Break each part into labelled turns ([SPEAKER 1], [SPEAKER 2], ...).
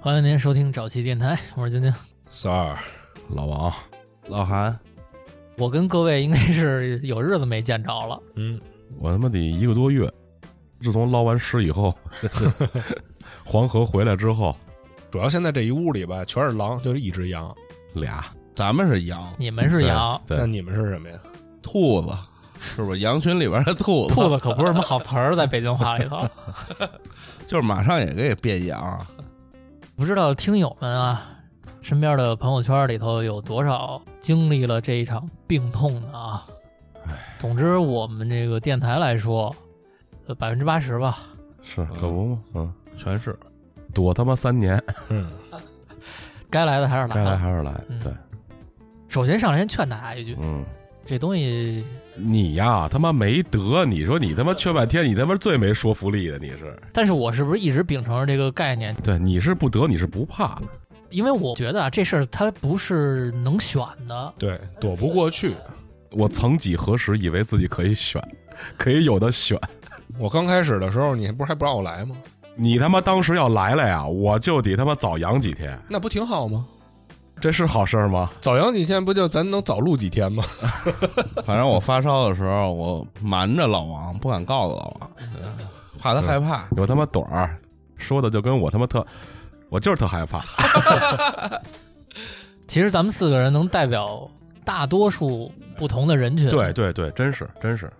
[SPEAKER 1] 欢迎您收听早期电台，我是晶晶。
[SPEAKER 2] 三儿、老王，
[SPEAKER 3] 老韩，
[SPEAKER 1] 我跟各位应该是 有日子没见着了，
[SPEAKER 2] 嗯，
[SPEAKER 4] 我他妈得一个多月，自从捞完尸以后，黄河回来之后，
[SPEAKER 2] 主要现在这一屋里吧，全是狼，就是一只羊。
[SPEAKER 4] 俩
[SPEAKER 3] 咱们是羊，
[SPEAKER 1] 你们是羊，
[SPEAKER 4] 对
[SPEAKER 2] 那
[SPEAKER 4] 对
[SPEAKER 2] 你们是什么呀？
[SPEAKER 3] 兔子，是不是？羊群里边的兔子，
[SPEAKER 1] 兔子可不是什么好词儿，在北京话里 头。
[SPEAKER 3] 就是马上也给变羊。啊
[SPEAKER 1] 不知道听友们啊，身边的朋友圈里头有多少经历了这一场病痛的啊？总之，我们这个电台来说，呃，百分之八十吧，
[SPEAKER 4] 是可不嘛，嗯，
[SPEAKER 3] 全是
[SPEAKER 4] 躲他妈三年，
[SPEAKER 2] 嗯，
[SPEAKER 1] 该来的还是来
[SPEAKER 4] 该来
[SPEAKER 1] 了。
[SPEAKER 4] 还是来，
[SPEAKER 1] 嗯
[SPEAKER 4] 对，
[SPEAKER 1] 首先上来先劝大家一句，
[SPEAKER 4] 嗯，
[SPEAKER 1] 这东西
[SPEAKER 4] 你呀他妈没德，你说你他妈劝半天，你他妈最没说服力的，你是，
[SPEAKER 1] 但是我是不是一直秉承着这个概念？
[SPEAKER 4] 对，你是不得，你是不怕，
[SPEAKER 1] 因为我觉得啊，这事儿它不是能选的。
[SPEAKER 2] 对，躲不过去。
[SPEAKER 4] 我曾几何时以为自己可以选，可以有的选，
[SPEAKER 2] 我刚开始的时候，你不是还不让我来吗？
[SPEAKER 4] 你他妈当时要来了呀，我就得他妈早养几天，
[SPEAKER 2] 那不挺好吗？
[SPEAKER 4] 这是好事儿吗？
[SPEAKER 2] 早养几天，不就咱能早录几天 吗？
[SPEAKER 3] 反正我发烧的时候，我瞒着老王，不敢告诉老王，怕他害怕。
[SPEAKER 4] 有他妈短儿，说的就跟我他妈特，我就是特害怕。
[SPEAKER 1] 其实咱们四个人能代表大多数不同的人群。
[SPEAKER 4] 对，对对，真是真是，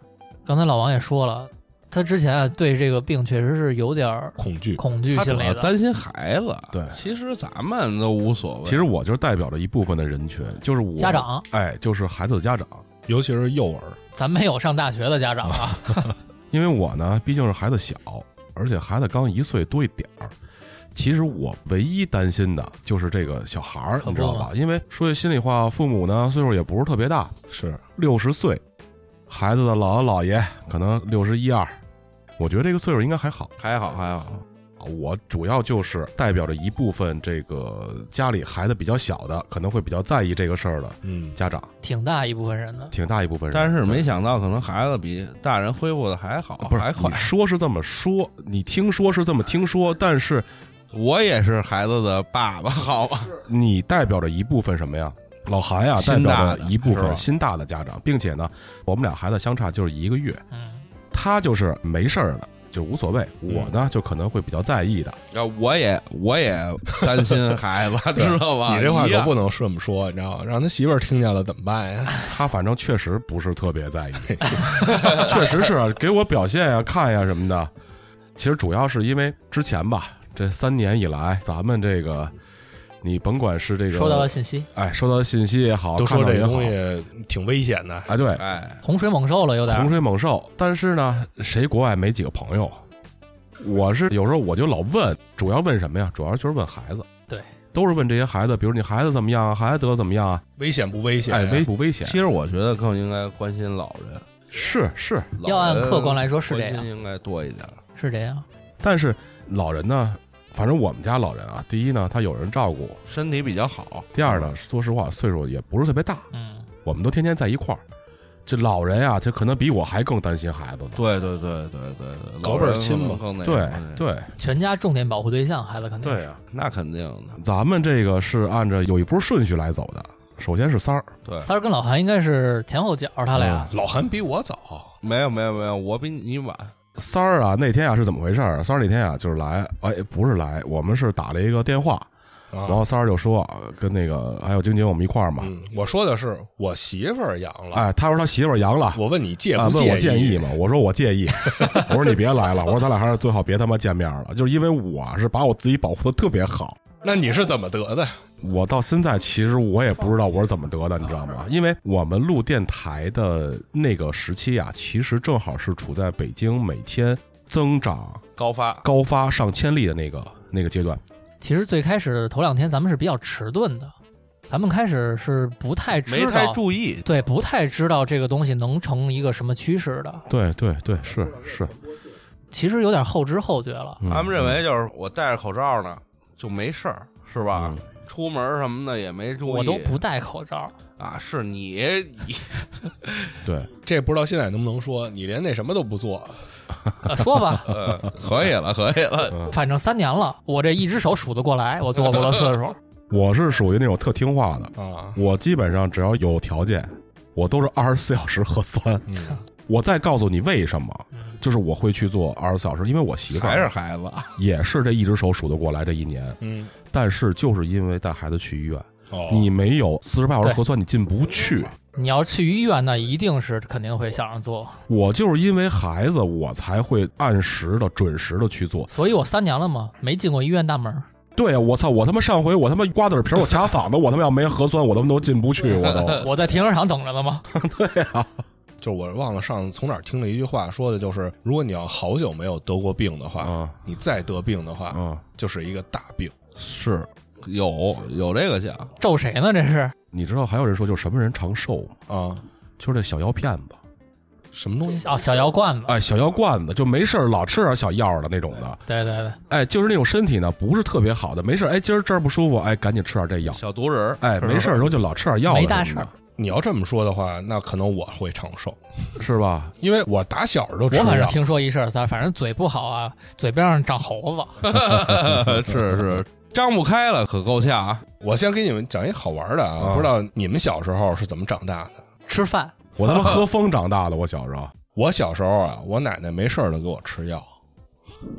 [SPEAKER 1] 刚才老王也说了，他之前啊对这个病确实是有点儿
[SPEAKER 2] 恐惧，
[SPEAKER 1] 恐惧
[SPEAKER 3] 他
[SPEAKER 1] 心
[SPEAKER 3] 主
[SPEAKER 1] 理
[SPEAKER 3] 要
[SPEAKER 1] 的。
[SPEAKER 3] 担心孩子，
[SPEAKER 4] 对
[SPEAKER 3] 其实咱们都无所谓。
[SPEAKER 4] 其实我就是代表着一部分的人群，就是我
[SPEAKER 1] 家，长，
[SPEAKER 4] 哎，就是孩子的家长，
[SPEAKER 2] 尤其是幼儿。
[SPEAKER 1] 咱没有上大学的家长啊，
[SPEAKER 4] 因为我呢，毕竟是孩子小，而且孩子刚一岁多一点儿。其实我唯一担心的就是这个小孩儿
[SPEAKER 1] 可，不
[SPEAKER 4] 你知道
[SPEAKER 1] 嘛
[SPEAKER 4] 吧？因为说句心里话，父母呢岁数也不是特别大，
[SPEAKER 2] 是，
[SPEAKER 4] 六十岁，孩子的姥姥姥爷可能六十一二，我觉得这个岁数应该还好。
[SPEAKER 3] 还好还好，
[SPEAKER 4] 我主要就是代表着一部分这个家里孩子比较小的，可能会比较在意这个事儿的
[SPEAKER 2] 嗯，
[SPEAKER 4] 家长，
[SPEAKER 1] 挺大一部分人的。
[SPEAKER 4] 挺大一部分人。
[SPEAKER 3] 但是没想到，可能孩子比大人恢复的还好，
[SPEAKER 4] 不是
[SPEAKER 3] 还快
[SPEAKER 4] 你。说是这么说，你听说是这么听说，但是
[SPEAKER 3] 我也是孩子的爸爸，好吧？
[SPEAKER 4] 你代表着一部分什么呀？老韩呀，代
[SPEAKER 3] 心大
[SPEAKER 4] 表
[SPEAKER 3] 的
[SPEAKER 4] 着一部
[SPEAKER 3] 是
[SPEAKER 4] 分
[SPEAKER 3] 吧
[SPEAKER 4] 心大的家长，并且呢，我们俩孩子相差就是一个月，
[SPEAKER 1] 嗯，
[SPEAKER 4] 他就是没事儿的，就无所谓。我呢，就可能会比较在意的。
[SPEAKER 3] 啊，我也我也担心孩子，知道吧？
[SPEAKER 4] 嗯
[SPEAKER 2] 你这话
[SPEAKER 3] 一
[SPEAKER 2] 可
[SPEAKER 3] 样
[SPEAKER 2] 不能这么说，你知道吗？让他媳妇儿听见了怎么办呀？
[SPEAKER 4] 他反正确实不是特别在意，确实是啊，给我表现呀、看呀、什么的。其实主要是因为之前吧，这三年以来，咱们这个，你甭管是这个
[SPEAKER 1] 收到的信息，
[SPEAKER 4] 哎，收到的信息也好，
[SPEAKER 2] 都说
[SPEAKER 4] 看到
[SPEAKER 2] 这
[SPEAKER 4] 也
[SPEAKER 2] 个
[SPEAKER 4] 好
[SPEAKER 2] 东西挺危险的，
[SPEAKER 4] 哎，对，
[SPEAKER 3] 哎，
[SPEAKER 1] 洪水猛兽了，有点
[SPEAKER 4] 洪
[SPEAKER 1] 儿。
[SPEAKER 4] 水猛兽。但是呢，谁国外没几个朋友？啊我是有时候我就老问，主要问什么呀？主要就是问孩子。
[SPEAKER 1] 对，
[SPEAKER 4] 都是问这些孩子，比如你孩子怎么样啊，孩子得怎么样啊？
[SPEAKER 2] 危险不危险？
[SPEAKER 4] 哎，危，不危险？
[SPEAKER 3] 其实我觉得更应该关心老人，
[SPEAKER 4] 是是，
[SPEAKER 3] 老人
[SPEAKER 1] 要按客观来说是这样
[SPEAKER 3] 关心应该多一点。
[SPEAKER 1] 是这样，
[SPEAKER 4] 但是老人呢，反正我们家老人啊，第一呢，他有人照顾；
[SPEAKER 3] 身体比较好，
[SPEAKER 4] 第二呢，说实话，岁数也不是特别大，
[SPEAKER 1] 嗯，
[SPEAKER 4] 我们都天天在一块儿。这老人啊，这可能比我还更担心孩子呢。
[SPEAKER 3] 对对对对对对，
[SPEAKER 2] 老辈儿亲嘛
[SPEAKER 3] 老人可能更那
[SPEAKER 4] 对
[SPEAKER 3] 什么
[SPEAKER 4] 对
[SPEAKER 1] 全家重点保护对象，孩子肯定是。
[SPEAKER 4] 啊，
[SPEAKER 3] 那肯定的，
[SPEAKER 4] 咱们这个是按照有一波顺序来走的。首先是三儿，
[SPEAKER 3] 对。
[SPEAKER 1] 三儿跟老韩应该是前后脚，他俩
[SPEAKER 2] 老韩比我早，
[SPEAKER 3] 没有没有没有，我比你晚，
[SPEAKER 4] 三儿啊，那天啊是怎么回事儿？三儿那天啊就是来，哎，不是来，我们是打了一个电话，
[SPEAKER 2] 然
[SPEAKER 4] 然后三儿就说呃跟那个还有晶晶我们一块儿嘛，
[SPEAKER 2] 啊嗯，我说的是我媳妇儿阳了，
[SPEAKER 4] 哎，他说他媳妇儿阳了，
[SPEAKER 2] 我问你介
[SPEAKER 4] 啊，
[SPEAKER 2] 不
[SPEAKER 4] 问我
[SPEAKER 2] 介
[SPEAKER 4] 建议？嘛？我说我介意， 我说你别来了，我说咱俩还是最好别他妈见面了，就是因为我是把我自己保护的特别好，
[SPEAKER 2] 那你是怎么得的？
[SPEAKER 4] 我到现在其实我也不知道我是怎么得的，你知道
[SPEAKER 2] 啊
[SPEAKER 4] 吗？因为我们录电台的那个时期啊，其实正好是处在北京每天增长
[SPEAKER 3] 高发，
[SPEAKER 4] 高发上千例的那个那个阶段，
[SPEAKER 1] 其实最开始头两天咱们是比较迟钝的，咱们开始是不太
[SPEAKER 3] 没
[SPEAKER 1] 知
[SPEAKER 3] 太
[SPEAKER 1] 道，
[SPEAKER 3] 注意，
[SPEAKER 1] 对，不太知道这个东西能成一个什么趋势的，
[SPEAKER 4] 对对对，是是，
[SPEAKER 1] 其实有点后知后觉了。
[SPEAKER 4] 嗯
[SPEAKER 3] 他们认为就是我戴着口罩呢就没事儿，是吧
[SPEAKER 4] 嗯？
[SPEAKER 3] 出门什么的也没注意，
[SPEAKER 1] 我都不戴口罩，
[SPEAKER 3] 啊，是你你
[SPEAKER 4] 对，嗯
[SPEAKER 2] 这不知道现在能不能说，你连那什么都不做，
[SPEAKER 1] 呃说 吧，
[SPEAKER 3] 呃，可以了，可以了，
[SPEAKER 4] 嗯，
[SPEAKER 1] 反正三年了，我这一只手数得过来，我做过的次 数。
[SPEAKER 4] 我是属于那种特听话的，
[SPEAKER 2] 啊，
[SPEAKER 4] 我基本上只要有条件，我都是二十四小时核酸。
[SPEAKER 2] 嗯
[SPEAKER 4] 我再告诉你为什么，
[SPEAKER 1] 嗯
[SPEAKER 4] 就是我会去做二十四小时，因为我媳妇
[SPEAKER 3] 还是
[SPEAKER 4] 儿
[SPEAKER 3] 孩子，啊
[SPEAKER 4] 也是这一只手数得过来这一年，
[SPEAKER 2] 嗯，
[SPEAKER 4] 但是就是因为带孩子去医院，
[SPEAKER 2] 哦，
[SPEAKER 4] 你没有四十八小时
[SPEAKER 1] 对
[SPEAKER 4] 核酸，你进不去。
[SPEAKER 1] 你要去医院，那一定是肯定会想着做，
[SPEAKER 4] 我就是因为孩子，我才会按时的、准时的去做。
[SPEAKER 1] 所以我三年了嘛，没进过医院大门儿。
[SPEAKER 4] 对啊，我操！我他妈上回我他妈瓜子皮儿，我卡嗓子，我他妈要没核酸，我他妈都进不去，我 都。
[SPEAKER 1] 我在停车场等着呢嘛。
[SPEAKER 2] 就是我忘了上从哪儿听了一句话，说的就是，如果你要好久没有得过病的话，
[SPEAKER 4] 啊
[SPEAKER 2] 你再得病的话，
[SPEAKER 4] 啊！
[SPEAKER 2] 就是一个大病。
[SPEAKER 3] 是有有这个
[SPEAKER 4] 哦
[SPEAKER 3] 想，
[SPEAKER 1] 咒谁呢？这是
[SPEAKER 4] 你知道还有人说，就是什么人长寿吗？
[SPEAKER 2] 啊，
[SPEAKER 4] 就是这小药片子，
[SPEAKER 2] 什么东西？
[SPEAKER 1] 啊小小药罐子。
[SPEAKER 4] 哎，小药罐子，就没事儿老吃点小药的那种的，
[SPEAKER 1] 对对对，
[SPEAKER 4] 哎，就是那种身体呢不是特别好的，没事儿，哎，今儿这儿不舒服，哎，赶紧吃点这药，
[SPEAKER 3] 小毒人儿，
[SPEAKER 4] 哎，没事儿的时候就老吃点药，
[SPEAKER 1] 没大事儿，
[SPEAKER 2] 你要这么说的话，那可能我会长寿，
[SPEAKER 4] 是吧？
[SPEAKER 2] 因为我打小就吃
[SPEAKER 1] 我反正
[SPEAKER 2] 药。
[SPEAKER 1] 听说一事儿，咱反正嘴不好啊，嘴边上长猴子。
[SPEAKER 3] 是是张不开了，可够呛啊！
[SPEAKER 2] 我先给你们讲一好玩的啊，
[SPEAKER 4] 啊
[SPEAKER 2] 不知道你们小时候是怎么长大的？
[SPEAKER 1] 吃饭
[SPEAKER 4] 我他妈喝风长大的，我小时候，
[SPEAKER 2] 我小时候啊，我奶奶没事儿的给我吃药，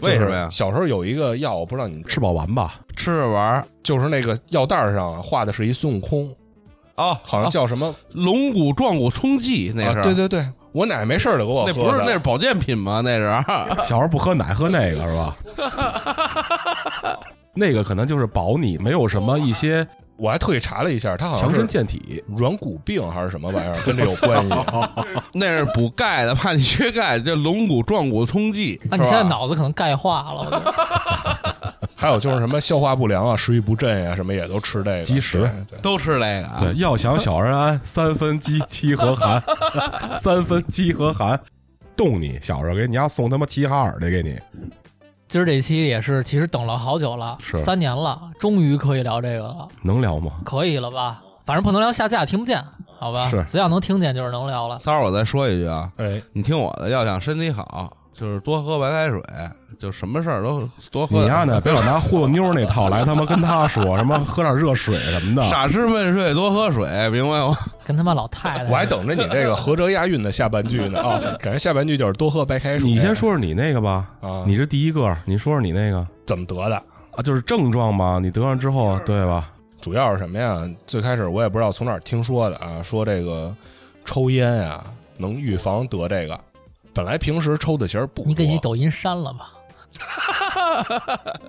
[SPEAKER 3] 为什么呀
[SPEAKER 2] 就是？小时候有一个药，我不知道你们吃，
[SPEAKER 4] 吃饱完吧，
[SPEAKER 3] 吃着玩儿
[SPEAKER 2] 就是那个药袋儿上啊画的是一孙悟空，
[SPEAKER 3] 哦，
[SPEAKER 2] 好像
[SPEAKER 3] 啊
[SPEAKER 2] 叫什么？
[SPEAKER 3] 龙骨壮骨冲剂，那
[SPEAKER 2] 啊
[SPEAKER 3] 是、
[SPEAKER 2] 对对对，我奶奶没事儿的给我喝的，
[SPEAKER 3] 那不是那是保健品吗？那是啊
[SPEAKER 4] 小时候不喝奶，喝那个是吧？那个可能就是保你没有什么一些
[SPEAKER 2] 我还特意查了一下，它好
[SPEAKER 4] 强身
[SPEAKER 2] 像是
[SPEAKER 4] 健体，
[SPEAKER 2] 软骨病还是什么玩意儿，跟这有关系。
[SPEAKER 3] 那是补钙的， 怕你缺钙，这龙骨壮骨冲剂。
[SPEAKER 1] 那你
[SPEAKER 3] 是
[SPEAKER 1] 现
[SPEAKER 3] 吧
[SPEAKER 1] 在脑子可能钙化了，我觉得
[SPEAKER 2] 还有就是什么消化不良啊、食欲不振啊，什么也都吃这个。
[SPEAKER 4] 积食
[SPEAKER 2] 对，
[SPEAKER 3] 都吃这个啊
[SPEAKER 4] 对，？要想小人安，三分饥七和寒， 三分饥和寒，冻你小时候给你家送他妈齐哈尔的给你，
[SPEAKER 1] 今儿这期也是，其实等了好久了，
[SPEAKER 4] 是
[SPEAKER 1] 三年了，终于可以聊这个了，
[SPEAKER 4] 能聊吗？
[SPEAKER 1] 可以了吧？反正不能聊下架，听不见，好吧？
[SPEAKER 4] 是
[SPEAKER 1] 只要能听见就是能聊了。
[SPEAKER 3] 三儿，我再说一句啊，
[SPEAKER 2] 对，哎，
[SPEAKER 3] 你听我的，要想身体好，就是多喝白开水，就什么事儿都多喝。
[SPEAKER 4] 你丫呢？别老拿忽悠妞儿那套来他妈跟他说什么 喝点热水什么的，
[SPEAKER 3] 傻吃闷睡，多喝水，明白吗？
[SPEAKER 1] 跟他妈老太太，
[SPEAKER 2] 我还等着你这个合辙押韵的下半句呢啊！感觉下半句就是多喝白开水。
[SPEAKER 4] 你先说说你那个吧，
[SPEAKER 2] 啊，
[SPEAKER 4] 你是第一个，你说说你那个
[SPEAKER 2] 怎么得的？
[SPEAKER 4] 啊，就是症状嘛，你得上之后对吧？
[SPEAKER 2] 主要是什么呀？最开始我也不知道从哪儿听说的啊，说这个抽烟啊能预防得这个。本来平时抽的其实不多，
[SPEAKER 1] 你给你抖音删了吧？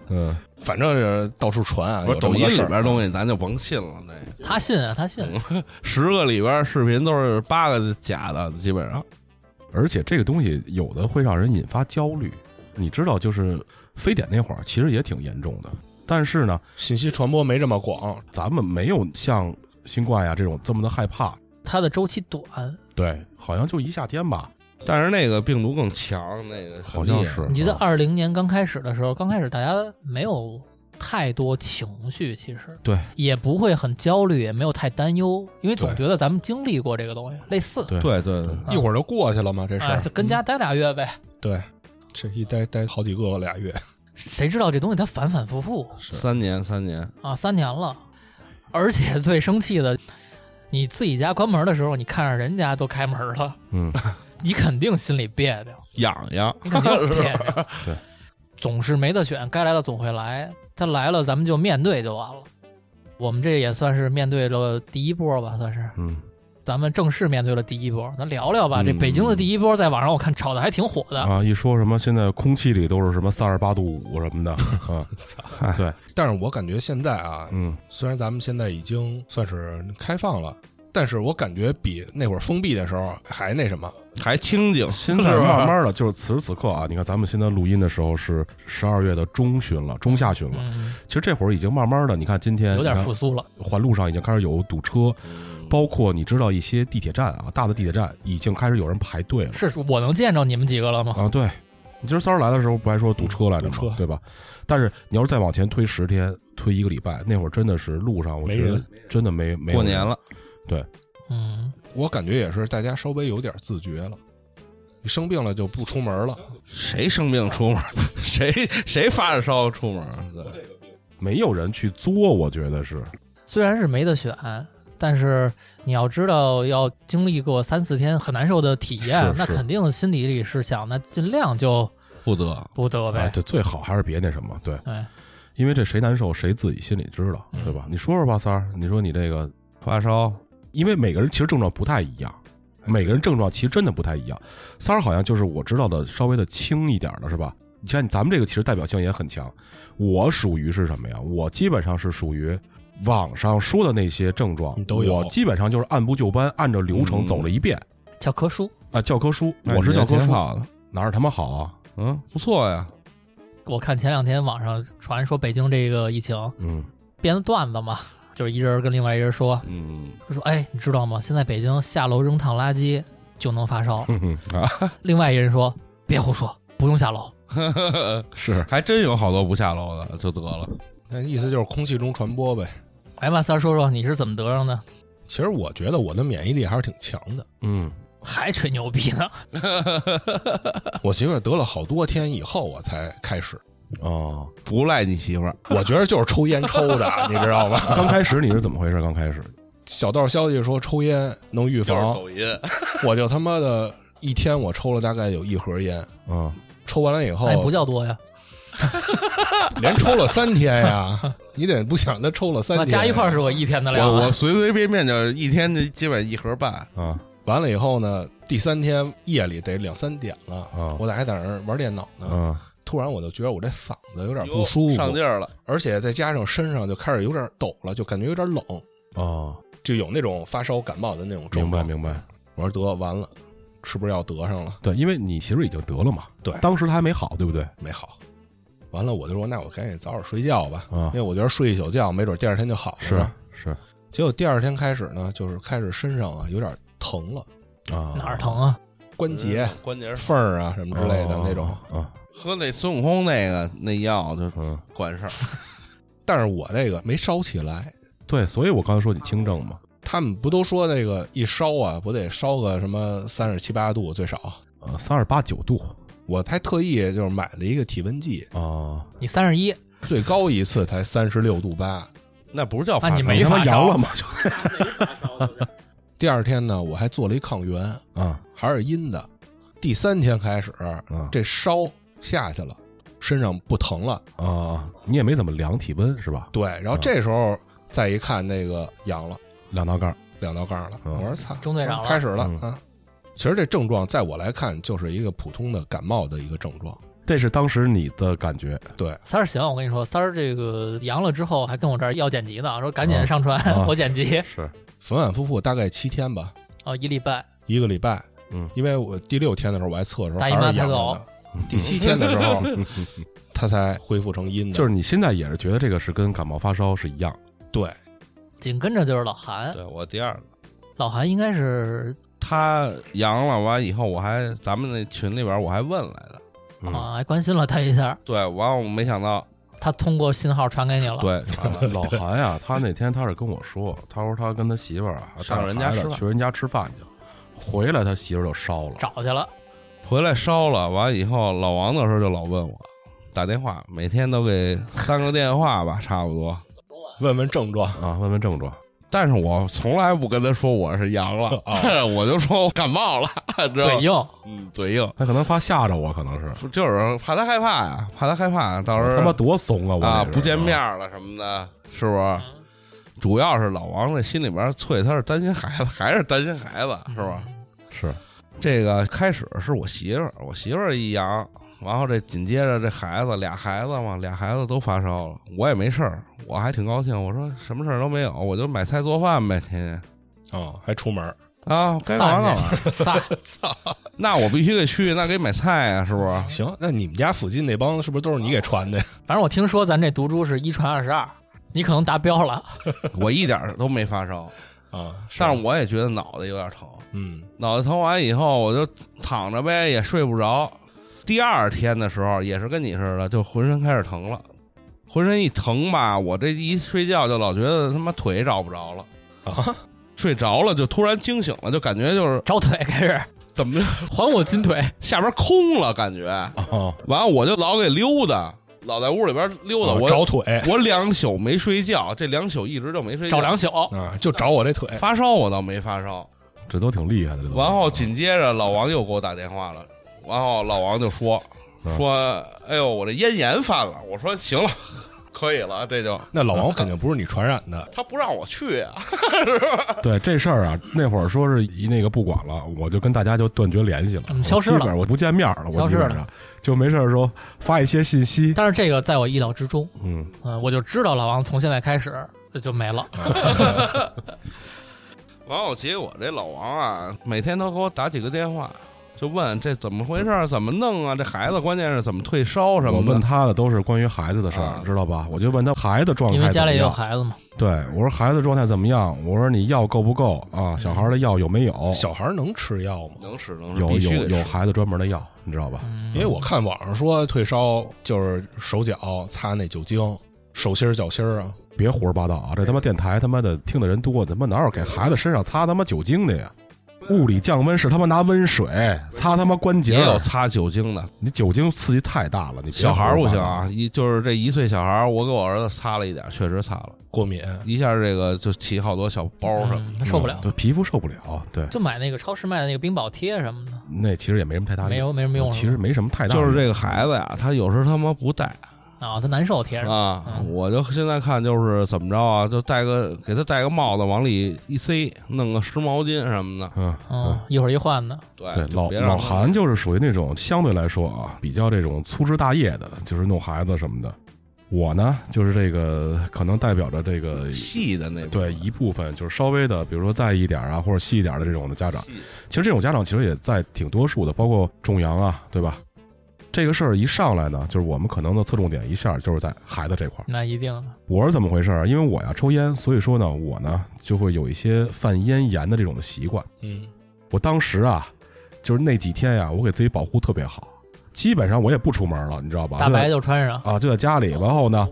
[SPEAKER 4] 嗯，
[SPEAKER 2] 反正是到处传啊，
[SPEAKER 3] 不
[SPEAKER 2] 有这
[SPEAKER 3] 是抖
[SPEAKER 2] 么个
[SPEAKER 3] 音里
[SPEAKER 2] 事儿
[SPEAKER 3] 边东西，咱就甭信了。那
[SPEAKER 1] 他信啊，他信。
[SPEAKER 3] 十个里边视频都是八个假的，基本上。
[SPEAKER 4] 而且这个东西有的会让人引发焦虑，你知道，就是非典那会儿其实也挺严重的，但是呢，
[SPEAKER 2] 信息传播没这么广，
[SPEAKER 4] 咱们没有像新冠呀这种这么的害怕，
[SPEAKER 1] 它的周期短，
[SPEAKER 4] 嗯对，好像就一夏天吧，
[SPEAKER 3] 但是那个病毒更强，那个
[SPEAKER 4] 好像是。啊
[SPEAKER 1] 你记得二零年刚开始的时候，刚开始大家没有太多情绪，其实
[SPEAKER 4] 对，
[SPEAKER 1] 也不会很焦虑，也没有太担忧，因为总
[SPEAKER 4] 对
[SPEAKER 1] 觉得咱们经历过这个东西，类似，
[SPEAKER 4] 对
[SPEAKER 3] 对对对，
[SPEAKER 2] 一会儿就过去了嘛，这事
[SPEAKER 1] 啊，
[SPEAKER 2] 儿
[SPEAKER 1] 就跟家待俩月呗。
[SPEAKER 2] 对，这一待待好几个俩月，
[SPEAKER 1] 谁知道这东西它反反复复
[SPEAKER 3] 三年三年，
[SPEAKER 1] 啊，三年了，而且最生气的，你自己家关门的时候，你看着人家都开门了，
[SPEAKER 4] 嗯，。
[SPEAKER 1] 你肯定心里别扭，
[SPEAKER 3] 痒痒。
[SPEAKER 1] 你肯定别扭
[SPEAKER 4] 对，
[SPEAKER 1] 总是没得选，该来的总会来，他来了咱们就面对就完了。我们这也算是面对了第一波吧，算是
[SPEAKER 4] 嗯，
[SPEAKER 1] 咱们正式面对了第一波。咱聊聊吧，
[SPEAKER 3] 嗯
[SPEAKER 1] 这北京的第一波在网上我看炒的还挺火的，
[SPEAKER 4] 啊，一说什么现在空气里都是什么三十八度五什么的，啊，
[SPEAKER 2] 但是我感觉现在啊，
[SPEAKER 4] 嗯，
[SPEAKER 2] 虽然咱们现在已经算是开放了，但是我感觉比那会儿封闭的时候还那什么。
[SPEAKER 3] 还清静，
[SPEAKER 4] 现在
[SPEAKER 3] 是吧
[SPEAKER 4] 慢慢的就是此时此刻啊，你看咱们现在录音的时候是十二月的中旬了，中下旬了，
[SPEAKER 1] 嗯，
[SPEAKER 4] 其实这会儿已经慢慢的，你看今天
[SPEAKER 1] 有点
[SPEAKER 4] 你看
[SPEAKER 1] 复苏了。
[SPEAKER 4] 环路上已经开始有堵车，包括你知道一些地铁站啊，大的地铁站已经开始有人排队了
[SPEAKER 1] 是我能见着你们几个了吗？
[SPEAKER 4] 啊。对，你今儿三儿来的时候不还说堵车来着吗
[SPEAKER 2] 堵车
[SPEAKER 4] 对吧？但是你要是再往前推十天，推一个礼拜，那会儿真的是路上，我
[SPEAKER 2] 没
[SPEAKER 4] 觉得
[SPEAKER 2] 人
[SPEAKER 4] 真的没没有
[SPEAKER 3] 过
[SPEAKER 4] 人
[SPEAKER 3] 年了，
[SPEAKER 1] 嗯，
[SPEAKER 2] 我感觉也是大家稍微有点自觉了。你生病了就不出门了。
[SPEAKER 3] 谁生病出门？ 谁谁发着烧出门？对，
[SPEAKER 4] 没有人去作，我觉得是
[SPEAKER 1] 虽然是没得选，但是你要知道，要经历过三四天很难受的体验，
[SPEAKER 4] 是
[SPEAKER 1] 那
[SPEAKER 4] 是
[SPEAKER 1] 肯定心底里是想，那尽量就
[SPEAKER 3] 负责。
[SPEAKER 1] 不得
[SPEAKER 4] 哎，
[SPEAKER 1] 呗。
[SPEAKER 4] 对，最好还是别那什么，对，
[SPEAKER 1] 哎，
[SPEAKER 4] 因为这谁难受谁自己心里知
[SPEAKER 2] 嗯
[SPEAKER 4] 道，对吧？你说说吧，三儿，你说你这个，
[SPEAKER 3] 发烧，
[SPEAKER 4] 因为每个人其实症状不太一样，每个人症状其实真的不太一样。三儿好像就是我知道的稍微的轻一点的是吧？你像咱们这个其实代表性也很强，我属于是什么呀？我基本上是属于网上说的那些症状
[SPEAKER 2] 你，都有
[SPEAKER 4] 我基本上就是按部就班，按照流程
[SPEAKER 3] 嗯
[SPEAKER 4] 走了一遍。
[SPEAKER 1] 教科书，
[SPEAKER 4] 啊，教科书，
[SPEAKER 3] 那
[SPEAKER 4] 我是
[SPEAKER 3] 你
[SPEAKER 4] 教
[SPEAKER 3] 也
[SPEAKER 4] 科
[SPEAKER 3] 挺
[SPEAKER 4] 书，
[SPEAKER 3] 好的，
[SPEAKER 4] 哪儿他妈好啊？
[SPEAKER 3] 嗯，不错呀。
[SPEAKER 1] 我看前两天网上传说北京这个疫情
[SPEAKER 4] 嗯，
[SPEAKER 1] 编的段子嘛，就是一人跟另外一人说，
[SPEAKER 3] 嗯，
[SPEAKER 1] 说哎，你知道吗？现在北京下楼扔趟垃圾就能发 烧了。
[SPEAKER 4] 哼哼
[SPEAKER 1] 另外一人说，别胡说，不用下楼。
[SPEAKER 4] 是
[SPEAKER 3] 还真有好多不下楼的就得了。
[SPEAKER 2] 那意思就是空气中传播呗。
[SPEAKER 1] 来吧，哎三儿说说你是怎么得上的？
[SPEAKER 2] 其实我觉得我的免疫力还是挺强的。
[SPEAKER 4] 嗯，
[SPEAKER 1] 还吹牛逼呢？
[SPEAKER 2] 我媳妇儿得了好多天以后，我才开始。
[SPEAKER 4] 哦，
[SPEAKER 3] 不赖你媳妇儿，
[SPEAKER 2] 我觉得就是抽烟抽的，啊你知道吗？
[SPEAKER 4] 刚开始你是怎么回事？刚开始，
[SPEAKER 2] 小道消息说抽烟能预防，
[SPEAKER 3] 音，
[SPEAKER 2] 我就他妈的一天我抽了大概有一盒烟，
[SPEAKER 4] 嗯，
[SPEAKER 2] 抽完了以后
[SPEAKER 1] 那也哎不叫多呀，
[SPEAKER 2] 连抽了三 天呀，你得不想他抽了三
[SPEAKER 1] 那
[SPEAKER 2] 天，
[SPEAKER 1] 加一
[SPEAKER 4] 哎
[SPEAKER 1] 块儿是我一天的量
[SPEAKER 3] 我
[SPEAKER 1] 啊。
[SPEAKER 3] 我随随便便就一天就基本一盒半，
[SPEAKER 4] 啊
[SPEAKER 2] 完了以后呢，第三天夜里得两三点了，
[SPEAKER 4] 嗯
[SPEAKER 2] 我俩还在那儿玩电脑呢，
[SPEAKER 4] 嗯，
[SPEAKER 2] 突然我就觉得我这嗓子有点不舒
[SPEAKER 3] 哟上
[SPEAKER 2] 服，
[SPEAKER 3] 劲儿了。
[SPEAKER 2] 而且再加上身上就开始有点抖了，就感觉有点冷，
[SPEAKER 4] 哦，
[SPEAKER 2] 就有那种发烧感冒的那种
[SPEAKER 4] 明
[SPEAKER 2] 症
[SPEAKER 4] 白
[SPEAKER 2] 状。
[SPEAKER 4] 明白，
[SPEAKER 2] 我说得完了，是不是要得上了？
[SPEAKER 4] 对，因为你媳妇儿已经得了嘛，
[SPEAKER 2] 对
[SPEAKER 4] 当时她还没好，对不对？
[SPEAKER 2] 没好。完了，我就说那我赶紧早点睡觉吧，
[SPEAKER 4] 啊
[SPEAKER 2] 因为我觉得睡一宿觉，没准第二天就好了。
[SPEAKER 4] 是是
[SPEAKER 2] 结果第二天开始呢，就是开始身上啊有点疼了，
[SPEAKER 4] 啊，
[SPEAKER 1] 哪儿疼啊？
[SPEAKER 2] 关节、
[SPEAKER 3] 嗯关节
[SPEAKER 2] 缝儿啊什么之类的
[SPEAKER 4] 哦
[SPEAKER 2] 那种。
[SPEAKER 4] 啊，
[SPEAKER 3] 喝那孙悟空那个那药就
[SPEAKER 4] 嗯，
[SPEAKER 3] 管事儿。
[SPEAKER 2] 但是我这个没烧起来，
[SPEAKER 4] 对，所以我刚才说你轻症嘛，
[SPEAKER 2] 他们不都说那个一烧啊，不得烧个什么三十七八度最少？
[SPEAKER 4] 呃，三十八九度
[SPEAKER 2] 我还特意就是买了一个体温计，
[SPEAKER 4] 啊，
[SPEAKER 1] 你三十一，
[SPEAKER 2] 最高一次才三十六度八。
[SPEAKER 3] 那不是叫
[SPEAKER 1] 那你
[SPEAKER 3] 发烧
[SPEAKER 1] 没
[SPEAKER 4] 你他妈
[SPEAKER 1] 发
[SPEAKER 4] 阳
[SPEAKER 1] 烧
[SPEAKER 4] 了嘛就
[SPEAKER 2] 第二天呢，我还做了一抗原，
[SPEAKER 4] 啊
[SPEAKER 2] 还是阴的。第三天开始，
[SPEAKER 4] 啊
[SPEAKER 2] 这烧下去了，身上不疼了。
[SPEAKER 4] 啊，你也没怎么量体温是吧？
[SPEAKER 2] 对，然后这时候再一看，那个阳了，
[SPEAKER 4] 两道杠儿，
[SPEAKER 2] 两道杠了。
[SPEAKER 4] 嗯
[SPEAKER 2] 我说操，
[SPEAKER 1] 中队长了
[SPEAKER 2] 开始了
[SPEAKER 4] 嗯
[SPEAKER 2] 啊！其实这症状在我来看就是一个普通的感冒的一个症状。
[SPEAKER 4] 这是当时你的感觉
[SPEAKER 2] 对，
[SPEAKER 1] 三儿行，我跟你说，三儿这个阳了之后还跟我这儿要剪辑呢，说赶紧
[SPEAKER 4] 啊
[SPEAKER 1] 上传，
[SPEAKER 4] 啊
[SPEAKER 1] 我剪辑
[SPEAKER 4] 是
[SPEAKER 2] 反反复复大概七天吧，
[SPEAKER 1] 哦，一礼拜。
[SPEAKER 2] 一个礼拜。
[SPEAKER 4] 嗯
[SPEAKER 2] 因为我第六天的时候我还测的时候
[SPEAKER 1] 大
[SPEAKER 2] 还
[SPEAKER 1] 姨
[SPEAKER 2] 是
[SPEAKER 1] 妈
[SPEAKER 2] 阳
[SPEAKER 1] 才走
[SPEAKER 2] 了呢，第七天的时 候它才恢复成阴的。
[SPEAKER 4] 嗯就是你现在也是觉得这个是跟感冒发烧是一样，
[SPEAKER 2] 对，
[SPEAKER 1] 紧跟着就是老韩，
[SPEAKER 3] 对我第二个，
[SPEAKER 1] 老韩应该是
[SPEAKER 3] 他阳了完以后，我还咱们那群里边我还问来的，
[SPEAKER 4] 嗯，
[SPEAKER 1] 啊，还 关心了他一下，
[SPEAKER 3] 对，完我没想到，
[SPEAKER 1] 他通过信号传给你了。
[SPEAKER 3] 对，传了
[SPEAKER 4] 老韩呀、他那天他是跟我说，他说他跟他媳妇儿啊
[SPEAKER 3] 上
[SPEAKER 4] 带着
[SPEAKER 3] 人家
[SPEAKER 4] 孩子
[SPEAKER 3] 吃饭
[SPEAKER 4] 去人家吃饭去了，回来他媳妇儿就烧了，
[SPEAKER 1] 找去了，
[SPEAKER 3] 回来烧了，完以后老王那时候就老问我打电话，每天都给三个电话吧，差不多。
[SPEAKER 2] 问问症状。
[SPEAKER 4] 啊，问问症状，
[SPEAKER 3] 但是我从来不跟他说我是阳 了，我就说我感冒了， 知道
[SPEAKER 1] 嘴
[SPEAKER 3] 吗
[SPEAKER 1] 硬，
[SPEAKER 3] 嗯，嘴硬，
[SPEAKER 4] 他可能怕吓着我，可能是
[SPEAKER 3] 就是怕他害怕呀，怕他害怕，到时候
[SPEAKER 4] 他妈多怂啊，我
[SPEAKER 3] 啊
[SPEAKER 4] 这是
[SPEAKER 3] 不见面了什么的，是不是？
[SPEAKER 1] 嗯
[SPEAKER 3] 主要是老王这心里边脆，他是担心孩子，还是担心孩子，
[SPEAKER 1] 嗯
[SPEAKER 3] 是吧？
[SPEAKER 4] 是
[SPEAKER 3] 这个开始是我媳妇儿，我媳妇儿一阳，然后这紧接着这孩子俩孩子嘛，俩孩子都发烧了，我也没事儿，我还挺高兴，我说什么事儿都没有，我就买菜做饭呗，天天
[SPEAKER 2] 哦，还出门儿，
[SPEAKER 3] 啊，该干嘛 干嘛。
[SPEAKER 1] 散
[SPEAKER 3] 那我必须得去，那给买菜啊，是不是？
[SPEAKER 2] 行，那你们家附近那帮是不是都是你给传的？
[SPEAKER 1] 反正我听说咱这毒株是一传二十二，你可能达标了。
[SPEAKER 3] 我一点儿都没发烧，
[SPEAKER 2] 啊，
[SPEAKER 3] 但是我也觉得脑袋有点疼，
[SPEAKER 2] 嗯，
[SPEAKER 3] 脑袋疼完以后我就躺着呗，也睡不着。第二天的时候也是跟你似的，就浑身开始疼了，浑身一疼吧，我这一睡觉就老觉得他妈腿找不着了
[SPEAKER 2] 啊，
[SPEAKER 3] 睡着了就突然惊醒了，就感觉就是
[SPEAKER 1] 找腿开始
[SPEAKER 3] 怎么着
[SPEAKER 1] 还我金腿，
[SPEAKER 3] 下边空了感觉，
[SPEAKER 4] 哦，
[SPEAKER 3] 完了我就老给溜达，老在屋里边溜达，
[SPEAKER 2] 我
[SPEAKER 3] 我
[SPEAKER 2] 啊哦找腿
[SPEAKER 3] 我两宿没睡觉，这两宿一直就没睡觉。
[SPEAKER 1] 找两宿，
[SPEAKER 2] 啊，就找我这腿，
[SPEAKER 3] 发烧我倒没发烧，
[SPEAKER 4] 这都挺厉害的，这都。
[SPEAKER 3] 然后紧接着老王又给我打电话了，然后老王就说
[SPEAKER 4] 嗯
[SPEAKER 3] 说，哎呦我这咽炎犯了，我说行了， 可以了，这就
[SPEAKER 2] 那老王肯定不是你传染的，
[SPEAKER 3] 他不让我去啊，
[SPEAKER 4] 对这事儿啊，那会儿说是一那个不管了，我就跟大家就断绝联系了，
[SPEAKER 1] 嗯消失了
[SPEAKER 4] 我基本上我不见面了，
[SPEAKER 1] 消
[SPEAKER 4] 我
[SPEAKER 1] 失
[SPEAKER 4] 基
[SPEAKER 1] 了
[SPEAKER 4] 本上就没事儿的时候发一些信息，
[SPEAKER 1] 但是这个在我意料之中，
[SPEAKER 4] 嗯，
[SPEAKER 1] 嗯，我就知道老王从现在开始就没了，
[SPEAKER 3] 然后结果这老王啊，每天都给我打几个电话。就问这怎么回事儿，怎么弄啊？这孩子关键是怎么退烧什
[SPEAKER 4] 我
[SPEAKER 3] 么的。
[SPEAKER 4] 问他的都是关于孩子的事儿，
[SPEAKER 3] 啊
[SPEAKER 4] 知道吧？我就问他孩子状态
[SPEAKER 1] 因
[SPEAKER 4] 怎么
[SPEAKER 1] 为
[SPEAKER 4] 样，
[SPEAKER 1] 家里也有孩子嘛，
[SPEAKER 4] 对我说孩子状态怎么样？我说你药够不够啊？小孩的药有没有？
[SPEAKER 2] 小孩能吃药吗？
[SPEAKER 3] 能使能使，
[SPEAKER 4] 有
[SPEAKER 3] 必须
[SPEAKER 4] 有
[SPEAKER 3] 得
[SPEAKER 4] 有
[SPEAKER 3] 使
[SPEAKER 4] 孩子专门的药，你知道吧？
[SPEAKER 1] 嗯
[SPEAKER 2] 因为我看网上说退烧就是手脚擦那酒精，手心儿脚心儿啊，
[SPEAKER 4] 别胡说八道啊！这他妈电台他妈的听的人多，他妈哪有给孩子身上擦他妈酒精的呀？物理降温是他妈拿温水擦他妈关节
[SPEAKER 3] 也有
[SPEAKER 4] 儿，
[SPEAKER 3] 擦酒精的。
[SPEAKER 4] 你酒精刺激太大了，你别
[SPEAKER 3] 小孩儿
[SPEAKER 4] 胡
[SPEAKER 3] 不
[SPEAKER 4] 说八
[SPEAKER 3] 行
[SPEAKER 4] 道
[SPEAKER 3] 啊，。一就是这一岁小孩儿，我给我儿子擦了一点儿，确实擦了
[SPEAKER 2] 过敏。
[SPEAKER 3] 一下，这个就起好多小包什么。
[SPEAKER 1] 嗯他受不了
[SPEAKER 4] 嗯，就皮肤受不了。对，
[SPEAKER 1] 就买那个超市卖的那个冰宝贴什么的，
[SPEAKER 4] 那其实也没什么太大
[SPEAKER 1] 没有没什么用
[SPEAKER 4] 用，
[SPEAKER 1] 是吧，
[SPEAKER 4] 其实没什么太大，
[SPEAKER 3] 就是这个孩子呀，他有时候他妈不戴
[SPEAKER 1] 啊，他难受贴上，
[SPEAKER 3] 啊，
[SPEAKER 1] 嗯
[SPEAKER 3] 我就现在看就是怎么着啊，就戴个给他戴个帽子，往里一塞，弄个湿毛巾什么的。
[SPEAKER 4] 嗯
[SPEAKER 1] 嗯，一会儿一换的，
[SPEAKER 3] 对
[SPEAKER 4] 对，
[SPEAKER 3] 哎就
[SPEAKER 4] 老
[SPEAKER 3] 别让
[SPEAKER 4] 老
[SPEAKER 3] 他
[SPEAKER 4] 韩就是属于那种相对来说啊，比较这种粗枝大叶的，就是弄孩子什么的。我呢，就是这个可能代表着这个
[SPEAKER 3] 细的那种
[SPEAKER 4] 对一部分，就是稍微的，比如说在意一点啊，或者细一点的这种的家长。
[SPEAKER 3] 细
[SPEAKER 4] 其实这种家长其实也在挺多数的，包括仲阳啊，对吧？这个事儿一上来呢，就是我们可能的侧重点一下就是在孩子这块儿。
[SPEAKER 1] 那一定的
[SPEAKER 4] 我是怎么回事儿？啊因为我呀抽烟，所以说呢，我呢就会有一些犯咽炎的这种的习惯。
[SPEAKER 2] 嗯，
[SPEAKER 4] 我当时啊，就是那几天呀，我给自己保护特别好，基本上我也不出门了，你知道吧？
[SPEAKER 1] 大白
[SPEAKER 4] 就
[SPEAKER 1] 就穿上，
[SPEAKER 4] 在啊，就在家里。
[SPEAKER 2] 哦
[SPEAKER 4] 然后呢，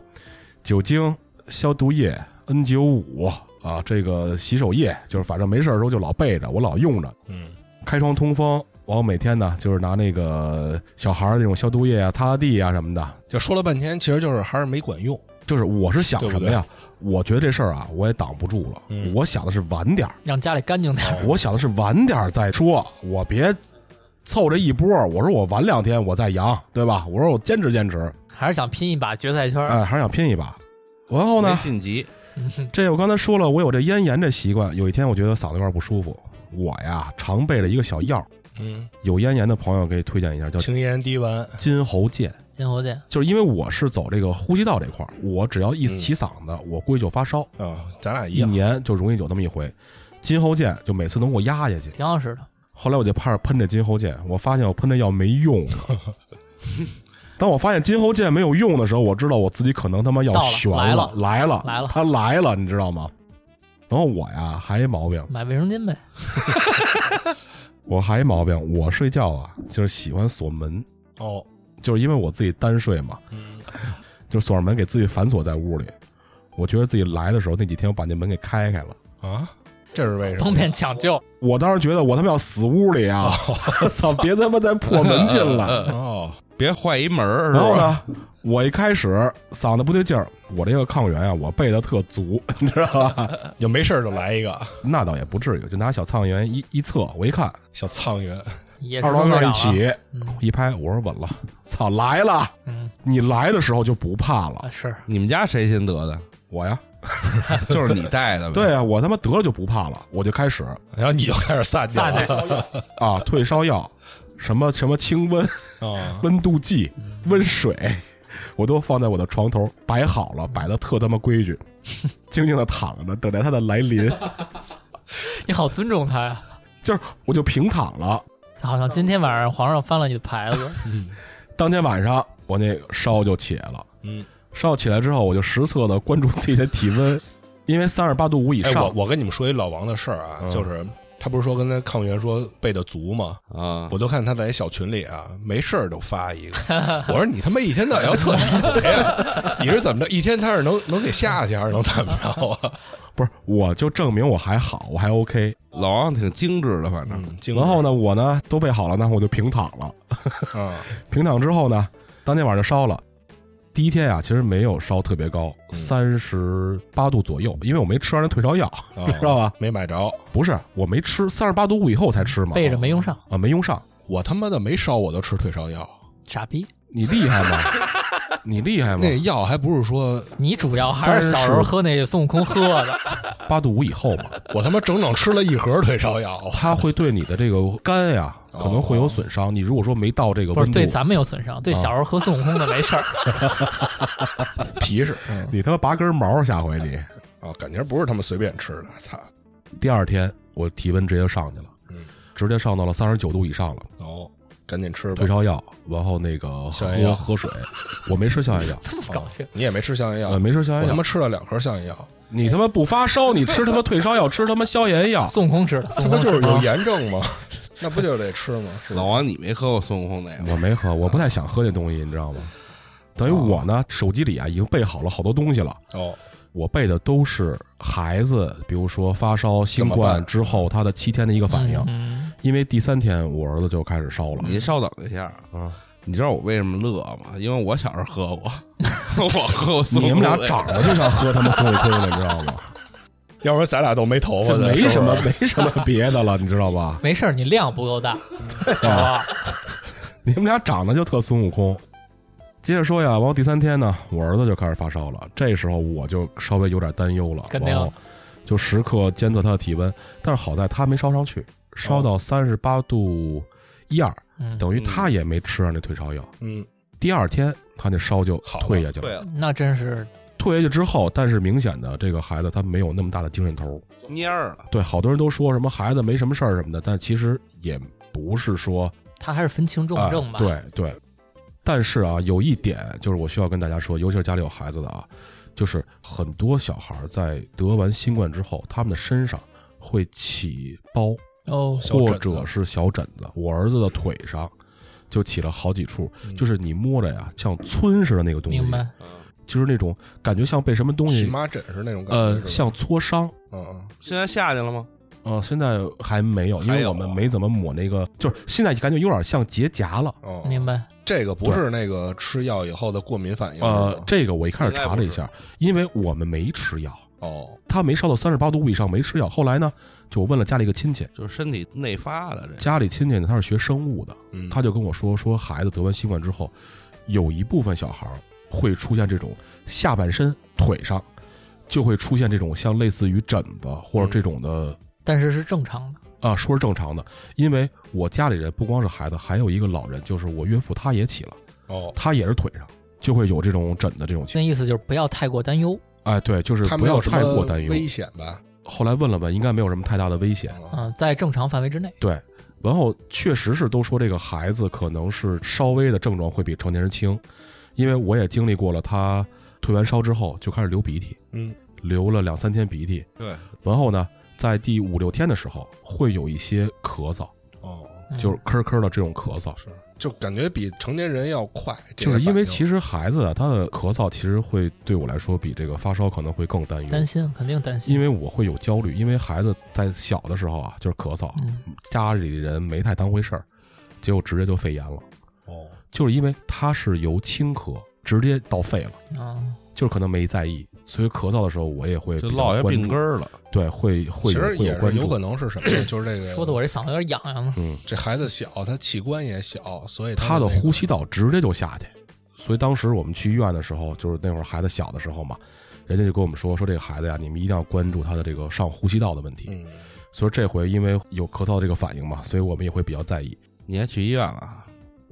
[SPEAKER 4] 酒精、消毒液、N 9 5啊，这个洗手液，就是反正没事儿的时候就老备着，我老用着，
[SPEAKER 2] 嗯，
[SPEAKER 4] 开窗通风。然后每天呢，就是拿那个小孩儿那种消毒液啊、擦擦地啊什么的。
[SPEAKER 2] 就说了半天，其实就是还是没管用。
[SPEAKER 4] 就是我是想
[SPEAKER 2] 对不
[SPEAKER 4] 什么呀？我觉得这事儿啊，我也挡不住了。
[SPEAKER 2] 嗯
[SPEAKER 4] 我想的是晚点儿。
[SPEAKER 1] 让家里干净点儿，
[SPEAKER 4] 我想的是晚点儿再说，我别凑这一波儿。我说我晚两天我再阳，对吧？我说我坚持坚持，
[SPEAKER 1] 还是想拼一把决赛圈儿，
[SPEAKER 4] 哎，还是想拼一把。然后
[SPEAKER 3] 没
[SPEAKER 4] 呢，
[SPEAKER 3] 晋级，
[SPEAKER 4] 这我刚才说了，我有这咽炎这习惯。有一天我觉得嗓子有点不舒服，我呀常备了一个小药，
[SPEAKER 2] 嗯，
[SPEAKER 4] 有咽炎的朋友可以推荐一下，叫
[SPEAKER 2] 青烟滴丸，
[SPEAKER 4] 金喉健。
[SPEAKER 1] 金猴剑，
[SPEAKER 4] 就是因为我是走这个呼吸道这块儿，我只要一起嗓子，我估计就发烧，
[SPEAKER 2] 啊，咱俩一
[SPEAKER 4] 一
[SPEAKER 2] 样。
[SPEAKER 4] 年就容易有那么一回。金喉健就每次能给我压下去，
[SPEAKER 1] 挺好使的，
[SPEAKER 4] 后来我就怕着喷这金喉剑，我发现我喷的药没用。 当我发现金喉剑没有用的时候，我知道我自己可能他妈要
[SPEAKER 1] 到了
[SPEAKER 4] 悬
[SPEAKER 1] 来
[SPEAKER 4] 了
[SPEAKER 1] 了，
[SPEAKER 4] 来了，
[SPEAKER 1] 来了
[SPEAKER 4] 他来了，你知道吗？然后我呀还一毛病，
[SPEAKER 1] 买卫生巾呗，
[SPEAKER 4] 我还一毛病，我睡觉啊就是喜欢锁门，
[SPEAKER 2] 哦，
[SPEAKER 4] 就是因为我自己单睡嘛，
[SPEAKER 2] 嗯，
[SPEAKER 4] 就锁上门给自己反锁在屋里。我觉得自己来的时候那几天我把那门给开开了，
[SPEAKER 2] 啊，这是为什
[SPEAKER 1] 方
[SPEAKER 2] 么？
[SPEAKER 1] 便抢救，
[SPEAKER 4] 我当时觉得我他妈要死屋里啊！
[SPEAKER 1] 哦
[SPEAKER 4] 操，别他妈再破门 进 来。
[SPEAKER 1] 嗯
[SPEAKER 2] 哦，
[SPEAKER 3] 别坏一门儿，是
[SPEAKER 4] 呃然后
[SPEAKER 3] 吧？
[SPEAKER 4] 呢，我一开始嗓子不对劲儿，我这个抗原啊，我备的特足， 你知道吧？
[SPEAKER 2] 就没事儿就来一个
[SPEAKER 4] 那倒也不至于，就拿小抗原一一测，我一看
[SPEAKER 2] 小苍蝇，
[SPEAKER 1] 也是
[SPEAKER 4] 二
[SPEAKER 1] 受
[SPEAKER 4] 郎
[SPEAKER 1] 不了
[SPEAKER 4] 杠
[SPEAKER 1] 了
[SPEAKER 4] 一，起
[SPEAKER 1] 嗯
[SPEAKER 4] 一拍，我说稳了，操，来了！
[SPEAKER 1] 嗯
[SPEAKER 4] 你来的时候就不怕了
[SPEAKER 1] 啊，是
[SPEAKER 3] 你们家谁先得的？
[SPEAKER 4] 我呀，
[SPEAKER 3] 就是你带的呗。
[SPEAKER 4] 对啊，我他妈得了就不怕了，我就开始
[SPEAKER 2] 然后你就开始撒娇
[SPEAKER 1] 撒
[SPEAKER 2] 了。
[SPEAKER 1] 尿，
[SPEAKER 4] 啊，退烧药，什么什么清温、
[SPEAKER 2] 啊，
[SPEAKER 4] 温度计、
[SPEAKER 1] 嗯
[SPEAKER 4] 温水，我都放在我的床头摆好了，摆的特他妈规矩， 静静的躺着，等待它的来临，
[SPEAKER 1] 你好尊重他呀，
[SPEAKER 4] 就是我就平躺了。
[SPEAKER 1] 就好像今天晚上皇上翻了你的牌子，
[SPEAKER 4] 当天晚上我那个烧就起来了，
[SPEAKER 2] 嗯，
[SPEAKER 4] 烧起来之后我就实测的关注自己的体温，因为三十八度五以
[SPEAKER 2] 哎，
[SPEAKER 4] 上，
[SPEAKER 2] 我我跟你们说一老王的事儿啊，就是他不是说跟他抗原说备的足吗？
[SPEAKER 3] 啊，
[SPEAKER 2] 我都看他在一小群里啊，没事儿就发一个。我说你他妈一天到 晚要测几回呀？你是怎么着？一天他是能能给下去还是能怎么着啊？
[SPEAKER 4] 不是，我就证明我还好，我还 OK。
[SPEAKER 3] 老王挺精致的，反正、
[SPEAKER 2] 嗯，
[SPEAKER 4] 然后
[SPEAKER 2] 呢？
[SPEAKER 4] 呢，我呢都备好了呢，我就平躺了。
[SPEAKER 2] 啊，
[SPEAKER 4] 平躺之后呢，当天晚上就烧了。第一天啊，其实没有烧特别高，
[SPEAKER 2] 嗯
[SPEAKER 4] 三十八度左右，因为我没吃完那退烧药，
[SPEAKER 2] 哦
[SPEAKER 4] 知道吧？
[SPEAKER 2] 没买着，
[SPEAKER 4] 不是，我没吃，三十八度五以后才吃嘛。
[SPEAKER 1] 背着没用上，
[SPEAKER 4] 啊，没用上。
[SPEAKER 2] 我他妈的没烧，我就吃退烧药。
[SPEAKER 1] 傻逼！
[SPEAKER 4] 你厉害吗？ 你厉害吗？
[SPEAKER 2] 那药还不是说
[SPEAKER 1] 你主要还是小时候
[SPEAKER 4] 30
[SPEAKER 1] 喝那孙悟空喝的，
[SPEAKER 4] 八度五以后嘛，
[SPEAKER 2] 我他妈整整吃了一盒退烧药，
[SPEAKER 4] 它会对你的这个肝呀、
[SPEAKER 2] 哦
[SPEAKER 4] 可能会有损伤。你如果说没到这个
[SPEAKER 1] 不
[SPEAKER 4] 温
[SPEAKER 1] 是
[SPEAKER 4] 度，啊
[SPEAKER 1] 对咱们有损伤，对小时候喝孙悟空的没事 儿。
[SPEAKER 2] 皮实。
[SPEAKER 4] 你他妈拔根毛，下回你。
[SPEAKER 2] 啊，感情不是他们随便吃的，操！
[SPEAKER 4] 第二天我体温直接上去了，
[SPEAKER 2] 嗯
[SPEAKER 4] 直接上到了三十九度以上了，
[SPEAKER 2] 哦，赶紧吃吧
[SPEAKER 4] 退。烧药，然后那个
[SPEAKER 2] 消炎药
[SPEAKER 4] 喝喝水，我没吃消炎药，
[SPEAKER 1] 这么搞笑，
[SPEAKER 2] 你也没吃 消炎药
[SPEAKER 4] 呃，，没吃消
[SPEAKER 2] 我
[SPEAKER 4] 炎
[SPEAKER 2] 他妈
[SPEAKER 4] 药，
[SPEAKER 2] 吃了两盒消炎药，
[SPEAKER 4] 你他妈不发烧，你吃他妈退烧药，吃他妈消 炎药，
[SPEAKER 1] 孙悟空吃的，孙
[SPEAKER 2] 这
[SPEAKER 1] 悟
[SPEAKER 2] 不
[SPEAKER 1] 空
[SPEAKER 2] 就是
[SPEAKER 1] 吃
[SPEAKER 2] 有
[SPEAKER 4] 啊
[SPEAKER 1] 的
[SPEAKER 2] 炎症吗？ 那不就得吃吗？是吧
[SPEAKER 3] 老王，你没喝过孙悟空那个？
[SPEAKER 4] 我没喝，我不太想喝那东西，你知道吗？等于我呢，手机里啊已经备好了好多东西了，
[SPEAKER 2] 哦，
[SPEAKER 4] 我备的都是孩子，比如说发烧、新
[SPEAKER 2] 怎么
[SPEAKER 4] 冠
[SPEAKER 2] 办
[SPEAKER 4] 之后他的七天的一个反应，
[SPEAKER 1] 嗯，
[SPEAKER 4] 因为第三天我儿子就开始烧了。
[SPEAKER 3] 你稍等一下，
[SPEAKER 2] 嗯
[SPEAKER 4] 啊，
[SPEAKER 3] 你知道我为什么乐吗？因为我小时候喝过， 我喝过孙悟
[SPEAKER 4] 你
[SPEAKER 3] 空
[SPEAKER 4] 们
[SPEAKER 3] 那
[SPEAKER 4] 俩
[SPEAKER 3] 个。
[SPEAKER 4] 长得就像喝他妈孙悟空的，你知道 吗？
[SPEAKER 2] 要不然咱俩都没头发
[SPEAKER 4] 这
[SPEAKER 2] 呢，
[SPEAKER 4] 没
[SPEAKER 2] 是
[SPEAKER 4] 什么
[SPEAKER 2] 不，是
[SPEAKER 4] 没什么别的了，你知道吧？
[SPEAKER 1] 没事儿，你量不够 大，啊好
[SPEAKER 4] 啊
[SPEAKER 1] 吧？
[SPEAKER 4] 你们俩长得就特孙悟空。接着说呀，完后第三天呢，我儿子就开始发烧了，这时候我就稍微有点担忧了，
[SPEAKER 1] 肯定
[SPEAKER 4] 然后就时刻监测他的体温，但是好在他没烧上去，烧到三十八度一二，
[SPEAKER 1] 嗯，
[SPEAKER 4] 等于他也没吃上那退烧药。
[SPEAKER 2] 嗯，
[SPEAKER 4] 第二天他那烧就
[SPEAKER 2] 好了
[SPEAKER 4] 退下去
[SPEAKER 3] 对
[SPEAKER 4] 了，
[SPEAKER 3] 了，
[SPEAKER 1] 那真是
[SPEAKER 4] 退下去之后，但是明显的这个孩子他没有那么大的精神头，
[SPEAKER 3] 蔫儿了。
[SPEAKER 4] 对，好多人都说什么孩子没什么事儿什么的，但其实也不是说
[SPEAKER 1] 他还是分轻重症吧？
[SPEAKER 4] 啊。对对，但是啊，有一点就是我需要跟大家说，尤其是家里有孩子的啊，就是很多小孩儿在得完新冠之后，他们的身上会起包
[SPEAKER 1] 哦，
[SPEAKER 2] 小
[SPEAKER 4] 或
[SPEAKER 2] 疹子
[SPEAKER 4] 者是小疹子。我儿子的腿上就起了好几处，
[SPEAKER 2] 嗯
[SPEAKER 4] 就是你摸着呀，像皴似的那个东西，
[SPEAKER 1] 嗯明白。
[SPEAKER 3] 嗯
[SPEAKER 4] 就是那种感觉像被什么东
[SPEAKER 2] 荨
[SPEAKER 4] 西
[SPEAKER 2] 麻疹是那种感觉，
[SPEAKER 4] 呃
[SPEAKER 2] 是吧
[SPEAKER 4] 像挫伤。
[SPEAKER 2] 嗯嗯
[SPEAKER 3] 现在下去了吗？
[SPEAKER 4] 呃，现在还没有，因
[SPEAKER 3] 还
[SPEAKER 4] 为
[SPEAKER 3] 有
[SPEAKER 4] 我们
[SPEAKER 3] 啊
[SPEAKER 4] 没怎么抹那个，就是现在感觉有点像结痂了。
[SPEAKER 2] 哦，
[SPEAKER 1] 明白，
[SPEAKER 2] 这个不是那个吃药以后的过敏反应是
[SPEAKER 4] 呃
[SPEAKER 2] 吗，
[SPEAKER 4] 这个我一开始查了一下，因为我们没吃药，
[SPEAKER 2] 哦，
[SPEAKER 4] 他没烧到三十八度五以上，没吃药。后来呢，就我问了家里一个亲戚，
[SPEAKER 3] 就是身体内发的这。
[SPEAKER 4] 家里亲戚呢他是学生物的，
[SPEAKER 2] 嗯，
[SPEAKER 4] 他就跟我说说孩子得完新冠之后，有一部分小孩儿会出现这种下半身腿上就会出现这种像类似于疹子或
[SPEAKER 2] 嗯
[SPEAKER 4] 者这种的。
[SPEAKER 1] 但是是正常的。
[SPEAKER 4] 啊，说是正常的，因为我家里人不光是孩子，还有一个老人，就是我岳父，他也起了，
[SPEAKER 2] 哦，
[SPEAKER 4] 他也是腿上就会有这种疹的这种情
[SPEAKER 1] 那意思就是不要太过担忧。
[SPEAKER 4] 况。哎，对，就是
[SPEAKER 2] 他
[SPEAKER 4] 不
[SPEAKER 2] 没
[SPEAKER 4] 要
[SPEAKER 2] 有什
[SPEAKER 4] 太
[SPEAKER 2] 么
[SPEAKER 4] 过担忧。
[SPEAKER 2] 危险吧？
[SPEAKER 4] 后来问了问，应该没有什么太大的危险。
[SPEAKER 2] 啊
[SPEAKER 1] 嗯，在正常范围之内。
[SPEAKER 4] 对，然后确实是都说这个孩子可能是稍微的症状会比成年人轻，因为我也经历过了，他退完烧之后就开始流鼻涕，
[SPEAKER 2] 嗯，
[SPEAKER 4] 流了两三天鼻涕，
[SPEAKER 3] 对，
[SPEAKER 4] 然后呢，在第五六天的时候会有一些咳嗽，
[SPEAKER 2] 哦，
[SPEAKER 1] 嗯
[SPEAKER 4] 就是咳咳的这种咳嗽。
[SPEAKER 2] 是，就感觉比成年人要快，这
[SPEAKER 4] 就
[SPEAKER 2] 个
[SPEAKER 4] 是因为
[SPEAKER 2] 反应
[SPEAKER 4] 其实孩子啊，他的咳嗽其实会对我来说比这个发烧可能会更担忧，
[SPEAKER 1] 担心，肯定担心。
[SPEAKER 4] 因为我会有焦虑，因为孩子在小的时候啊，就是咳嗽，
[SPEAKER 1] 嗯，
[SPEAKER 4] 家里人没太当回事儿，结果直接就肺炎了。
[SPEAKER 2] 哦，
[SPEAKER 4] 就是因为它是由轻咳直接到肺了，
[SPEAKER 1] 啊，
[SPEAKER 4] 就是可能没在意，所以咳嗽的时候我也会
[SPEAKER 3] 就
[SPEAKER 4] 比较
[SPEAKER 3] 落下
[SPEAKER 4] 关
[SPEAKER 3] 病根
[SPEAKER 4] 注，
[SPEAKER 3] 儿了。
[SPEAKER 4] 对，会会
[SPEAKER 2] 其
[SPEAKER 4] 有
[SPEAKER 2] 实
[SPEAKER 4] 会
[SPEAKER 2] 也
[SPEAKER 4] 有
[SPEAKER 2] 是
[SPEAKER 4] 关
[SPEAKER 2] 有可
[SPEAKER 4] 注。
[SPEAKER 2] 能是什 么呀？就是这个
[SPEAKER 1] 说的我这嗓子有点痒痒。
[SPEAKER 4] 嗯，
[SPEAKER 2] 这孩子小，他器官也小，所以
[SPEAKER 4] 他
[SPEAKER 2] 的
[SPEAKER 4] 的
[SPEAKER 2] 那个
[SPEAKER 4] 呼吸道直接就下去，所以当时我们去医院的时候，就是那会儿孩子小的时候嘛，人家就跟我们说说这个孩子呀，你们一定要关注他的这个上呼吸道的问题。
[SPEAKER 2] 嗯，
[SPEAKER 4] 所以这回因为有咳嗽这个反应嘛，所以我们也会比较在意。
[SPEAKER 3] 你还去医院了？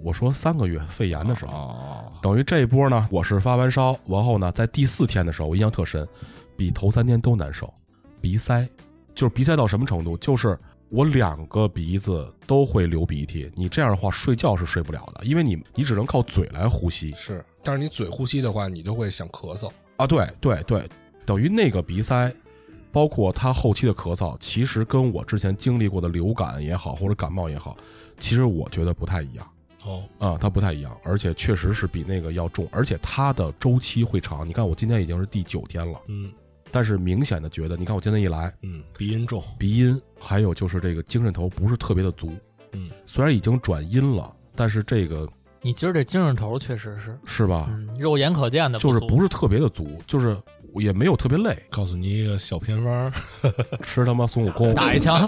[SPEAKER 4] 我说三个月肺炎的时候，
[SPEAKER 3] 哦，
[SPEAKER 4] 等于这一波呢，我是发完烧，然后呢，在第四天的时候，我印象特深，比头三天都难受，鼻塞，就是鼻塞到什么程度？就是我两个鼻子都会流鼻涕，你这样的话睡觉是睡不了的，因为你你只能靠嘴来呼吸
[SPEAKER 2] 是，但是你嘴呼吸的话，你就会想咳嗽，
[SPEAKER 4] 啊。对对对，等于那个鼻塞，包括他后期的咳嗽，其实跟我之前经历过的流感也好，或者感冒也好，其实我觉得不太一样。
[SPEAKER 2] 哦，
[SPEAKER 4] 啊、它不太一样，而且确实是比那个要重，而且它的周期会长。你看，我今天已经是第九天了，
[SPEAKER 2] 嗯，
[SPEAKER 4] 但是明显的觉得，你看我今天一来，
[SPEAKER 2] 嗯，鼻音重，
[SPEAKER 4] 鼻音，还有就是这个精神头不是特别的足。
[SPEAKER 2] 嗯，
[SPEAKER 4] 虽然已经转阴了，但是这个
[SPEAKER 1] 你今儿这精神头确实是，
[SPEAKER 4] 是吧，
[SPEAKER 1] 嗯，肉眼可见的
[SPEAKER 4] 啊就是
[SPEAKER 1] 足
[SPEAKER 4] 不是特别的足，就是也没有特别累，
[SPEAKER 2] 告诉你一个小偏方儿，
[SPEAKER 4] 吃他妈 孙悟空，
[SPEAKER 1] 打一枪，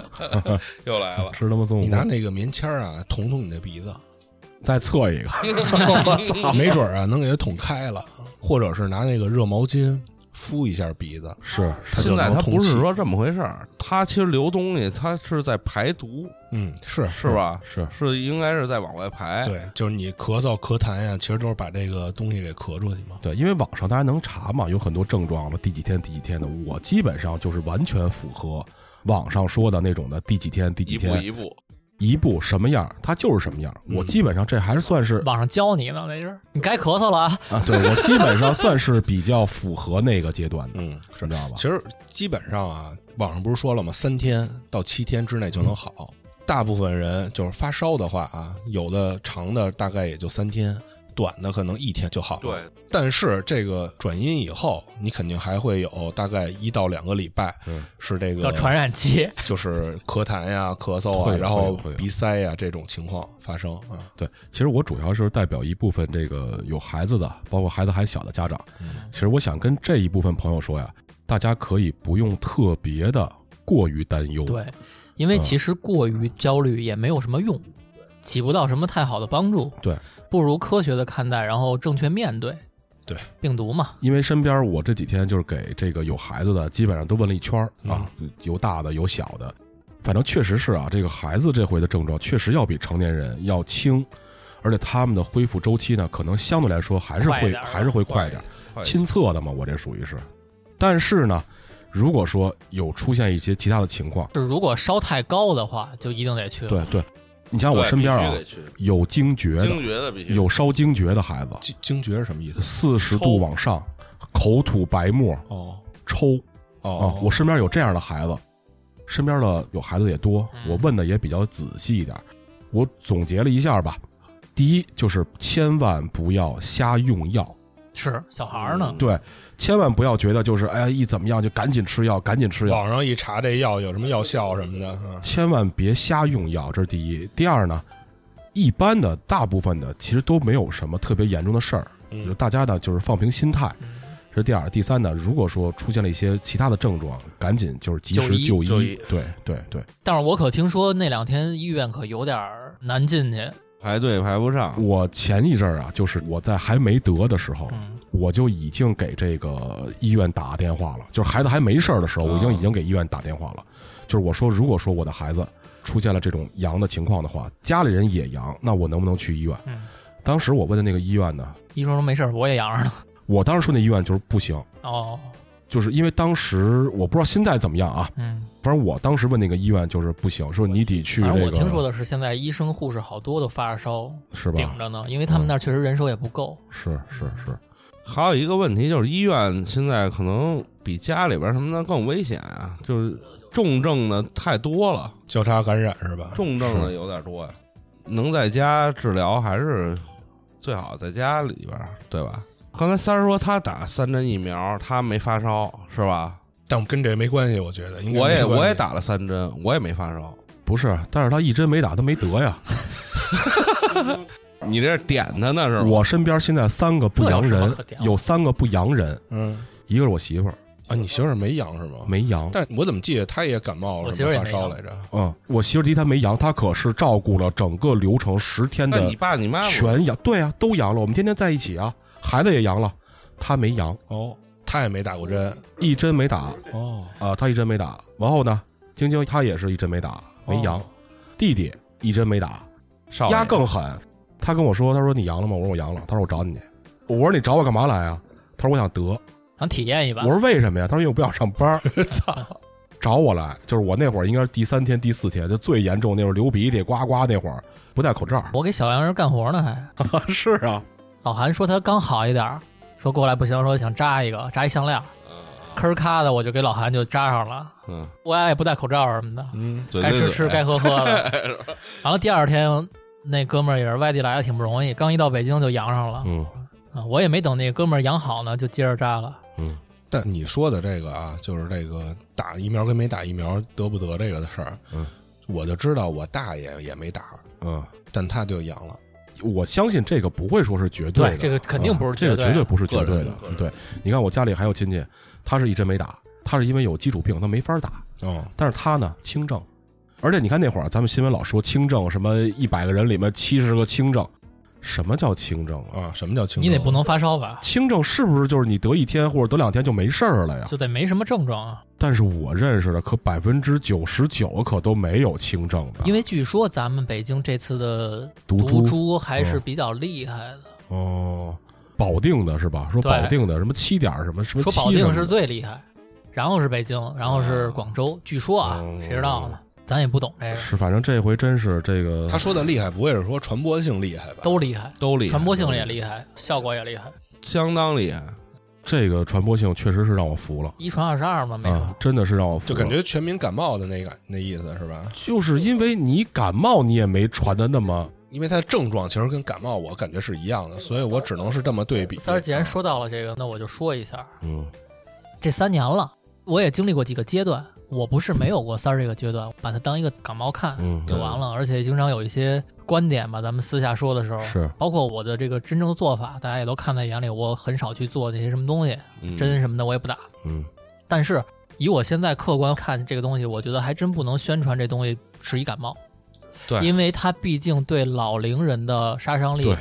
[SPEAKER 3] 又来 了，
[SPEAKER 4] 吃他妈孙悟
[SPEAKER 2] 你拿
[SPEAKER 4] 空，
[SPEAKER 2] 那个棉签儿啊捅捅你的鼻子，
[SPEAKER 4] 再 测一个，
[SPEAKER 2] 没准儿啊能给它捅开 了，或者是拿那个热毛巾敷一下鼻子，
[SPEAKER 4] 是
[SPEAKER 2] 它就
[SPEAKER 3] 现在
[SPEAKER 2] 能
[SPEAKER 3] 它
[SPEAKER 2] 通
[SPEAKER 3] 不是
[SPEAKER 2] 气
[SPEAKER 3] 说这么回事儿，它其实流东西，它是在排毒，
[SPEAKER 2] 嗯是
[SPEAKER 3] 是吧？
[SPEAKER 4] 是
[SPEAKER 3] 是应该是在往外排。
[SPEAKER 2] 对，就是你咳嗽咳痰呀、其实都是把这个东西给咳出去嘛。
[SPEAKER 4] 对，因为网上大家能查嘛，有很多症状嘛，第几天第几天的，我基本上就是完全符合网上说的那种的第几天第
[SPEAKER 3] 一
[SPEAKER 4] 几
[SPEAKER 3] 步
[SPEAKER 4] 天
[SPEAKER 3] 一步，
[SPEAKER 4] 一步什么样，它就是什么样。
[SPEAKER 2] 嗯
[SPEAKER 4] 我基本上这还是算是
[SPEAKER 1] 网上教你呢，那是你该咳嗽了啊，
[SPEAKER 4] 啊，对我基本上算是比较符合那个阶段的，
[SPEAKER 2] 嗯，
[SPEAKER 4] 你知道吧
[SPEAKER 2] 其？实基本上啊，网上不是说了吗？三天到七天之内就能好。大部分人就是发烧的话啊，有的长的大概也就三天，短的可能一天就好了。，
[SPEAKER 3] 对，
[SPEAKER 2] 但是这个转阴以后，你肯定还会有大概一到两个礼拜
[SPEAKER 4] 嗯
[SPEAKER 2] 是这
[SPEAKER 1] 叫
[SPEAKER 2] 个
[SPEAKER 1] 传染期，
[SPEAKER 2] 就是咳痰呀、咳嗽
[SPEAKER 4] 会
[SPEAKER 2] 啊，
[SPEAKER 4] 有
[SPEAKER 2] 然后
[SPEAKER 4] 会有会有
[SPEAKER 2] 鼻塞呀、这种情况发生啊。
[SPEAKER 4] 对，其实我主要是代表一部分这个有孩子的，包括孩子还小的家长。
[SPEAKER 2] 嗯
[SPEAKER 4] 其实我想跟这一部分朋友说呀，大家可以不用特别的过于担忧。
[SPEAKER 1] 对，因为
[SPEAKER 4] 嗯
[SPEAKER 1] 其实过于焦虑也没有什么用，起不到什么太好的帮助。
[SPEAKER 4] 对，
[SPEAKER 1] 不如科学的看待，然后正确面对。
[SPEAKER 2] 对，
[SPEAKER 1] 病毒嘛，
[SPEAKER 4] 因为身边我这几天就是给这个有孩子的，基本上都问了一圈儿啊，有大的有小的，反正确实是啊，这个孩子这回的症状确实要比成年人要轻，而且他们的恢复周期呢，可能相对来说还是
[SPEAKER 1] 快一
[SPEAKER 4] 会
[SPEAKER 1] 点儿啊
[SPEAKER 4] 还是会快一点儿，亲测的嘛，我这属于是。但是呢，如果说有出现一些其他的情况，
[SPEAKER 1] 就是如果烧太高的话，就一定得去。，
[SPEAKER 4] 对对，你像我身边啊，有惊厥
[SPEAKER 3] 惊
[SPEAKER 4] 的，
[SPEAKER 3] 厥的必须
[SPEAKER 4] 有烧惊厥的孩子，
[SPEAKER 2] 惊惊厥是什么意思？
[SPEAKER 4] 四十
[SPEAKER 3] 抽
[SPEAKER 4] 度往上，口吐白沫，
[SPEAKER 2] 哦
[SPEAKER 4] 抽。啊
[SPEAKER 2] 哦，，
[SPEAKER 4] 我身边有这样的孩子，身边的有孩子也多，
[SPEAKER 1] 嗯
[SPEAKER 4] 我问的也比较仔细一点。我总结了一下吧，第一就是千万不要瞎用药，
[SPEAKER 1] 是小孩儿
[SPEAKER 3] 嗯
[SPEAKER 1] 呢，
[SPEAKER 4] 对，千万不要觉得就是哎呀一怎么样就赶紧吃药，赶紧吃药，
[SPEAKER 2] 网上一查这药有什么药效什么的，啊
[SPEAKER 4] 千万别瞎用药，这是第一。第二呢，一般的大部分的其实都没有什么特别严重的事儿，
[SPEAKER 2] 嗯
[SPEAKER 4] 就大家呢就是放平心态。这是第二，第三呢，如果说出现了一些其他的症状，赶紧就是及时
[SPEAKER 1] 就
[SPEAKER 4] 医。
[SPEAKER 3] 就医
[SPEAKER 4] 对对对，
[SPEAKER 1] 但是我可听说那两天医院可有点儿难进去。
[SPEAKER 3] 排队排不上，
[SPEAKER 4] 我前一阵儿啊，就是我在还没得的时候，
[SPEAKER 1] 嗯，
[SPEAKER 4] 我就已经给这个医院打电话了，就是孩子还没事儿的时候，我已经
[SPEAKER 3] 啊
[SPEAKER 4] 已经给医院打电话了。就是我说，如果说我的孩子出现了这种阳的情况的话，家里人也阳，那我能不能去医院？
[SPEAKER 1] 嗯
[SPEAKER 4] 当时我问的那个医院呢，
[SPEAKER 1] 医生说没事儿，我也阳着呢。
[SPEAKER 4] 我当时说那医院就是不行，
[SPEAKER 1] 哦，
[SPEAKER 4] 就是因为当时我不知道现在怎么样啊，
[SPEAKER 1] 嗯，
[SPEAKER 4] 反正我当时问那个医院就是不行，说你得去
[SPEAKER 1] 反
[SPEAKER 4] 这
[SPEAKER 1] 正我
[SPEAKER 4] 个，
[SPEAKER 1] 听说的是，现在医生护士好多都发着烧
[SPEAKER 4] 是吧
[SPEAKER 1] 顶？着呢，因为他
[SPEAKER 4] 嗯
[SPEAKER 1] 们那儿确实人手也不够。
[SPEAKER 4] 是是是，
[SPEAKER 3] 还有一个问题就是，医院现在可能比家里边什么的更危险啊，就是重症的太多了，
[SPEAKER 2] 交叉感染是吧？
[SPEAKER 3] 重症的有点多呀、能在家治疗还是最好，在家里边儿，对吧？刚才三儿说他打三针疫苗，他没发烧，是吧？
[SPEAKER 2] 但跟这没关系，我觉得。应该
[SPEAKER 3] 我也
[SPEAKER 2] 没关系
[SPEAKER 3] 我也，打了三针，我也没发烧。
[SPEAKER 4] 不是？但是他一针没打，他没得呀。
[SPEAKER 3] 你这是点他呢是吧？
[SPEAKER 4] 我身边现在三个不阳
[SPEAKER 1] 这有什
[SPEAKER 4] 人
[SPEAKER 1] 么可屌，
[SPEAKER 4] 有三个不阳人，
[SPEAKER 2] 嗯
[SPEAKER 4] 一个是我媳妇儿
[SPEAKER 2] 啊，你媳妇儿没阳是
[SPEAKER 3] 哦
[SPEAKER 2] 吗？。
[SPEAKER 4] 没阳，
[SPEAKER 2] 但我怎么记得她也感冒
[SPEAKER 1] 我
[SPEAKER 2] 了，
[SPEAKER 1] 媳妇儿也
[SPEAKER 2] 发
[SPEAKER 1] 没
[SPEAKER 2] 烧
[SPEAKER 1] 阳
[SPEAKER 2] 来着？
[SPEAKER 4] 嗯，我媳妇儿第一她没阳，她可是照顾了整个流程十天
[SPEAKER 3] 那你
[SPEAKER 4] 的
[SPEAKER 3] 爸你妈不
[SPEAKER 4] 全阳，对啊，都阳了，我们天天在一起啊，孩子也阳了，她没阳，
[SPEAKER 2] 哦，她也没打过针。
[SPEAKER 4] 一针没打，
[SPEAKER 2] 哦，
[SPEAKER 4] 啊，他一针没打。然后呢，晶晶她也是一针没打，没阳。
[SPEAKER 2] 哦
[SPEAKER 4] 弟弟一针没打，
[SPEAKER 3] 少
[SPEAKER 4] 压
[SPEAKER 3] 爷
[SPEAKER 4] 更狠。他跟我说，他说你阳了吗？我说我阳了。他说我找你去。我说你找我干嘛来啊？他说我想得。
[SPEAKER 1] 想体验一把
[SPEAKER 4] 我。说为什么呀？他说因为我不想上班儿。
[SPEAKER 1] 操！
[SPEAKER 4] 找我来，就是我那会儿应该是第三天、第四天，就最严重那会儿流鼻涕、呱呱那会儿，不戴口罩。
[SPEAKER 1] 我给小洋人干活呢，还。
[SPEAKER 4] 是啊，
[SPEAKER 1] 老韩说他刚好一点儿，说过来不行，说想扎一个，扎一项
[SPEAKER 4] 啊
[SPEAKER 1] 链儿，吭儿咔的我就给老韩就扎上了。
[SPEAKER 3] 嗯，
[SPEAKER 1] 我也不戴口罩什么的，
[SPEAKER 2] 嗯，
[SPEAKER 3] 嘴
[SPEAKER 1] 该
[SPEAKER 3] 对
[SPEAKER 1] 吃
[SPEAKER 3] 嘴
[SPEAKER 4] 哎
[SPEAKER 1] 吃，该喝喝 的。完了第二天，那哥们儿也是外地来的，挺不容易，刚一到北京就阳上了。
[SPEAKER 4] 嗯
[SPEAKER 1] 啊，我也没等那哥们儿养好呢，就接着扎了。
[SPEAKER 4] 嗯，
[SPEAKER 2] 但你说的这个啊，就是这个打疫苗跟没打疫苗得不得这个的事儿，
[SPEAKER 4] 嗯，
[SPEAKER 2] 我就知道我大爷也没打，
[SPEAKER 4] 嗯，
[SPEAKER 2] 但他就阳了。
[SPEAKER 4] 我相信这个不会说是绝的，
[SPEAKER 1] 对这个肯定不是
[SPEAKER 4] 啊
[SPEAKER 1] 绝
[SPEAKER 4] 这
[SPEAKER 1] 对
[SPEAKER 4] 个绝对不是绝
[SPEAKER 3] 个
[SPEAKER 4] 对
[SPEAKER 3] 人
[SPEAKER 4] 的
[SPEAKER 3] 个人。
[SPEAKER 4] 对，你看我家里还有亲戚，他是一针没打，他是因为有基础病，他没法打，
[SPEAKER 2] 哦，
[SPEAKER 4] 但是他呢轻症，而且你看那会儿咱们新闻老说轻症，什么一百个人里面七十个轻症，什么叫轻症
[SPEAKER 2] 啊，
[SPEAKER 4] 啊？
[SPEAKER 2] 什么叫轻？
[SPEAKER 1] 你得不能发烧吧？
[SPEAKER 4] 轻症是不是就是你得一天或者得两天就没事儿了呀？
[SPEAKER 1] 就得没什么症状啊。
[SPEAKER 4] 但是我认识的可百分之九十九可都没有轻症的，
[SPEAKER 1] 因为据说咱们北京这次的
[SPEAKER 4] 啊毒
[SPEAKER 1] 毒
[SPEAKER 4] 株嗯
[SPEAKER 1] 株还是比较厉害的，
[SPEAKER 4] 哦，保定的是吧？说
[SPEAKER 1] 对
[SPEAKER 4] 保定的什么七点儿什么什么
[SPEAKER 1] 说
[SPEAKER 4] 七
[SPEAKER 1] 保定
[SPEAKER 4] 什
[SPEAKER 1] 是
[SPEAKER 4] 么的
[SPEAKER 1] 最厉害，然后是北京，然后是广州。据说啊，
[SPEAKER 4] 哦
[SPEAKER 1] 谁知道呢？咱也不懂这个，
[SPEAKER 4] 是，反正这回真是这个
[SPEAKER 2] 他说的厉害，不会是说传播性厉害吧？
[SPEAKER 1] 都厉害，
[SPEAKER 3] 都厉害，
[SPEAKER 1] 传播性也厉害，效果也厉害，
[SPEAKER 3] 相当厉害。
[SPEAKER 4] 这个传播性确实是让我服了
[SPEAKER 1] 一传二十二嘛，没说。
[SPEAKER 4] 啊，真的是让我服了，
[SPEAKER 2] 就感觉全民感冒的那个那意思是吧？
[SPEAKER 4] 就是因为你感冒你也没传的那么
[SPEAKER 2] 因为他的症状其实跟感冒我感觉是一样的，所以我只能是这么对比。
[SPEAKER 1] 三儿既然说到了这个，那我就说一下，
[SPEAKER 4] 嗯
[SPEAKER 1] 这三年了，我也经历过几个阶段。我不是没有过三儿这个阶段，把它当一个感冒看
[SPEAKER 4] 嗯
[SPEAKER 1] 就完了。而且经常有一些观点吧，咱们私下说的时候，
[SPEAKER 4] 是
[SPEAKER 1] 包括我的这个真正做法，大家也都看在眼里。我很少去做那些什么东西，
[SPEAKER 3] 嗯
[SPEAKER 1] 针什么的我也不打。
[SPEAKER 4] 嗯
[SPEAKER 1] 但是以我现在客观看这个东西，我觉得还真不能宣传这东西是一感冒，
[SPEAKER 3] 对
[SPEAKER 1] 因为它毕竟对老龄人的杀伤力
[SPEAKER 4] 对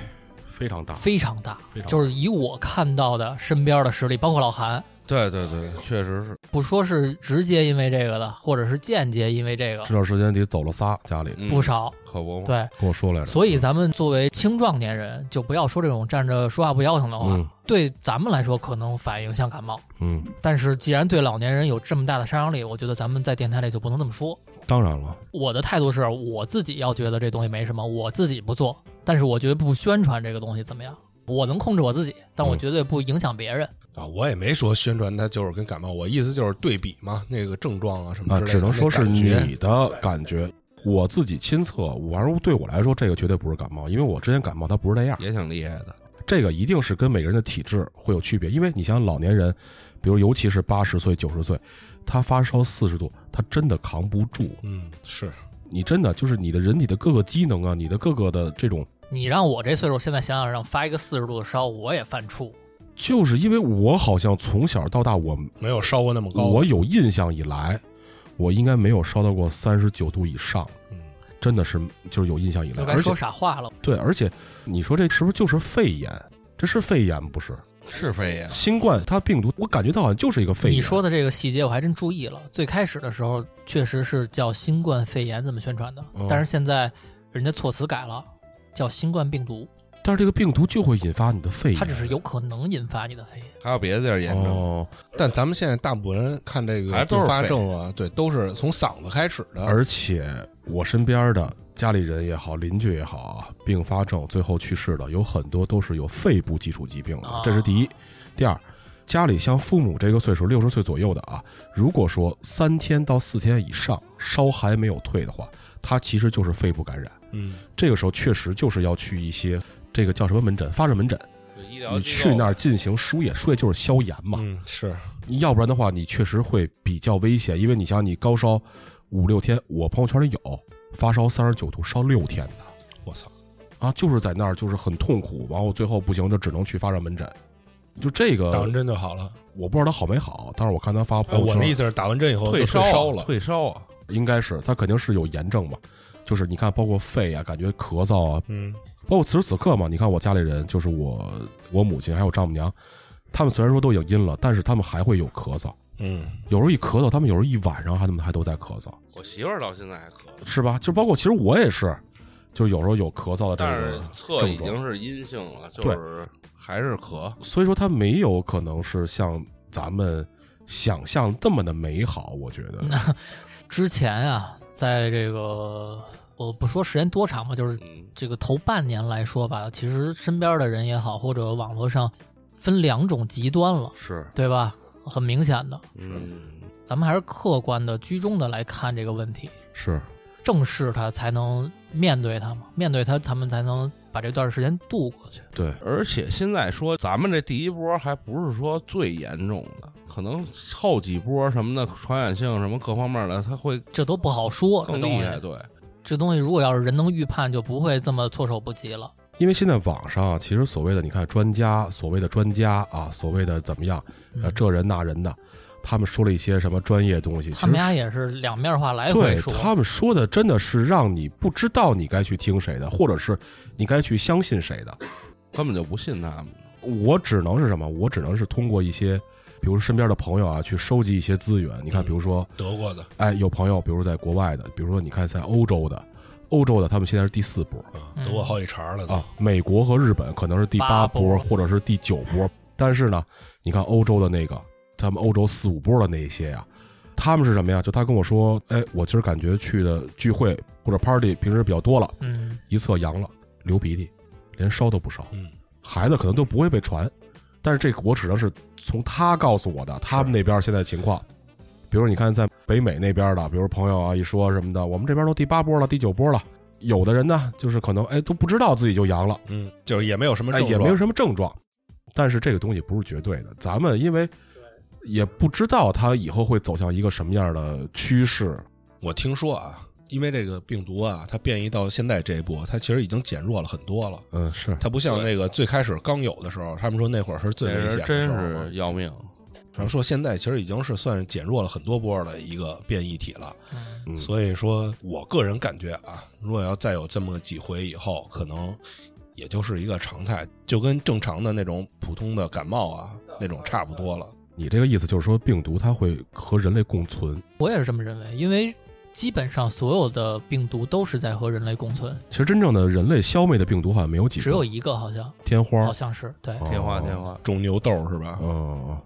[SPEAKER 4] 非常大，
[SPEAKER 1] 非常大。
[SPEAKER 4] 非常大
[SPEAKER 1] 就是以我看到的身边的实例，包括老韩，
[SPEAKER 3] 对对对，确实是，
[SPEAKER 1] 不说是直接因为这个的，或者是间接因为这个
[SPEAKER 4] 这，段时间得走了仨，家里
[SPEAKER 3] 嗯
[SPEAKER 1] 不少。
[SPEAKER 3] 可不嘛。
[SPEAKER 1] 对，
[SPEAKER 4] 跟我说来着，
[SPEAKER 1] 所以咱们作为青壮年人，就不要说这种站着说话不腰疼的话。
[SPEAKER 4] 嗯
[SPEAKER 1] 对咱们来说，可能反应像感冒，
[SPEAKER 4] 嗯，
[SPEAKER 1] 但是既然对老年人有这么大的杀伤力，我觉得咱们在电台里就不能这么说。
[SPEAKER 4] 当然了，
[SPEAKER 1] 我的态度是我自己要觉得这东西没什么，我自己不做，但是我觉得不宣传这个东西怎么样？我能控制我自己，但我绝对不影响别人。
[SPEAKER 2] 啊，我也没说宣传它就是跟感冒，我意思就是对比嘛，那个症状啊什么
[SPEAKER 4] 啊，
[SPEAKER 2] 之类
[SPEAKER 4] 只
[SPEAKER 2] 的。
[SPEAKER 4] 能说是
[SPEAKER 2] 那感觉
[SPEAKER 4] 你的感觉。我自己亲测，玩儿对我来说，这个绝对不是感冒，因为我之前感冒它不是那样。
[SPEAKER 3] 也挺厉害的，
[SPEAKER 4] 这个一定是跟每个人的体质会有区别，因为你像老年人，比如尤其是八十岁、九十岁，他发烧四十度，他真的扛不住。
[SPEAKER 2] 嗯是
[SPEAKER 4] 你真的就是你的人体的各个机能啊，你的各个的这种，
[SPEAKER 1] 你让我这岁数，现在想想让发一个四十度的烧，我也犯怵。
[SPEAKER 4] 就是因为我好像从小到大我
[SPEAKER 2] 没有烧过那么高。
[SPEAKER 4] 我有印象以来，我应该没有烧到过三十九度以上，
[SPEAKER 2] 嗯
[SPEAKER 4] 真的是就是有印象以来，
[SPEAKER 1] 就该
[SPEAKER 4] 而且
[SPEAKER 1] 说傻话了。
[SPEAKER 4] 对，而且你说这是不是就是肺炎？这是肺炎不是？
[SPEAKER 3] 是非也
[SPEAKER 4] 新冠它病毒，我感觉到好像就是一个肺炎。
[SPEAKER 1] 你说的这个细节我还真注意了，最开始的时候确实是叫新冠肺炎这么宣传的，
[SPEAKER 4] 哦
[SPEAKER 1] 但是现在人家措辞改了，叫新冠病毒，
[SPEAKER 4] 但是这个病毒就会引发你的肺炎，
[SPEAKER 1] 它只是有可能引发你的肺炎。
[SPEAKER 3] 还有别的地儿严重。
[SPEAKER 4] 哦，
[SPEAKER 2] 但咱们现在大部分人看这个
[SPEAKER 3] 还都是
[SPEAKER 2] 并发
[SPEAKER 3] 肺
[SPEAKER 2] 症啊，对，都是从嗓子开始的。
[SPEAKER 4] 而且我身边的家里人也好，邻居也好啊，并发症最后去世的有很多都是有肺部基础疾病的
[SPEAKER 1] 啊，
[SPEAKER 4] 这是第一。第二，家里像父母这个岁数，六十岁左右的啊，如果说三天到四天以上烧还没有退的话，它其实就是肺部感染。
[SPEAKER 2] 嗯
[SPEAKER 4] 这个时候确实就是要去一些这个叫什么门诊，发热门诊，
[SPEAKER 3] 医疗
[SPEAKER 4] 你
[SPEAKER 3] 机
[SPEAKER 4] 去
[SPEAKER 3] 构
[SPEAKER 4] 那儿进行输液，输液就是消炎嘛。
[SPEAKER 2] 嗯是
[SPEAKER 4] 要不然的话，你确实会比较危险，因为你想想你高烧五六天，我朋友圈里有发烧三十九度烧六天的
[SPEAKER 2] 我操，
[SPEAKER 4] 啊，就是在那儿就是很痛苦，然后最后不行就只能去发热门诊。就这
[SPEAKER 2] 打
[SPEAKER 4] 个
[SPEAKER 2] 完针就好了。
[SPEAKER 4] 我不知道他好没好，但是我看他发
[SPEAKER 2] 哎
[SPEAKER 4] 朋友
[SPEAKER 2] 我的
[SPEAKER 4] 圈
[SPEAKER 2] 意，思是打完针以后就
[SPEAKER 3] 烧
[SPEAKER 2] 退烧
[SPEAKER 3] 了，
[SPEAKER 2] 了。嗯
[SPEAKER 3] 退烧啊，
[SPEAKER 4] 应该是他肯定是有炎症嘛，就是你看包括肺啊，感觉咳嗽啊，
[SPEAKER 2] 嗯
[SPEAKER 4] 包括此时此刻嘛，你看我家里人就是我我母亲还有丈母娘，他们虽然说都已经阴了，但是他们还会有咳嗽，
[SPEAKER 2] 嗯，
[SPEAKER 4] 有时候一咳嗽，他们有时候一晚上还他们还都在咳嗽。
[SPEAKER 3] 我媳妇儿到现在还咳，
[SPEAKER 4] 是吧？就包括其实我也是，就有时候有咳嗽的这
[SPEAKER 3] 但是
[SPEAKER 4] 个，
[SPEAKER 3] 测已经是阴性了，就是还是咳。
[SPEAKER 4] 所以说它没有可能是像咱们想象这么的美好，我觉得。
[SPEAKER 1] 之前啊，在这个我不说时间多长吧，就是
[SPEAKER 3] 嗯，
[SPEAKER 1] 这个头半年来说吧，其实身边的人也好，或者网络上分两种极端了，
[SPEAKER 4] 是，
[SPEAKER 1] 对吧？很明显的，
[SPEAKER 3] 嗯，
[SPEAKER 1] 咱们还是客观的、居中的来看这个问题，
[SPEAKER 4] 是，
[SPEAKER 1] 正视它才能面对它嘛，面对它，他们才能把这段时间度过去。
[SPEAKER 4] 对，
[SPEAKER 3] 而且现在说咱们这第一波还不是说最严重的，可能后几波什么的传染性什么各方面的，它会
[SPEAKER 1] 这都不好说。这
[SPEAKER 3] 更
[SPEAKER 1] 东
[SPEAKER 3] 厉
[SPEAKER 1] 西，
[SPEAKER 3] 害。对，
[SPEAKER 1] 这东西如果要是人能预判，就不会这么措手不及了。
[SPEAKER 4] 因为现在网上啊其实所谓的你看专家，所谓的专家啊，所谓的怎么样，
[SPEAKER 1] 嗯
[SPEAKER 4] 呃，这人那人的，他们说了一些什么专业东西，其
[SPEAKER 1] 他们
[SPEAKER 4] 实
[SPEAKER 1] 家也是两面话来回
[SPEAKER 4] 对
[SPEAKER 1] 说。
[SPEAKER 4] 他们说的真的是让你不知道你该去听谁的，或者是你该去相信谁的。
[SPEAKER 3] 根本就不信他们。
[SPEAKER 4] 我只能是什么？我只能是通过一些，比如身边的朋友啊，去收集一些资源。你看，
[SPEAKER 2] 嗯
[SPEAKER 4] 比如说，
[SPEAKER 2] 德国的，
[SPEAKER 4] 哎，有朋友，比如说在国外的，比如说你看在欧洲的，欧洲的他们现在是第四波
[SPEAKER 2] 啊
[SPEAKER 1] 嗯
[SPEAKER 2] 德国好几茬了都
[SPEAKER 4] 啊，美国和日本可能是第八波
[SPEAKER 1] 八波
[SPEAKER 4] 或者是第九波，但是呢，你看欧洲的那个，他们欧洲四五波的那一些呀、他们是什么呀？就他跟我说，哎，我今儿感觉去的聚会或者 party 平时比较多了，
[SPEAKER 1] 嗯，
[SPEAKER 4] 一测阳了，流鼻涕，连烧都不烧。
[SPEAKER 2] 嗯，
[SPEAKER 4] 孩子可能都不会被传，但是这个我只能是从他告诉我的，他们那边现在情况。比如你看，在北美那边的，比如朋友啊一说什么的，我们这边都第八波了，第九波了。有的人呢，就是可能哎都不知道自己就阳了，
[SPEAKER 2] 嗯，就是也没有什么
[SPEAKER 4] 哎
[SPEAKER 2] 症
[SPEAKER 4] 也
[SPEAKER 2] 状，
[SPEAKER 4] 没有什么症状。但是这个东西不是绝对的，咱们因为也不知道它以后会走向一个什么样的趋势，
[SPEAKER 2] 我听说啊，因为这个病毒啊，它变异到现在这一步，它其实已经减弱了很多了。
[SPEAKER 4] 嗯，是
[SPEAKER 2] 它不像那个最开始刚有的时候，他们说那会儿是最
[SPEAKER 3] 这
[SPEAKER 2] 危
[SPEAKER 3] 人
[SPEAKER 2] 险的
[SPEAKER 3] 真
[SPEAKER 2] 时候嘛
[SPEAKER 3] 是。要命。
[SPEAKER 2] 然后说现在其实已经是算是减弱了很多波的一个变异体了。
[SPEAKER 1] 嗯
[SPEAKER 4] 嗯
[SPEAKER 2] 所以说我个人感觉啊，如果要再有这么几回以后，可能也就是一个常态，就跟正常的那种普通的感冒啊那种差不多了。
[SPEAKER 4] 你这个意思就是说，病毒它会和人类共存。
[SPEAKER 1] 我也是这么认为，因为基本上所有的病毒都是在和人类共存，
[SPEAKER 4] 其实真正的人类消灭的病毒好像没有几个，
[SPEAKER 1] 只有一个好哦像，
[SPEAKER 4] 天
[SPEAKER 2] 哦
[SPEAKER 4] 花
[SPEAKER 1] 好。像是对。
[SPEAKER 3] 天花天花，
[SPEAKER 2] 种牛痘是吧？
[SPEAKER 4] 哦，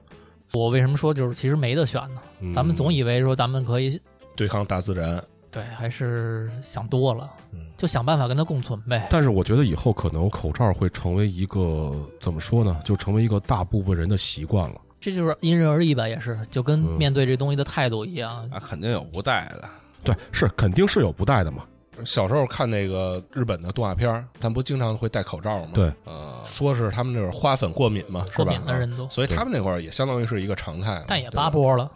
[SPEAKER 1] 我为什么说就是其实没得选呢？
[SPEAKER 4] 嗯
[SPEAKER 1] 咱们总以为说咱们可以，
[SPEAKER 2] 对抗大自然，
[SPEAKER 1] 对，还是想多了
[SPEAKER 2] 嗯，
[SPEAKER 1] 就想办法跟它共存呗。
[SPEAKER 4] 但是我觉得以后可能口罩会成为一个怎么说呢，就成为一个大部分人的习惯了。
[SPEAKER 1] 这就是因人而异吧，也是就跟
[SPEAKER 4] 嗯
[SPEAKER 1] 面对这东西的态度一样。
[SPEAKER 3] 啊，肯定有不戴的。
[SPEAKER 4] 对，是肯定是有不戴的嘛。
[SPEAKER 2] 小时候看那个日本的动画片儿，他们不经常会戴口罩吗？
[SPEAKER 4] 对，
[SPEAKER 3] 嗯，
[SPEAKER 2] 说是他们那会儿花粉过敏嘛，是
[SPEAKER 1] 过
[SPEAKER 2] 吧？
[SPEAKER 1] 敏的人多
[SPEAKER 2] 啊，所以他们那会儿也相当于是一个常态了，
[SPEAKER 1] 但也
[SPEAKER 2] 对吧
[SPEAKER 1] 八。波了，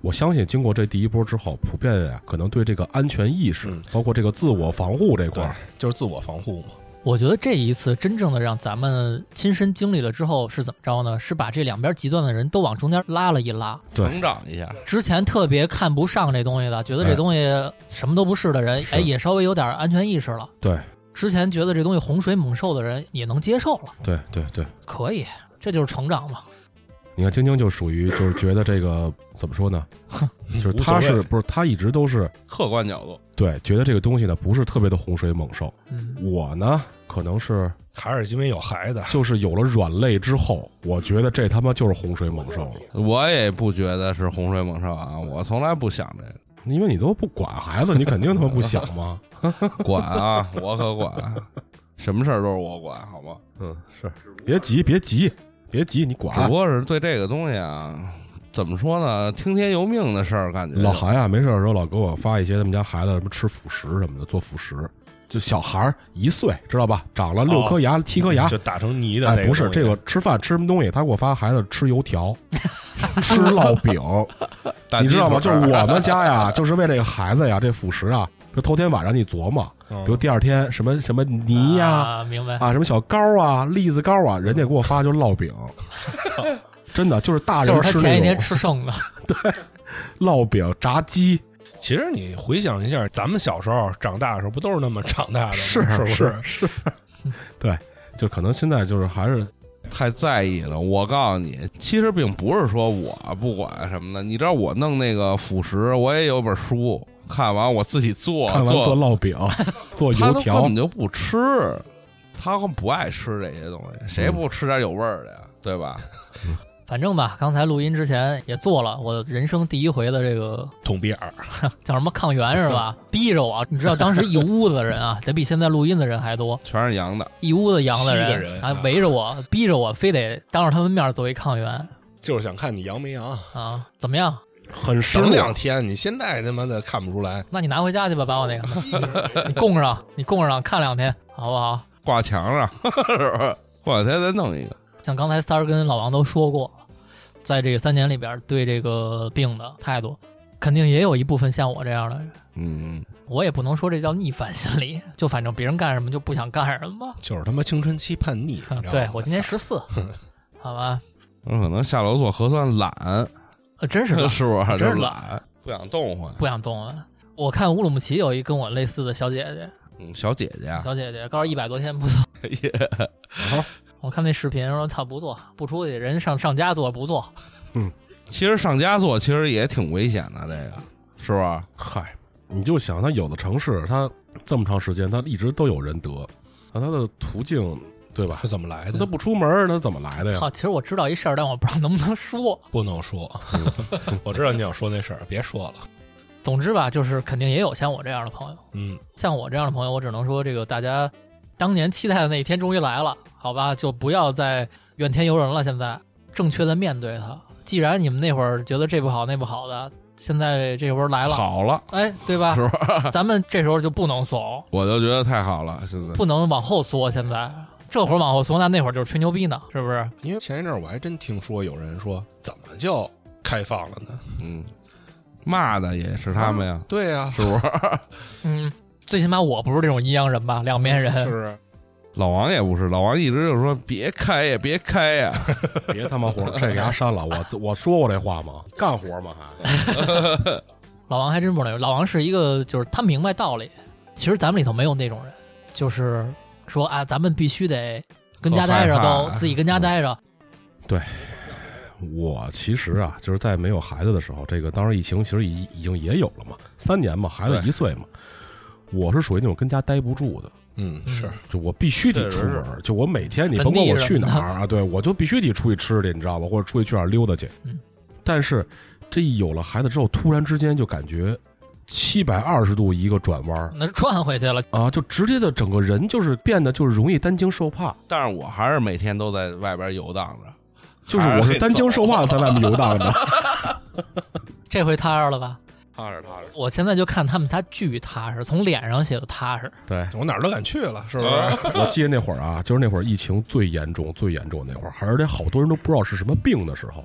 [SPEAKER 4] 我相信经过这第一波之后，普遍呀、可能对这个安全意识，
[SPEAKER 2] 嗯
[SPEAKER 4] 包括这个自我防护这块
[SPEAKER 2] 对
[SPEAKER 4] 儿，，
[SPEAKER 2] 就是自我防护嘛。
[SPEAKER 1] 我觉得这一次真正的让咱们亲身经历了之后是怎么着呢？是把这两边极端的人都往中间拉了一拉。
[SPEAKER 4] 对
[SPEAKER 3] 成长一下，
[SPEAKER 1] 之前特别看不上这东西的，觉得这东西什么都不是的人，
[SPEAKER 4] 是
[SPEAKER 1] 哎，也稍微有点安全意识了。
[SPEAKER 4] 对，
[SPEAKER 1] 之前觉得这东西洪水猛兽的人也能接受了，
[SPEAKER 4] 对对对。
[SPEAKER 1] 可以，这就是成长嘛。
[SPEAKER 4] 你看晶晶就属于就是觉得这个怎么说呢，就是
[SPEAKER 2] 无所
[SPEAKER 4] 他
[SPEAKER 2] 谓
[SPEAKER 4] 是不是他一直都是
[SPEAKER 3] 客观角度，
[SPEAKER 4] 对觉得这个东西呢不是特别的洪水猛兽。
[SPEAKER 1] 嗯，
[SPEAKER 4] 我呢可能是
[SPEAKER 2] 还是因为有孩子，
[SPEAKER 4] 就是有了软肋之后，我觉得这他妈就是洪水猛兽了，
[SPEAKER 3] 我也不觉得是洪水猛兽啊，我从来不想这个。
[SPEAKER 4] 因为你都不管孩子，你肯定他妈不想嘛。
[SPEAKER 3] 管啊，我可管，什么事儿都是我管，好吗？
[SPEAKER 4] 嗯，是，别急，别急，别急，你
[SPEAKER 3] 只
[SPEAKER 4] 管
[SPEAKER 3] 不。过是对这个东西啊，怎么说呢，听天由命的事儿，感觉
[SPEAKER 4] 老韩啊，没事的时候老给我发一些他们家孩子什么吃辅食什么的，做辅食，就小孩儿一岁，知道吧？长了六颗牙、七颗牙，
[SPEAKER 2] 就打成泥嗯的那
[SPEAKER 4] 哎，不是
[SPEAKER 2] 东西
[SPEAKER 4] 这个，吃饭吃什么东西，他给我发孩子吃油条、吃烙饼，
[SPEAKER 3] 大
[SPEAKER 4] 你知道吗？
[SPEAKER 3] 鸡
[SPEAKER 4] 就
[SPEAKER 3] 腿
[SPEAKER 4] 是
[SPEAKER 3] 儿
[SPEAKER 4] 我们家呀，就是为这个孩子呀，这辅食啊，就头天晚上你琢磨，
[SPEAKER 2] 嗯
[SPEAKER 4] 比如第二天什么什么泥呀、
[SPEAKER 1] 啊，明白。
[SPEAKER 4] 啊，什么小糕啊、栗子糕啊，人家给我发就烙饼，真的就是大
[SPEAKER 1] 就
[SPEAKER 4] 人
[SPEAKER 1] 是他
[SPEAKER 4] 吃
[SPEAKER 1] 前一
[SPEAKER 4] 那
[SPEAKER 1] 天
[SPEAKER 4] 种
[SPEAKER 1] 吃剩的，
[SPEAKER 4] 烙饼、炸鸡，
[SPEAKER 2] 其实你回想一下，咱们小时候长大的时候，不都是那么长大的吗？
[SPEAKER 4] 是啊
[SPEAKER 2] 是不
[SPEAKER 4] 是？是，对，就可能现在就是还是
[SPEAKER 3] 太在意了。我告诉你，其实并不是说我不管什么的，你知道我弄那个辅食，我也有本书，看完我自己做，
[SPEAKER 4] 看完做
[SPEAKER 3] 做
[SPEAKER 4] 烙饼、做
[SPEAKER 3] 他
[SPEAKER 4] 油
[SPEAKER 3] 都根
[SPEAKER 4] 条
[SPEAKER 3] 本，就不吃，他根本不爱吃这些东西，谁
[SPEAKER 4] 嗯
[SPEAKER 3] 不吃点有味儿的呀？对吧？
[SPEAKER 1] 反正吧，刚才录音之前也做了我人生第一回的这个
[SPEAKER 2] 捅鼻眼儿，
[SPEAKER 1] 叫什么抗原是吧？逼着我，你知道当时一屋子的人啊，得 比现在录音的人还多，
[SPEAKER 3] 全是羊的，
[SPEAKER 1] 一屋子阳的
[SPEAKER 2] 七个
[SPEAKER 1] 人
[SPEAKER 2] 人
[SPEAKER 1] 还
[SPEAKER 2] 啊
[SPEAKER 1] 围着我，逼着我非得当着他们面作为抗原
[SPEAKER 2] 就是想看你阳没阳。
[SPEAKER 1] 啊，怎么样？
[SPEAKER 4] 很失
[SPEAKER 2] 等
[SPEAKER 4] 落。
[SPEAKER 2] 两天，你现在他妈的看不出来，
[SPEAKER 1] 那你拿回家去吧，把我那个，你供上，你供上看两天，好不好？
[SPEAKER 3] 挂 墙上，是不是？过两天再弄一个。
[SPEAKER 1] 像刚才三儿跟老王都说过，在这个三年里边对这个病的态度，肯定也有一部分像我这样的人。
[SPEAKER 3] 嗯，
[SPEAKER 1] 我也不能说这叫逆反心理，就反正别人干什么就不想干什么。
[SPEAKER 2] 就是他妈青春期叛逆。你知道
[SPEAKER 1] 对
[SPEAKER 2] 吗
[SPEAKER 1] 我今年十四，好吧，
[SPEAKER 3] 有可能下楼做核酸懒，
[SPEAKER 1] 呃真是
[SPEAKER 3] 是
[SPEAKER 1] 的
[SPEAKER 3] 吧
[SPEAKER 1] 真
[SPEAKER 3] 是不是？就是懒，不想动换。
[SPEAKER 1] 不想动了。我看乌鲁木齐有一跟我类似的小姐姐，
[SPEAKER 3] 嗯，小姐姐啊，
[SPEAKER 1] 小姐姐高一百多天不做，我看那视频说她不做，不出去，人上上家做不做，
[SPEAKER 3] 其实上家做其实也挺危险的，这个是不是？
[SPEAKER 4] 嗨，你就想他有的城市，他这么长时间，他一直都有人得，那他的途径对吧
[SPEAKER 2] 是？怎么来
[SPEAKER 4] 他
[SPEAKER 2] 的？
[SPEAKER 4] 不出门，他怎么来的
[SPEAKER 3] 啊
[SPEAKER 4] 呀？
[SPEAKER 1] 操，其实我知道一事儿，但我不知道能不能说。
[SPEAKER 2] 不能说， 我知道你想说那事儿，别说了。
[SPEAKER 1] 总之吧，就是肯定也有像我这样的朋友，
[SPEAKER 2] 嗯，
[SPEAKER 1] 像我这样的朋友，我只能说这个大家当年期待的那一天终于来了，好吧，就不要再怨天尤人了。现在正确的面对它，既然你们那会儿觉得这不好那不好的，现在这会儿来了，
[SPEAKER 3] 好了，
[SPEAKER 1] 哎，对吧？
[SPEAKER 3] 是
[SPEAKER 1] 咱们这时候就不能怂，
[SPEAKER 3] 我就觉得太好了，现在
[SPEAKER 1] 不能往后缩。现在这会儿往后缩，那那会儿就是吹牛逼呢，是不是？
[SPEAKER 2] 因为前一阵儿我还真听说有人说，怎么就开放了呢？
[SPEAKER 3] 嗯，骂的也是他们呀，
[SPEAKER 2] 对啊呀、
[SPEAKER 3] 是不是？
[SPEAKER 1] 嗯，最起码我不是这种阴阳人吧，两面人。
[SPEAKER 2] 是不是？
[SPEAKER 3] 老王也不是，老王一直就说别开呀，别开呀，
[SPEAKER 4] 别他妈活，这给他删了。我我说过这话吗？干活吗还？
[SPEAKER 1] 老王还真不是那种，老王是一个就是他明白道理。其实咱们里头没有那种人，就是说啊，咱们必须得跟家待着，
[SPEAKER 3] 很害怕
[SPEAKER 1] 都自己跟家待着。
[SPEAKER 4] 我其实啊，就是在没有孩子的时候，这个当时疫情其实已已经也有了嘛，三年嘛，孩子
[SPEAKER 3] 对
[SPEAKER 4] 一岁嘛。我是属于那种跟家待不住的，
[SPEAKER 2] 嗯，是
[SPEAKER 1] 嗯
[SPEAKER 4] 就我必须得出门
[SPEAKER 3] 确
[SPEAKER 4] 儿，就我每天你
[SPEAKER 1] 坟
[SPEAKER 4] 甭管
[SPEAKER 1] 地
[SPEAKER 4] 我
[SPEAKER 1] 什
[SPEAKER 4] 去
[SPEAKER 1] 么的
[SPEAKER 4] 哪儿啊，对我就必须得出去吃去，你知道吧？或者出去去哪儿溜达去。
[SPEAKER 1] 嗯
[SPEAKER 4] 但是这一有了孩子之后，突然之间就感觉七百二十度一个转弯儿
[SPEAKER 1] 那转回去了，
[SPEAKER 4] 啊，就直接的整个人就是变得就是容易担惊受怕。
[SPEAKER 3] 但是我还是每天都在外边游荡着，
[SPEAKER 4] 就是我是担惊受怕的在外面游 荡着，
[SPEAKER 1] 这回踏实了吧？
[SPEAKER 4] 踏实踏实。
[SPEAKER 1] 我现在就看他们仨巨踏实，从脸上写的踏实。
[SPEAKER 4] 对，
[SPEAKER 2] 我哪儿都敢去了，是不是？
[SPEAKER 4] 我记得那会儿啊，就是那会儿疫情最严重、最严重那会儿，而且好多人都不知道是什么病的时候，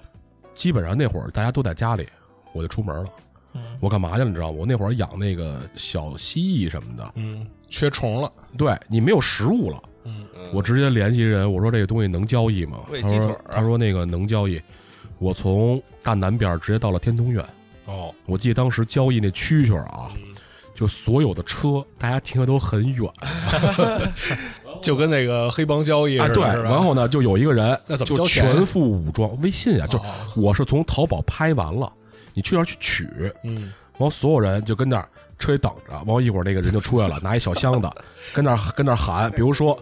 [SPEAKER 4] 基本上那会儿大家都在家里，我就出门了。
[SPEAKER 1] 嗯，
[SPEAKER 4] 我干嘛去了？你知道吗？我那会儿养那个小蜥蜴什么的，
[SPEAKER 2] 嗯，缺虫了。
[SPEAKER 4] 对你没有食物了，
[SPEAKER 2] 嗯，
[SPEAKER 4] 我直接联系人，我说这个东西能交易吗？
[SPEAKER 3] 喂
[SPEAKER 4] 他
[SPEAKER 3] 鸡腿
[SPEAKER 4] 说
[SPEAKER 3] 儿啊
[SPEAKER 4] 他说那个能交易，我从大南边直接到了天通苑。
[SPEAKER 2] 哦，
[SPEAKER 4] 我记得当时交易那蛐蛐儿啊，就所有的车大家停的都很远，
[SPEAKER 2] 就跟那个黑帮交易似
[SPEAKER 4] 哎，
[SPEAKER 2] 的，
[SPEAKER 4] 对，
[SPEAKER 2] 是吧
[SPEAKER 4] 然后呢，就有一个人，
[SPEAKER 2] 那怎么
[SPEAKER 4] 就
[SPEAKER 2] 交钱
[SPEAKER 4] 全副武装？微信啊，就
[SPEAKER 2] 哦
[SPEAKER 4] 我是从淘宝拍完了，你去那儿去取，
[SPEAKER 2] 嗯，
[SPEAKER 4] 然后所有人就跟那儿车里等着，完后一会儿那个人就出来了，拿一小箱子， 跟那儿跟那儿喊，比如说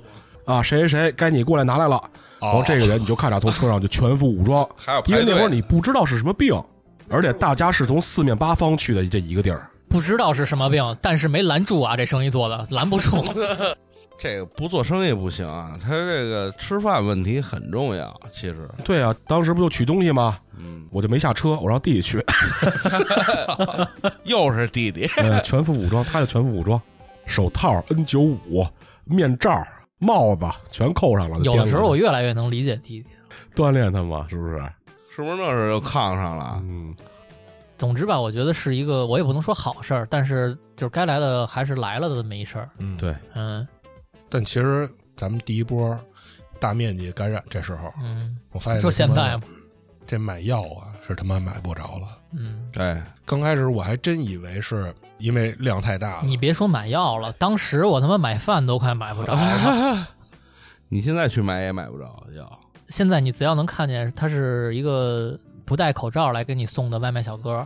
[SPEAKER 4] 啊，谁谁谁，该你过来拿来了，
[SPEAKER 2] 哦
[SPEAKER 4] 然后这个嗯人你就看着从车上就全副武装，
[SPEAKER 3] 还
[SPEAKER 2] 哎
[SPEAKER 3] 有排队
[SPEAKER 4] 因为那会儿你不知道是什么病，而且大家是从四面八方去的这一个地儿，
[SPEAKER 1] 不知道是什么病，但是没拦住啊，这生意做的拦不住。
[SPEAKER 3] 这个不做生意不行啊，他这个吃饭问题很重要，其实，
[SPEAKER 4] 对啊，当时不就取东西吗？
[SPEAKER 3] 嗯，
[SPEAKER 4] 我就没下车，我让弟弟去，
[SPEAKER 3] 又是弟弟，
[SPEAKER 4] 呃，全副武装，他就全副武装，手套、N 九五、面罩、帽子全扣上了。
[SPEAKER 1] 有
[SPEAKER 4] 就
[SPEAKER 1] 的时候我啊
[SPEAKER 4] 颠
[SPEAKER 1] 越来越能理解弟弟。
[SPEAKER 4] 过去锻炼他嘛，是不是？
[SPEAKER 3] 是不是那时候就炕上了？啊
[SPEAKER 4] 嗯，
[SPEAKER 1] 总之吧，我觉得是一个，我也不能说好事儿，但是就是该来的还是来了的这么一事儿。
[SPEAKER 2] 嗯，
[SPEAKER 4] 对。
[SPEAKER 1] 嗯
[SPEAKER 2] 但其实咱们第一波大面积感染，这时候
[SPEAKER 1] 嗯，
[SPEAKER 2] 我发现
[SPEAKER 1] 说
[SPEAKER 2] 这他
[SPEAKER 1] 现
[SPEAKER 2] 妈
[SPEAKER 1] 在嘛，
[SPEAKER 2] 这买药啊是他妈买不着了。
[SPEAKER 1] 嗯。
[SPEAKER 3] 对，
[SPEAKER 2] 刚开始我还真以为是因为量太大了，
[SPEAKER 1] 你别说买药了，当时我他妈买饭都快买不着 了。
[SPEAKER 3] 你现在去买也买不着药，
[SPEAKER 1] 现在你只要能看见他是一个不戴口罩来给你送的外卖小哥，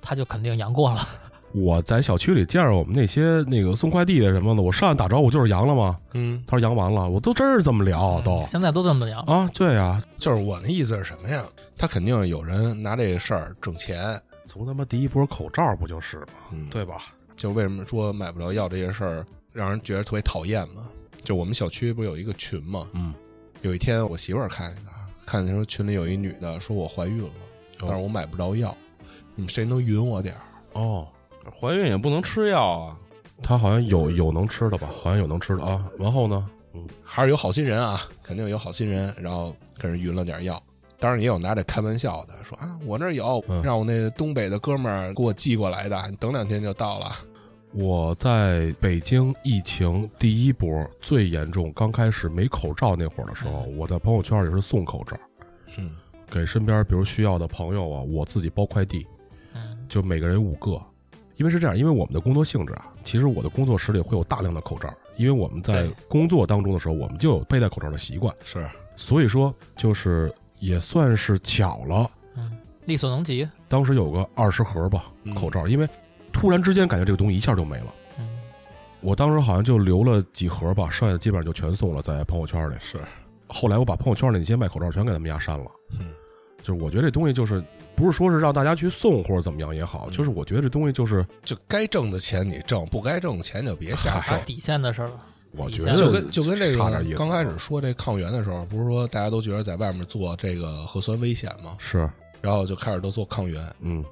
[SPEAKER 1] 他就肯定阳过了。
[SPEAKER 4] 我在小区里见着我们那些那个送快递的什么的，我上来打招呼就是阳了吗？
[SPEAKER 2] 嗯，
[SPEAKER 4] 他说阳完了，我都真是这么聊都、
[SPEAKER 1] 现在都这么阳。
[SPEAKER 4] 啊，对啊，
[SPEAKER 2] 就是我那意思是什么呀？他肯定有人拿这个事儿挣钱，
[SPEAKER 4] 从他妈第一波口罩不就是吗？
[SPEAKER 2] 嗯
[SPEAKER 4] 对吧？
[SPEAKER 2] 就为什么说买不着药这件事儿让人觉得特别讨厌嘛？就我们小区不是有一个群嘛？
[SPEAKER 4] 嗯，
[SPEAKER 2] 有一天我媳妇儿看见的，看见说群里有一女的说我怀孕了，但是我买不着药，你们谁能匀我点儿？
[SPEAKER 4] 哦，
[SPEAKER 3] 怀孕也不能吃药啊，
[SPEAKER 4] 他好像有有能吃的吧？好像有能吃的啊。然后呢？
[SPEAKER 2] 还是有好心人啊，肯定有好心人，然后给人匀了点药。当然也有拿这开玩笑的，说啊，我这儿有
[SPEAKER 4] 嗯，
[SPEAKER 2] 让我那东北的哥们儿给我寄过来的，你等两天就到了。
[SPEAKER 4] 我在北京疫情第一波最严重，刚开始没口罩那会儿的时候，我在朋友圈里是送口罩
[SPEAKER 2] 嗯，
[SPEAKER 4] 给身边比如需要的朋友啊，我自己包快递，
[SPEAKER 1] 嗯
[SPEAKER 4] 就每个人五个。因为是这样，因为我们的工作性质啊，其实我的工作室里会有大量的口罩，因为我们在
[SPEAKER 1] 对
[SPEAKER 4] 工作当中的时候，我们就有佩戴口罩的习惯，
[SPEAKER 2] 是
[SPEAKER 4] 所以说就是也算是巧了，
[SPEAKER 1] 嗯，力所能及。
[SPEAKER 4] 当时有个二十盒吧
[SPEAKER 2] 嗯
[SPEAKER 4] 口罩，因为突然之间感觉这个东西一下就没了。
[SPEAKER 1] 嗯，
[SPEAKER 4] 我当时好像就留了几盒吧，剩下的基本上就全送了，在朋友圈里。
[SPEAKER 2] 是，
[SPEAKER 4] 后来我把朋友圈里那些卖口罩全给他们家删了。
[SPEAKER 2] 嗯
[SPEAKER 4] 就是我觉得这东西就是不是说是让大家去送或者怎么样也好，
[SPEAKER 2] 嗯
[SPEAKER 4] 就是我觉得这东西就是
[SPEAKER 2] 就该挣的钱你挣，不该挣的钱就别 瞎
[SPEAKER 1] 还
[SPEAKER 2] 挣
[SPEAKER 1] 是。底线的事儿吧。
[SPEAKER 4] 我觉
[SPEAKER 1] 哎
[SPEAKER 4] 得
[SPEAKER 2] 就跟就跟这
[SPEAKER 4] 嗯差点
[SPEAKER 2] 个
[SPEAKER 4] 意思
[SPEAKER 2] 刚开始说这抗原的时候，不是说大家都觉得在外面做这个核酸危险吗？
[SPEAKER 4] 是
[SPEAKER 2] 然后就开始都做抗原。
[SPEAKER 4] 嗯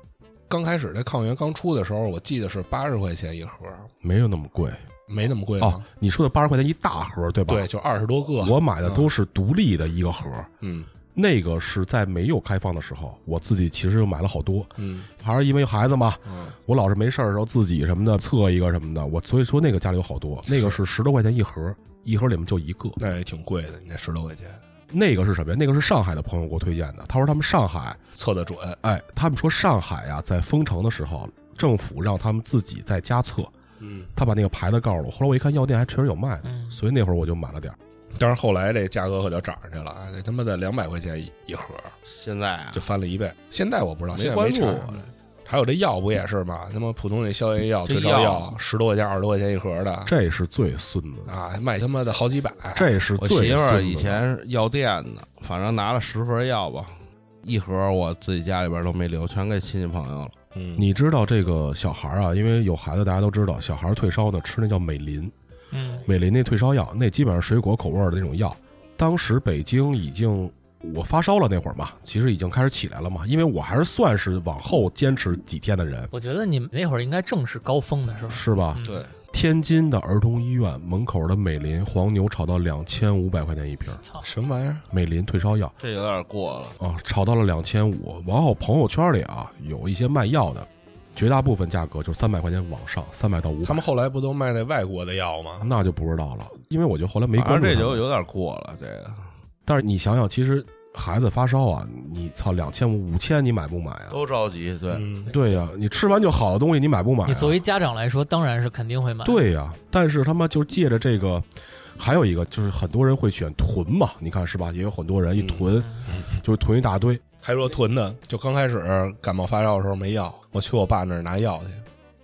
[SPEAKER 2] 刚开始这抗原刚出的时候，我记得是八十块钱一盒，
[SPEAKER 4] 没有那么贵
[SPEAKER 2] 没那么贵
[SPEAKER 4] 哦
[SPEAKER 2] 吗？。
[SPEAKER 4] 你说的八十块钱一大盒对吧？
[SPEAKER 2] 对，，就嗯二十多个。
[SPEAKER 4] 我买的都是独立的一个盒，
[SPEAKER 2] 嗯
[SPEAKER 4] 那个是在没有开放的时候，我自己其实又买了好多，
[SPEAKER 2] 嗯
[SPEAKER 4] 还是因为有孩子嘛，
[SPEAKER 2] 嗯，
[SPEAKER 4] 我老是没事儿的时候自己什么的测一个什么的，我所以说那个家里有好多，那个是十多块钱一盒，一盒里面就一个。
[SPEAKER 2] 那也挺贵的，你那十多块钱
[SPEAKER 4] 那个是什么呀？那个是上海的朋友给我推荐的，他说他们上海，
[SPEAKER 2] 测得准。
[SPEAKER 4] 哎，他们说上海呀、在封城的时候，政府让他们自己在家测，
[SPEAKER 2] 嗯，
[SPEAKER 4] 他把那个牌子告诉我，后来我一看药店还确实有卖的，
[SPEAKER 1] 嗯，
[SPEAKER 4] 所以那会儿我就买了点儿。
[SPEAKER 2] 但是后来这价格可就涨上去了啊！这他妈的两百块钱一一盒，
[SPEAKER 3] 现在啊
[SPEAKER 2] 就，翻了一倍。现在我不知道，
[SPEAKER 3] 没
[SPEAKER 2] 现在
[SPEAKER 3] 关注
[SPEAKER 2] 查
[SPEAKER 3] 我
[SPEAKER 2] 还有这药不也是吗？他妈普通那消炎药、
[SPEAKER 3] 这
[SPEAKER 2] 退烧
[SPEAKER 3] 药
[SPEAKER 2] 药，十多块钱、二十多块钱一盒的，
[SPEAKER 4] 这是最孙子的，
[SPEAKER 2] 啊，卖他妈的好几百。
[SPEAKER 4] 这是
[SPEAKER 3] 我
[SPEAKER 4] 最
[SPEAKER 3] 媳妇
[SPEAKER 4] 孙子
[SPEAKER 3] 儿
[SPEAKER 4] 的
[SPEAKER 3] 以前是药店的，反正拿了十盒药吧，一盒我自己家里边都没留，全给亲戚朋友了。
[SPEAKER 2] 嗯
[SPEAKER 4] 你知道这个小孩儿啊，因为有孩子，大家都知道，小孩儿退烧呢吃那叫美林，
[SPEAKER 1] 嗯
[SPEAKER 4] 美林那退烧药，那基本上水果口味儿的那种药。当时北京已经我发烧了那会儿嘛，其实已经开始起来了嘛，因为我还是算是往后坚持几天的人，
[SPEAKER 1] 我觉得你们那会儿应该正是高峰的时候。
[SPEAKER 4] 是吧？
[SPEAKER 1] 嗯，
[SPEAKER 4] 天津的儿童医院门口的美林黄牛炒到两千五百块钱一瓶儿，
[SPEAKER 1] 操，
[SPEAKER 2] 什么玩意儿？
[SPEAKER 4] 美林退烧药
[SPEAKER 3] 这有点过了。
[SPEAKER 4] 啊，炒到了两千五。往后朋友圈里啊，有一些卖药的，绝大部分价格就三百块钱往上，三百到五百。
[SPEAKER 2] 他们后来不都卖那外国的药吗？
[SPEAKER 4] 那就不知道了，因为我就后来没
[SPEAKER 3] 反
[SPEAKER 4] 关
[SPEAKER 3] 正这
[SPEAKER 4] 注他
[SPEAKER 3] 就
[SPEAKER 4] 们
[SPEAKER 3] 有点过了，这个
[SPEAKER 4] 但是你想想，其实孩子发烧啊，你操两千五五千，你买不买啊？
[SPEAKER 3] 都着急。对，
[SPEAKER 2] 嗯，
[SPEAKER 4] 对呀、你吃完就好的东西，你买不买、啊？
[SPEAKER 1] 你作为家长来说，当然是肯定会买。，
[SPEAKER 4] 对呀、但是他妈就借着这个，还有一个就是很多人会选囤嘛，你看是吧？也有很多人一
[SPEAKER 1] 嗯
[SPEAKER 4] 囤、就囤一大堆。
[SPEAKER 2] 还说囤的，就刚开始感冒发烧的时候没药，我去我爸那儿拿药去。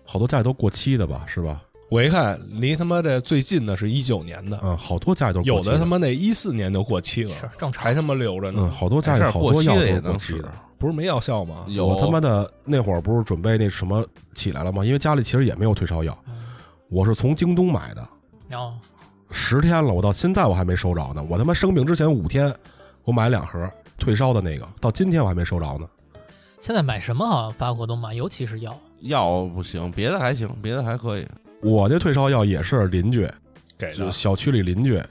[SPEAKER 4] 好多家里都过期的吧，是吧？
[SPEAKER 2] 我一看，离他妈这最近的是一九年的，
[SPEAKER 4] 嗯，好多家里都是过
[SPEAKER 2] 有
[SPEAKER 4] 期
[SPEAKER 2] 的
[SPEAKER 4] 的
[SPEAKER 2] 他妈那一四年就过期了，
[SPEAKER 1] 是正常
[SPEAKER 2] 还他妈留着呢。
[SPEAKER 4] 嗯，嗯好多家里
[SPEAKER 3] 没事
[SPEAKER 4] 好多
[SPEAKER 3] 过期
[SPEAKER 4] 药都
[SPEAKER 3] 的也
[SPEAKER 4] 是过
[SPEAKER 3] 能
[SPEAKER 4] 期
[SPEAKER 3] 吃
[SPEAKER 4] 的。。
[SPEAKER 2] 不是没药效吗？
[SPEAKER 3] 有
[SPEAKER 4] 我他妈的那会儿不是准备那什么起来了吗？因为家里其实也没有退烧药，
[SPEAKER 1] 嗯，
[SPEAKER 4] 我是从京东买的，
[SPEAKER 1] 然后
[SPEAKER 4] 十天了，我到现在我还没收着呢。我他妈生病之前五天，我买两盒退烧的那个，到今天我还没收着呢。
[SPEAKER 1] 现在买什么好像发活动嘛，尤其是药。
[SPEAKER 3] 药不行，别的还行，别的还可以。
[SPEAKER 4] 我那退烧药也是邻居，
[SPEAKER 2] 给
[SPEAKER 4] 就
[SPEAKER 2] 的，
[SPEAKER 4] 小区里邻居，然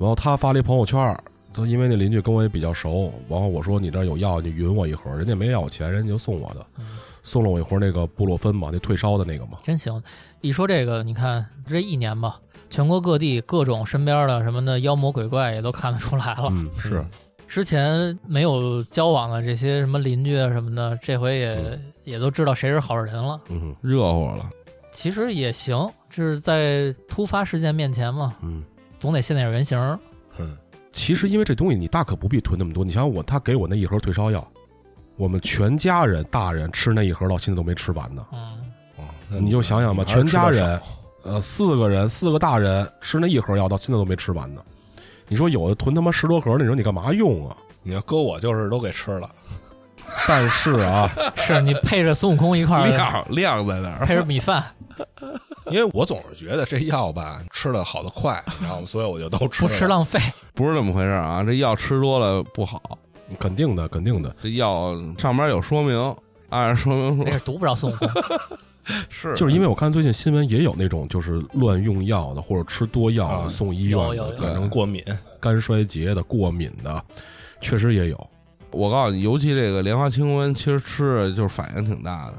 [SPEAKER 4] 后他发了一朋友圈儿，他因为那邻居跟我也比较熟，然后我说你这儿有药，你匀我一盒，人家没要我钱，人家就送我的，
[SPEAKER 1] 嗯，
[SPEAKER 4] 送了我一盒那个布洛芬嘛，那退烧的那个嘛。
[SPEAKER 1] 真行！一说这个，你看这一年吧，全国各地各种身边的什么的妖魔鬼怪也都看得出来了。
[SPEAKER 4] 嗯，是
[SPEAKER 2] 嗯
[SPEAKER 1] 之前没有交往的这些什么邻居啊什么的，这回也、也都知道谁是好人了。
[SPEAKER 4] 嗯
[SPEAKER 3] 热乎了，
[SPEAKER 1] 其实也行，就是在突发事件面前嘛，
[SPEAKER 4] 嗯。
[SPEAKER 1] 总得现点原形儿。
[SPEAKER 2] 嗯，
[SPEAKER 4] 其实因为这东西你大可不必囤那么多。你想想我，他给我那一盒退烧药，我们全家人大人吃那一盒到现在都没吃完呢。
[SPEAKER 1] 嗯，
[SPEAKER 2] 哦
[SPEAKER 4] 啊你就想想吧
[SPEAKER 2] 还是
[SPEAKER 4] 全家
[SPEAKER 2] 吃得
[SPEAKER 4] 人
[SPEAKER 2] 少
[SPEAKER 4] 呃，四个人，四个大人吃那一盒药到现在都没吃完呢。你说有的囤他妈十多盒，你说你干嘛用啊？
[SPEAKER 2] 你要搁我就是都给吃了，
[SPEAKER 4] 但是啊，
[SPEAKER 1] 是你配着孙悟空一块 儿
[SPEAKER 3] 量量在那儿。
[SPEAKER 1] 配着米饭，
[SPEAKER 2] 因为我总是觉得这药吧吃的好的快，然后所以我就都吃
[SPEAKER 1] 不
[SPEAKER 2] 了。
[SPEAKER 1] 吃浪费。
[SPEAKER 3] 不是这么回事儿啊，这药吃多了不好，
[SPEAKER 4] 肯定的，肯定的，
[SPEAKER 3] 这药上面有说明，按说明
[SPEAKER 1] 没
[SPEAKER 3] 书
[SPEAKER 1] 事，读不着孙悟空。
[SPEAKER 3] 是
[SPEAKER 4] 哎就是因为我看最近新闻也有那种就是乱用药的，或者吃多药
[SPEAKER 2] 啊
[SPEAKER 4] 的送医院
[SPEAKER 1] 有有
[SPEAKER 4] 的，
[SPEAKER 1] 有
[SPEAKER 4] 反正
[SPEAKER 2] 过敏，
[SPEAKER 4] 肝衰竭的、过敏的，确实也有。
[SPEAKER 3] 我告诉你，尤其这个莲花清瘟，其实吃着就是反应挺大的。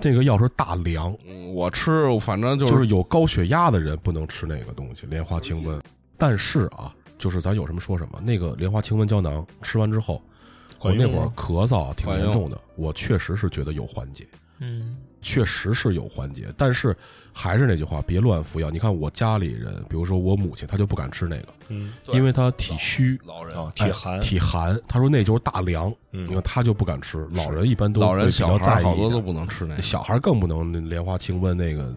[SPEAKER 4] 这个药是大凉，
[SPEAKER 3] 嗯我吃，反正就是、
[SPEAKER 4] 就是有高血压的人不能吃那个东西，莲花清瘟。但是啊，就是咱有什么说什么，那个莲花清瘟胶囊吃完之后，啊我
[SPEAKER 3] 啊
[SPEAKER 2] 管
[SPEAKER 4] 那
[SPEAKER 2] 用
[SPEAKER 4] 会儿
[SPEAKER 2] 吗
[SPEAKER 4] 咳嗽挺严重的，我确实是觉得有缓解，
[SPEAKER 1] 嗯，
[SPEAKER 4] 确实是有缓解。但是还是那句话，别乱服药。你看我家里人，比如说我母亲，她就不敢吃那个，
[SPEAKER 2] 嗯
[SPEAKER 3] 对
[SPEAKER 4] 因为她体虚。
[SPEAKER 3] 老人
[SPEAKER 2] 啊，体
[SPEAKER 4] 哎
[SPEAKER 2] 寒，
[SPEAKER 4] 体寒，她说那就是大凉，
[SPEAKER 2] 嗯
[SPEAKER 4] 你看她就不敢吃。老人一般都
[SPEAKER 3] 嗯老
[SPEAKER 4] 会
[SPEAKER 3] 人
[SPEAKER 4] 比
[SPEAKER 3] 小
[SPEAKER 4] 较在
[SPEAKER 3] 孩
[SPEAKER 4] 意
[SPEAKER 3] 好
[SPEAKER 4] 一
[SPEAKER 3] 多
[SPEAKER 4] 点
[SPEAKER 3] 都不能吃那个。
[SPEAKER 4] 小孩更不能那莲花清瘟那个，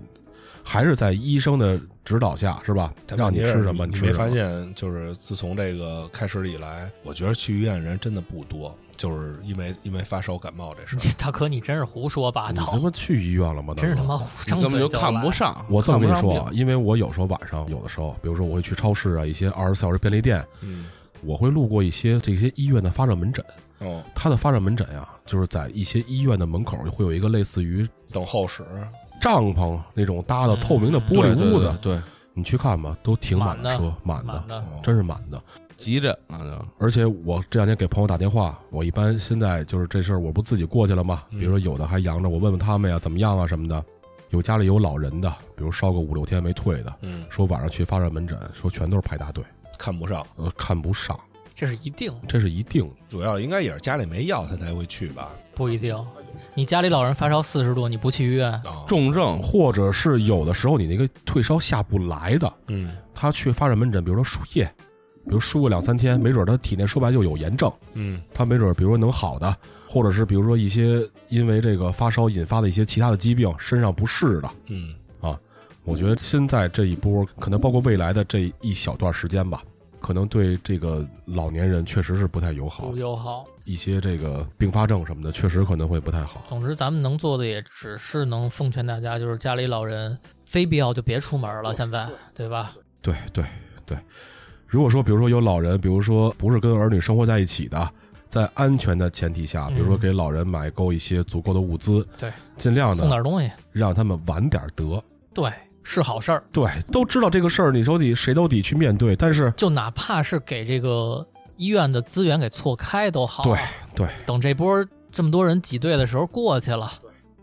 [SPEAKER 4] 还是在医生的指导下是吧？
[SPEAKER 2] 但
[SPEAKER 4] 让
[SPEAKER 2] 问
[SPEAKER 4] 你
[SPEAKER 2] 题
[SPEAKER 4] 吃
[SPEAKER 2] 是
[SPEAKER 4] 什么
[SPEAKER 2] 你
[SPEAKER 4] 吃
[SPEAKER 2] 没
[SPEAKER 4] 什么
[SPEAKER 2] 发现，就是自从这个开始以来，我觉得去医院人真的不多，就是因为因为发烧感冒这事儿。
[SPEAKER 1] 大哥你真是胡说八
[SPEAKER 4] 你
[SPEAKER 1] 道
[SPEAKER 4] 他，妈去医院了吗？
[SPEAKER 1] 真是
[SPEAKER 4] 大
[SPEAKER 1] 他
[SPEAKER 4] 哥
[SPEAKER 1] 妈胡张
[SPEAKER 3] 你
[SPEAKER 1] 嘴
[SPEAKER 3] 根本就看
[SPEAKER 1] 来
[SPEAKER 3] 不。上，
[SPEAKER 4] 我这么
[SPEAKER 3] 看
[SPEAKER 4] 跟
[SPEAKER 3] 不
[SPEAKER 4] 你
[SPEAKER 3] 上
[SPEAKER 4] 说啊，
[SPEAKER 3] 病，
[SPEAKER 4] 因为我有时候晚上有的时候，比如说我会去超市啊，一些二十四小时便利店，
[SPEAKER 2] 嗯，
[SPEAKER 4] 我会路过一些这些医院的发热门诊。
[SPEAKER 2] 哦，
[SPEAKER 4] 它的发热门诊呀、就是在一些医院的门口会有一个类似于
[SPEAKER 2] 等候室，
[SPEAKER 4] 哦帐篷那种搭的透明的玻璃
[SPEAKER 3] 对对
[SPEAKER 4] 屋子，
[SPEAKER 3] 对对
[SPEAKER 4] 你去看吧，都停满了
[SPEAKER 1] 满的
[SPEAKER 4] 车，满的，
[SPEAKER 1] 满的，
[SPEAKER 2] 哦
[SPEAKER 4] 真是满的。
[SPEAKER 3] 急诊啊，就
[SPEAKER 4] 而且我这两天给朋友打电话，我一般现在就是这事儿，我不自己过去了吗？
[SPEAKER 2] 嗯
[SPEAKER 4] 比如说有的还阳着，我问问他们呀，怎么样啊什么的。有家里有老人的，比如烧个五六天没退的，
[SPEAKER 2] 嗯，
[SPEAKER 4] 说晚上去发热门诊，说全都是排大队，
[SPEAKER 2] 看不上，
[SPEAKER 4] 呃，看不上，
[SPEAKER 1] 这是一定
[SPEAKER 4] 这是一定的。
[SPEAKER 2] 主要应该也是家里没药他才会去吧？
[SPEAKER 1] 不一定。你家里老人发烧四十度，你不去医院，
[SPEAKER 2] 啊，
[SPEAKER 3] 重症
[SPEAKER 4] 或者是有的时候你那个退烧下不来的，
[SPEAKER 2] 嗯
[SPEAKER 4] 他去发热门诊，比如说输液，比如输个两三天，没准他体内说白就有炎症，
[SPEAKER 2] 嗯，
[SPEAKER 4] 他没准儿比如说能好的，或者是比如说一些因为这个发烧引发的一些其他的疾病，身上不适的。
[SPEAKER 2] 嗯，
[SPEAKER 4] 我觉得现在这一波，可能包括未来的这一小段时间吧，可能对这个老年人确实是不太友好
[SPEAKER 1] 不，友好。
[SPEAKER 4] 一些这个并发症什么的，确实可能会不太好。
[SPEAKER 1] 总之，咱们能做的也只是能奉劝大家，就是家里老人非必要就别出门了，现在对吧？
[SPEAKER 4] 对对对，如果说比如说有老人，比如说不是跟儿女生活在一起的。在安全的前提下，比如说
[SPEAKER 1] 嗯
[SPEAKER 4] 给老人买够一些足够的物资，
[SPEAKER 1] 对，
[SPEAKER 4] 尽量
[SPEAKER 1] 送
[SPEAKER 4] 的
[SPEAKER 1] 点东西，
[SPEAKER 4] 让他们晚点得。
[SPEAKER 1] 对，是好事儿。
[SPEAKER 4] 对，都知道这个事儿，你手底谁都得去面对。但是，
[SPEAKER 1] 就哪怕是给这个医院的资源给错开都好。
[SPEAKER 4] 对对，
[SPEAKER 1] 等这波这么多人挤兑的时候过去了，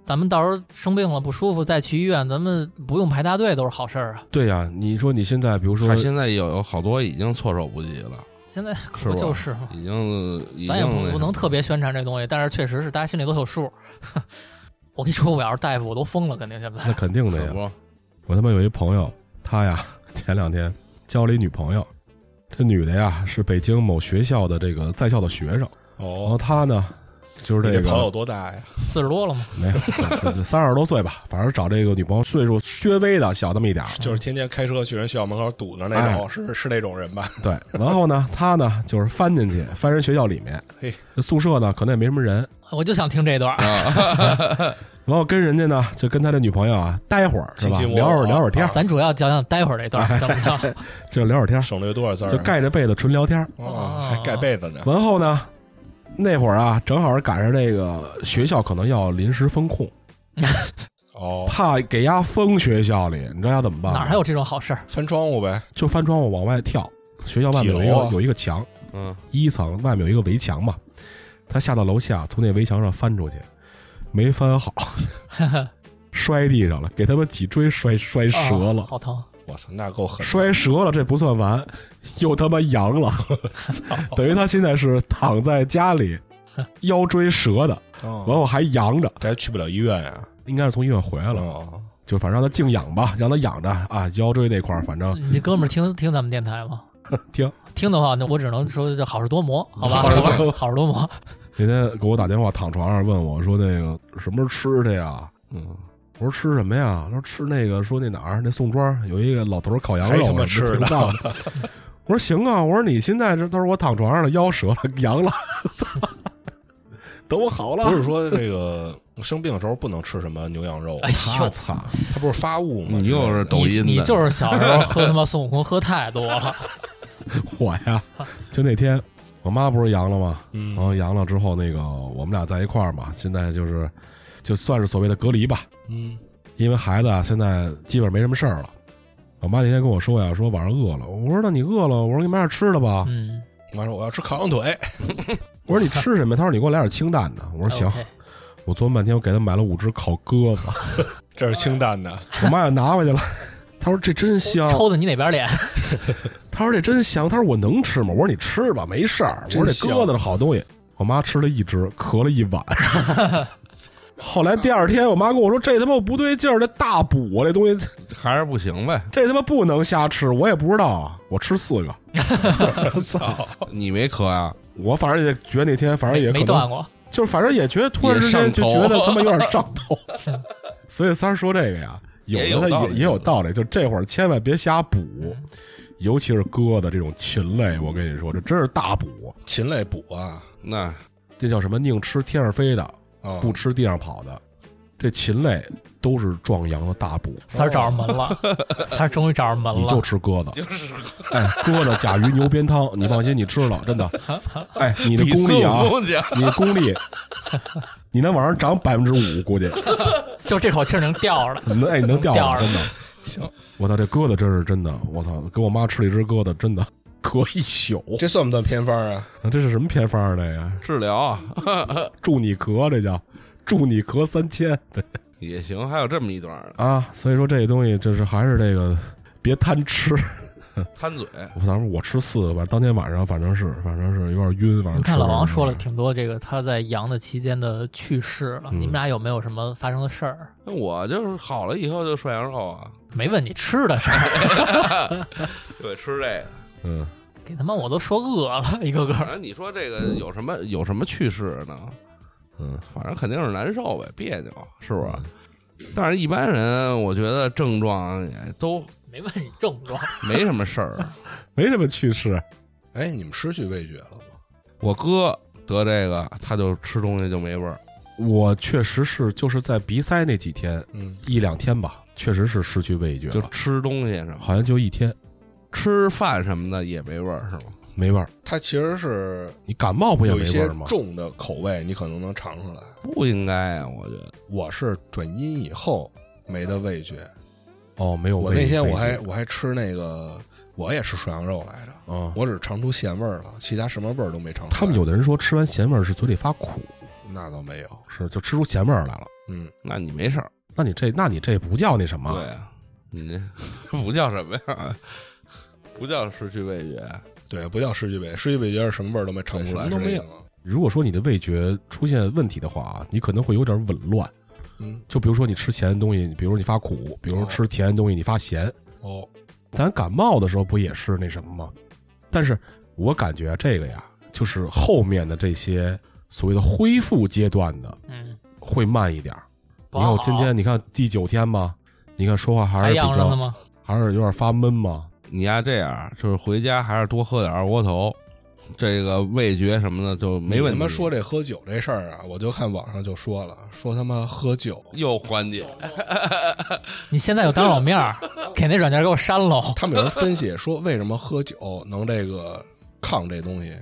[SPEAKER 1] 咱们到时候生病了不舒服再去医院，咱们不用排大队都是好事儿啊。
[SPEAKER 4] 对呀、你说你现在，比如说
[SPEAKER 3] 他，现在有有好多已经措手不及了，
[SPEAKER 1] 现在
[SPEAKER 3] 是
[SPEAKER 1] 可
[SPEAKER 3] 吧
[SPEAKER 1] 不就是吗？
[SPEAKER 3] 已经已经
[SPEAKER 1] 咱也不
[SPEAKER 3] 那什
[SPEAKER 1] 不
[SPEAKER 3] 么
[SPEAKER 1] 能特别宣传这东西，但是确实是大家心里都有数。 我跟你说，我要是大夫，我都疯了，肯定现
[SPEAKER 4] 那
[SPEAKER 1] 在。
[SPEAKER 4] 肯定的
[SPEAKER 3] 可
[SPEAKER 4] 呀。
[SPEAKER 3] 不
[SPEAKER 4] 我他妈有一朋友，他呀前两天交了一女朋友，这女的呀是北京某学校的这个在校的学生，然后
[SPEAKER 2] 哦，
[SPEAKER 4] 他呢就是
[SPEAKER 2] 你
[SPEAKER 4] 这
[SPEAKER 2] 这朋友
[SPEAKER 4] 个
[SPEAKER 2] 多大呀？
[SPEAKER 1] 四十多了嘛，
[SPEAKER 4] 没有三十多岁吧，反正找这个女朋友岁数略微的小那么一点儿。
[SPEAKER 2] 就是天天开车去人学校门口堵着那
[SPEAKER 4] 哎
[SPEAKER 2] 种，是是那种人吧？
[SPEAKER 4] 对，然后呢，他呢就是翻进去，翻人学校里面，
[SPEAKER 2] 嘿，
[SPEAKER 4] 这宿舍呢可能也没什么人，
[SPEAKER 1] 我就想听这段
[SPEAKER 4] 啊
[SPEAKER 1] 儿。
[SPEAKER 4] 然后跟人家呢，就跟他这女朋友啊，待会儿是
[SPEAKER 2] 亲
[SPEAKER 4] 吧？
[SPEAKER 2] 亲我
[SPEAKER 4] 聊会儿
[SPEAKER 2] 我啊
[SPEAKER 4] 聊会儿天儿，
[SPEAKER 1] 咱主要讲讲待会儿这段 儿，行不行？
[SPEAKER 4] 就聊会儿天儿，
[SPEAKER 2] 省略多少字儿？啊
[SPEAKER 4] 啊就盖着啊被子纯聊天儿。
[SPEAKER 2] 哦，还盖被子呢。
[SPEAKER 4] 完后呢，那会儿啊，正好赶上这个学校可能要临时封控，
[SPEAKER 2] 哦，
[SPEAKER 4] 怕给丫封学校里，你知道丫怎么办吗？
[SPEAKER 1] 哪儿还有这种好事儿？
[SPEAKER 2] 翻窗户呗。
[SPEAKER 4] 就翻窗户往外跳，学校外面有一
[SPEAKER 2] 几楼
[SPEAKER 4] 个
[SPEAKER 2] 啊
[SPEAKER 4] 有一个墙，
[SPEAKER 3] 嗯，
[SPEAKER 4] 一层外面有一个围墙嘛，他下到楼下，从那围墙上翻出去，没翻好， 摔地上了，给他们脊椎摔摔 折了
[SPEAKER 2] 哦
[SPEAKER 1] 啊。好 疼！
[SPEAKER 2] 我操，那够狠！
[SPEAKER 4] 摔折了，这不算完，又他妈阳 了，
[SPEAKER 1] 哦
[SPEAKER 4] 等于他现在是躺在家里，腰椎折的，
[SPEAKER 2] 哦
[SPEAKER 4] 完后还阳着，
[SPEAKER 2] 这还去不了医院呀？
[SPEAKER 4] 应该是从医院回来了，
[SPEAKER 2] 哦，
[SPEAKER 4] 就反正让他静养吧，让他养着啊，腰椎那块儿，反正
[SPEAKER 1] 哦你这哥们儿听听咱们电台吗？
[SPEAKER 4] 听。
[SPEAKER 1] 听的话，那我只能说这好事多磨，好吧
[SPEAKER 4] 好事多？磨
[SPEAKER 1] 好事多磨。
[SPEAKER 4] 那天给我打电话，躺床上问我说那个什么时候吃的呀？
[SPEAKER 3] 嗯，
[SPEAKER 4] 我说吃什么呀？他说吃那个，说那哪儿那宋庄有一个老头儿烤羊肉，
[SPEAKER 2] 还他妈吃
[SPEAKER 4] 挺
[SPEAKER 2] 的
[SPEAKER 4] 棒的。我说行啊，我说你现在这，他说我躺床上了，腰折了，阳了， 等我好了。
[SPEAKER 2] 不是说这个 生病的时候不能吃什么牛羊肉，
[SPEAKER 1] 哎
[SPEAKER 4] 他
[SPEAKER 1] 呦，
[SPEAKER 4] 操！
[SPEAKER 2] 它不是发物吗？
[SPEAKER 3] 你又是抖
[SPEAKER 1] 你
[SPEAKER 3] 音的，
[SPEAKER 1] 你就是小时 候喝他妈孙悟空喝太多了，
[SPEAKER 4] 我呀，就那天我妈不是阳了吗？
[SPEAKER 2] 嗯
[SPEAKER 4] 然后阳了之后，那个我们俩在一块儿嘛，现在就是就算是所谓的隔离吧，
[SPEAKER 2] 嗯
[SPEAKER 4] 因为孩子啊现在基本上没什么事儿了。我妈那天跟我说呀，说晚上饿了。我说那你饿了，我说给你买点吃的吧。
[SPEAKER 1] 嗯，
[SPEAKER 2] 我说我要吃烤羊腿，
[SPEAKER 4] 我说你吃什么？他说你给我来点清淡的。我说
[SPEAKER 2] 哦
[SPEAKER 4] 行。
[SPEAKER 1] OK
[SPEAKER 4] 我琢磨半天，我给他买了五只烤鸽子，
[SPEAKER 2] 这是清淡的，
[SPEAKER 4] 我妈也拿回去了。他说这真香，
[SPEAKER 1] 抽的你哪边脸？
[SPEAKER 4] 他说这真香。他说我能吃吗？我说你吃吧，没事儿。我
[SPEAKER 2] 真
[SPEAKER 4] 说这
[SPEAKER 2] 香
[SPEAKER 4] 鸽子是好东西。我妈吃了一只，咳了一 晚上。后来第二天，我妈跟我说：“这他妈不对劲儿，这大补啊，这东西
[SPEAKER 3] 还是不行呗。
[SPEAKER 4] 这他妈不能瞎吃。”我也不知道啊，我吃四个，
[SPEAKER 2] 操！
[SPEAKER 3] 你没咳啊？
[SPEAKER 4] 我反正也觉得那天反正也
[SPEAKER 1] 没
[SPEAKER 4] 可
[SPEAKER 1] 没
[SPEAKER 4] 能
[SPEAKER 1] 断过。
[SPEAKER 4] 就是反正也觉得突然之间就 觉得他妈有点上头，所以三儿说这个呀，有
[SPEAKER 3] 也
[SPEAKER 4] 的
[SPEAKER 3] 有
[SPEAKER 4] 他
[SPEAKER 3] 道
[SPEAKER 4] 也
[SPEAKER 3] 理嗯
[SPEAKER 4] 也有道理，就这会儿千万别瞎补，
[SPEAKER 1] 嗯
[SPEAKER 4] 尤其是鸽子这种禽类，我跟你说，这真是大补，
[SPEAKER 2] 禽类补啊，
[SPEAKER 3] 那
[SPEAKER 4] 这叫什么？宁吃天上飞的，
[SPEAKER 2] 啊，
[SPEAKER 4] 不吃地上跑的，这禽类都是壮阳的大补。
[SPEAKER 1] 三儿找着门 了，三儿终于找着门
[SPEAKER 4] 你就
[SPEAKER 1] 了。
[SPEAKER 4] 吃鸽子，哎，鸽子甲鱼牛鞭汤，你放心，你吃了真的，哎，你的功力啊，
[SPEAKER 3] 去，
[SPEAKER 4] 你的功力，你能往上涨百分之五，估计。
[SPEAKER 1] 就这口气儿能吊 着了。
[SPEAKER 4] 能哎，能钓
[SPEAKER 1] 钓
[SPEAKER 4] 上，
[SPEAKER 1] 上
[SPEAKER 4] 真的。
[SPEAKER 2] 行，
[SPEAKER 4] 我操，这鸽子真是真的，我操，给我妈吃了一只鸽子，真的隔一宿。
[SPEAKER 2] 这算不算偏方啊？
[SPEAKER 4] 啊这是什么偏方来呀？
[SPEAKER 3] 治疗啊
[SPEAKER 4] 助你咳，这叫助你咳三千
[SPEAKER 3] 也行。还有这么一段呢，
[SPEAKER 4] 啊！所以说这东西就是还是这个别贪吃。
[SPEAKER 3] 贪嘴，
[SPEAKER 4] 我操，我吃四个吧，当天晚上反正是反正是有点晕，反正
[SPEAKER 1] 你看
[SPEAKER 4] 吃
[SPEAKER 1] 老
[SPEAKER 4] 着
[SPEAKER 1] 王说了
[SPEAKER 4] 有点
[SPEAKER 1] 挺多这个他在阳的期间的趣事了，
[SPEAKER 4] 嗯
[SPEAKER 1] 你们俩有没有什么发生的事儿？
[SPEAKER 3] 那我就是好了以后就涮羊肉啊，
[SPEAKER 1] 没问你吃的事儿，
[SPEAKER 3] 对，吃这个。
[SPEAKER 4] 嗯，
[SPEAKER 1] 给他妈我都说饿了，一个
[SPEAKER 3] 反
[SPEAKER 1] 个。
[SPEAKER 3] 正你说这个有什么有什么趣事呢？
[SPEAKER 4] 嗯，
[SPEAKER 3] 反正肯定是难受呗，别扭，是不是？
[SPEAKER 4] 嗯
[SPEAKER 3] 但是一般人，我觉得症状也都
[SPEAKER 1] 没问你症状，
[SPEAKER 3] 没什么事儿。
[SPEAKER 4] 没什么趣事。
[SPEAKER 2] 哎，你们失去味觉了吗？
[SPEAKER 3] 我哥得这个，他就吃东西就没味儿，
[SPEAKER 4] 我确实是就是在鼻塞那几天
[SPEAKER 2] 嗯，
[SPEAKER 4] 一两天吧，确实是失去味觉
[SPEAKER 3] 就
[SPEAKER 4] 了，
[SPEAKER 3] 吃东西什么，
[SPEAKER 4] 啊好像就一天
[SPEAKER 3] 吃饭什么的也没味儿，是吗？
[SPEAKER 4] 没味儿。
[SPEAKER 2] 它其实是
[SPEAKER 4] 你感冒不也
[SPEAKER 2] 有
[SPEAKER 4] 没
[SPEAKER 2] 一
[SPEAKER 4] 味
[SPEAKER 2] 些
[SPEAKER 4] 儿吗？
[SPEAKER 2] 重的口味，你可能能尝出来。
[SPEAKER 3] 不应该啊，我觉得。
[SPEAKER 2] 我是转阴以后没的味觉，
[SPEAKER 4] 哦，没有味。
[SPEAKER 2] 我那天我
[SPEAKER 4] 味
[SPEAKER 2] 还
[SPEAKER 4] 觉
[SPEAKER 2] 我还吃那个，我也吃涮羊肉来着，
[SPEAKER 4] 啊，
[SPEAKER 2] 我只尝出咸味儿了，其他什么味儿都没尝出来。
[SPEAKER 4] 他们有的人说吃完咸味儿是嘴里发苦，
[SPEAKER 2] 那倒没有，
[SPEAKER 4] 是就吃出咸味儿来了。
[SPEAKER 2] 嗯，
[SPEAKER 3] 那你没事儿，
[SPEAKER 4] 那你这那你这不叫那什么？
[SPEAKER 3] 对啊，你这 不叫什么呀？不叫失去味觉，
[SPEAKER 2] 对，不叫失去味，失去味觉是什么味儿都没尝出来，
[SPEAKER 4] 对什么都没
[SPEAKER 2] 是这意
[SPEAKER 4] 有
[SPEAKER 2] 思吗。啊
[SPEAKER 4] 如果说你的味觉出现问题的话啊，你可能会有点紊乱。
[SPEAKER 2] 嗯，
[SPEAKER 4] 就比如说你吃咸的东西，比如说你发苦，比如说吃甜的东西你发咸。
[SPEAKER 2] 哦，
[SPEAKER 4] 咱感冒的时候不也是那什么吗？但是我感觉啊这个呀，就是后面的这些所谓的恢复阶段的
[SPEAKER 1] 嗯，
[SPEAKER 4] 会慢一点儿。
[SPEAKER 1] 不
[SPEAKER 4] 你看我
[SPEAKER 1] 好
[SPEAKER 4] 今天你看第九天吧，你看说话还
[SPEAKER 1] 还
[SPEAKER 4] 是比
[SPEAKER 1] 养着呢
[SPEAKER 4] 较
[SPEAKER 1] 吗？
[SPEAKER 4] 还是有点发闷嘛。
[SPEAKER 3] 你呀这样，就是回家还是多喝点二锅头，这个味觉什么的就没问
[SPEAKER 2] 你
[SPEAKER 3] 题。
[SPEAKER 2] 他妈说这喝酒这事儿啊，我就看网上就说了，说他妈喝酒，
[SPEAKER 3] 又缓解，
[SPEAKER 1] 你现在有打扰面儿，给那软件给我删喽。
[SPEAKER 2] 他们有人分析说为什么喝酒能这个抗这东西，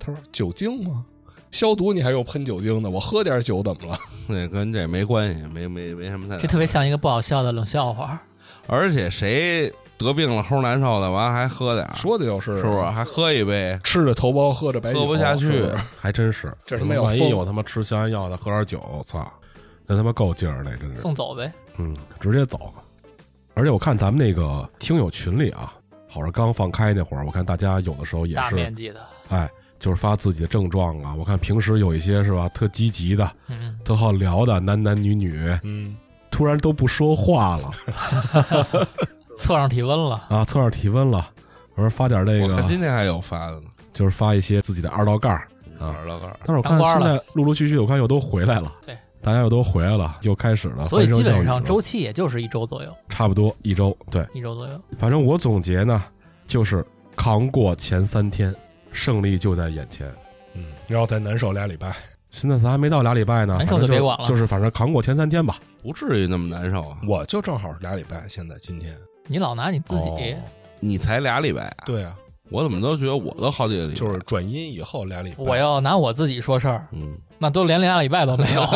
[SPEAKER 2] 他说酒精吗？消毒你还用喷酒精呢？我喝点酒怎么了？
[SPEAKER 3] 那跟这没关系，没没没什
[SPEAKER 4] 嗯
[SPEAKER 3] 么太大。
[SPEAKER 1] 这特别，像一个不好笑的冷笑话。
[SPEAKER 3] 而且谁得病了齁难受的，完还喝点儿，
[SPEAKER 2] 说的就是
[SPEAKER 3] 啊是不是？还喝一杯，
[SPEAKER 2] 吃着头孢，喝着白酒，
[SPEAKER 3] 喝不下去
[SPEAKER 2] 是不是
[SPEAKER 4] 还真是，
[SPEAKER 2] 这他妈要
[SPEAKER 4] 万一
[SPEAKER 2] 疯
[SPEAKER 4] 有他妈吃消炎药的，喝点酒，操，那他妈够劲儿的，真是，
[SPEAKER 1] 送走呗，
[SPEAKER 4] 嗯，直接走。而且我看咱们那个听友群里啊，好像刚放开那会儿，我看大家有的时候也
[SPEAKER 1] 大面
[SPEAKER 4] 是，
[SPEAKER 1] 积的，
[SPEAKER 4] 哎，就是发自己的症状啊。我看平时有一些是吧，特积极的，
[SPEAKER 1] 嗯，
[SPEAKER 4] 特好聊的，男男女女，
[SPEAKER 2] 嗯，
[SPEAKER 4] 突然都不说话了
[SPEAKER 1] 测上体温了，
[SPEAKER 4] 啊，测上体温了。我说发点这
[SPEAKER 3] 我看
[SPEAKER 4] 个，
[SPEAKER 3] 今天还有发的呢，
[SPEAKER 4] 就是发一些自己的二道杠儿啊，
[SPEAKER 3] 二道杠儿。
[SPEAKER 4] 但是我看
[SPEAKER 1] 当官
[SPEAKER 4] 现
[SPEAKER 1] 了
[SPEAKER 4] 在陆陆续续，我看又都回来了，
[SPEAKER 1] 对，
[SPEAKER 4] 大家又都回来了，又开始了，
[SPEAKER 1] 所以
[SPEAKER 4] 欢
[SPEAKER 1] 基
[SPEAKER 4] 声笑
[SPEAKER 1] 本
[SPEAKER 4] 语
[SPEAKER 1] 上
[SPEAKER 4] 了
[SPEAKER 1] 周期也就是一周左右，
[SPEAKER 4] 差不多一周，对，
[SPEAKER 1] 一周左右。
[SPEAKER 4] 反正我总结呢，就是扛过前三天，胜利就在眼前。
[SPEAKER 2] 嗯，然后再难受俩礼拜，
[SPEAKER 3] 嗯
[SPEAKER 4] 现在咱还没到俩礼拜呢，
[SPEAKER 1] 难受
[SPEAKER 4] 反正
[SPEAKER 1] 就别
[SPEAKER 4] 是
[SPEAKER 1] 管了
[SPEAKER 4] 就是反正扛过前三天吧。
[SPEAKER 3] 不至于那么难受啊！
[SPEAKER 2] 我就正好俩礼拜，现在今天，
[SPEAKER 1] 你老拿你自己
[SPEAKER 4] 哦，
[SPEAKER 3] 你才俩礼拜啊！
[SPEAKER 2] 对啊，
[SPEAKER 3] 我怎么都觉得我都好几个礼拜，
[SPEAKER 2] 就是转阴以后俩礼拜，
[SPEAKER 1] 我要拿我自己说事儿，
[SPEAKER 3] 嗯，
[SPEAKER 1] 那都连俩礼拜都 没有。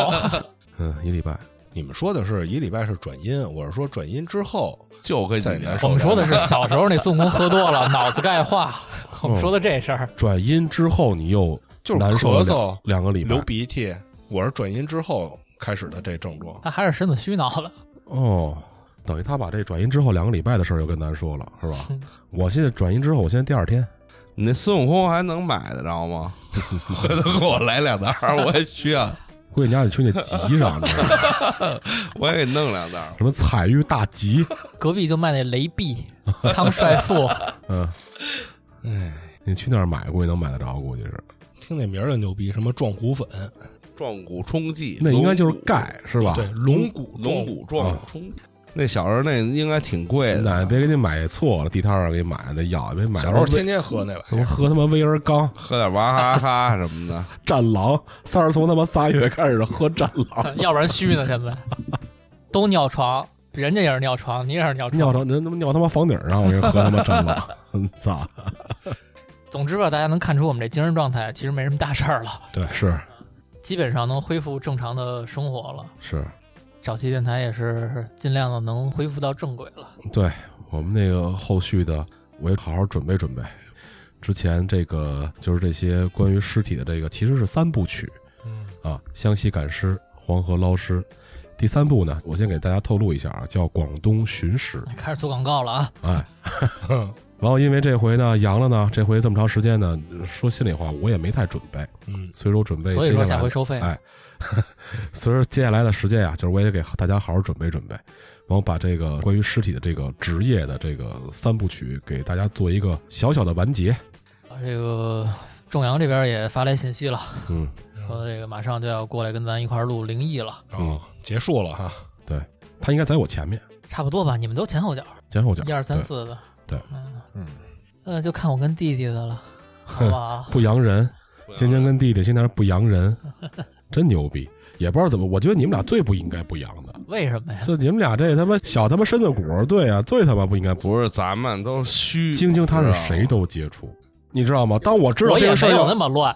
[SPEAKER 4] 嗯，一礼拜。
[SPEAKER 2] 你们说的是一礼拜是转阴，我是说转阴之后，
[SPEAKER 3] 就跟
[SPEAKER 2] 再
[SPEAKER 3] 你
[SPEAKER 2] 难受
[SPEAKER 1] 我们说的是小时
[SPEAKER 4] 嗯
[SPEAKER 1] 候那孙悟空喝多了，脑子钙化。我们说的这事儿，
[SPEAKER 4] 转阴之后，你又
[SPEAKER 2] 就是
[SPEAKER 4] 难受
[SPEAKER 2] 咳
[SPEAKER 4] 了
[SPEAKER 2] 嗽、
[SPEAKER 4] 两个礼拜
[SPEAKER 2] 流鼻涕，我是转阴之后开始的这症状。
[SPEAKER 1] 他还是身子虚挠了，
[SPEAKER 4] 哦，等于他把这转阴之后两个礼拜的事儿又跟咱说了，是吧
[SPEAKER 1] 嗯？
[SPEAKER 4] 我现在转阴之后，我现在第二天，
[SPEAKER 3] 你那孙悟空还能买得着吗？ 回头给我来两袋儿，我也需要，
[SPEAKER 4] 估计你还得去那集上，你知道吗
[SPEAKER 3] 我也给弄两袋儿。
[SPEAKER 4] 什么彩玉大 集，
[SPEAKER 1] 隔壁就卖那雷碧、康帅傅，
[SPEAKER 4] 嗯，
[SPEAKER 2] 哎，
[SPEAKER 4] 你去那儿买，估计能买得着，估计是。
[SPEAKER 2] 听那名儿就牛逼，什么壮骨粉，
[SPEAKER 3] 壮骨冲剂，
[SPEAKER 4] 那应该就是
[SPEAKER 3] 龙骨
[SPEAKER 4] 钙，啊是吧？
[SPEAKER 2] 对，啊龙骨
[SPEAKER 3] 龙
[SPEAKER 2] 骨
[SPEAKER 3] 骨壮骨冲剂。那小时候那应该挺贵的，啊
[SPEAKER 4] 那别给你买错了，地摊上给你买的药，别买
[SPEAKER 2] 小时候
[SPEAKER 4] 什么
[SPEAKER 2] 天哎天喝那玩
[SPEAKER 4] 什
[SPEAKER 2] 意
[SPEAKER 4] 么
[SPEAKER 2] 儿，
[SPEAKER 4] 喝他妈威尔刚、
[SPEAKER 3] 喝点娃哈哈什么的。
[SPEAKER 4] 战狼，三儿从他妈仨月开始喝战
[SPEAKER 2] 哎
[SPEAKER 4] 狼，
[SPEAKER 1] 要不然虚呢。现在都尿床，人家也是尿床，你也是尿床。
[SPEAKER 4] 尿到人他妈尿他妈房顶上，我给你喝他妈战狼， 嗯操！
[SPEAKER 1] 总之吧，大家能看出我们这精神状态其实没什么大事儿了，
[SPEAKER 4] 对，是
[SPEAKER 1] 基本上能恢复正常的生活了。
[SPEAKER 4] 是，
[SPEAKER 1] 早期电台也是尽量的能恢复到正轨了。
[SPEAKER 4] 对我们那个后续的，我也好好准备准备。之前这个就是这些关于尸体的这个，其实是三部曲
[SPEAKER 2] 嗯，
[SPEAKER 4] 啊，湘西赶尸、黄河捞尸。第三部呢，我先给大家透露一下啊，叫广东寻尸。
[SPEAKER 1] 开始做广告了啊！
[SPEAKER 4] 哎，
[SPEAKER 2] 哼
[SPEAKER 4] 然后因为这回呢阳了呢，这回这么长时间呢，说心里话我也没太准备，
[SPEAKER 2] 嗯，
[SPEAKER 4] 所以说准备
[SPEAKER 1] 所以说
[SPEAKER 4] 接下
[SPEAKER 1] 下
[SPEAKER 4] 来
[SPEAKER 1] 回收费，
[SPEAKER 4] 哎 所以说接下来的时间呀、啊就是我也给大家好好准备准备，然后把这个关于尸体的这个职业的这个三部曲给大家做一个小小的完结。
[SPEAKER 1] 这个仲阳这边也发来信息了，
[SPEAKER 4] 嗯，
[SPEAKER 1] 说这个马上就要过来跟咱一块儿录灵异了，
[SPEAKER 2] 哦，结束了哈，
[SPEAKER 4] 他应该在我前面，
[SPEAKER 1] 差不多吧？你们都前后脚，
[SPEAKER 4] 前后脚，
[SPEAKER 1] 一二三
[SPEAKER 4] 对，
[SPEAKER 1] 四的，
[SPEAKER 4] 对，
[SPEAKER 1] 嗯
[SPEAKER 2] 嗯，
[SPEAKER 1] 那就看我跟弟弟的了，好不好？
[SPEAKER 4] 不洋人，今天跟弟弟现在是不洋人，真牛逼，也不知道怎么，我觉得你们俩最不应该不洋的，
[SPEAKER 1] 为什么呀？
[SPEAKER 4] 就你们俩这他妈小他妈身子骨，对啊，最他妈不应该不。
[SPEAKER 3] 不是咱们都虚，
[SPEAKER 4] 晶晶她是谁
[SPEAKER 3] 知道吗
[SPEAKER 4] 都接触，你知道吗？当我知道
[SPEAKER 1] 我
[SPEAKER 4] 这
[SPEAKER 1] 也
[SPEAKER 4] 个事
[SPEAKER 1] 没
[SPEAKER 4] 儿
[SPEAKER 1] 有那
[SPEAKER 4] 要，
[SPEAKER 1] 么 乱，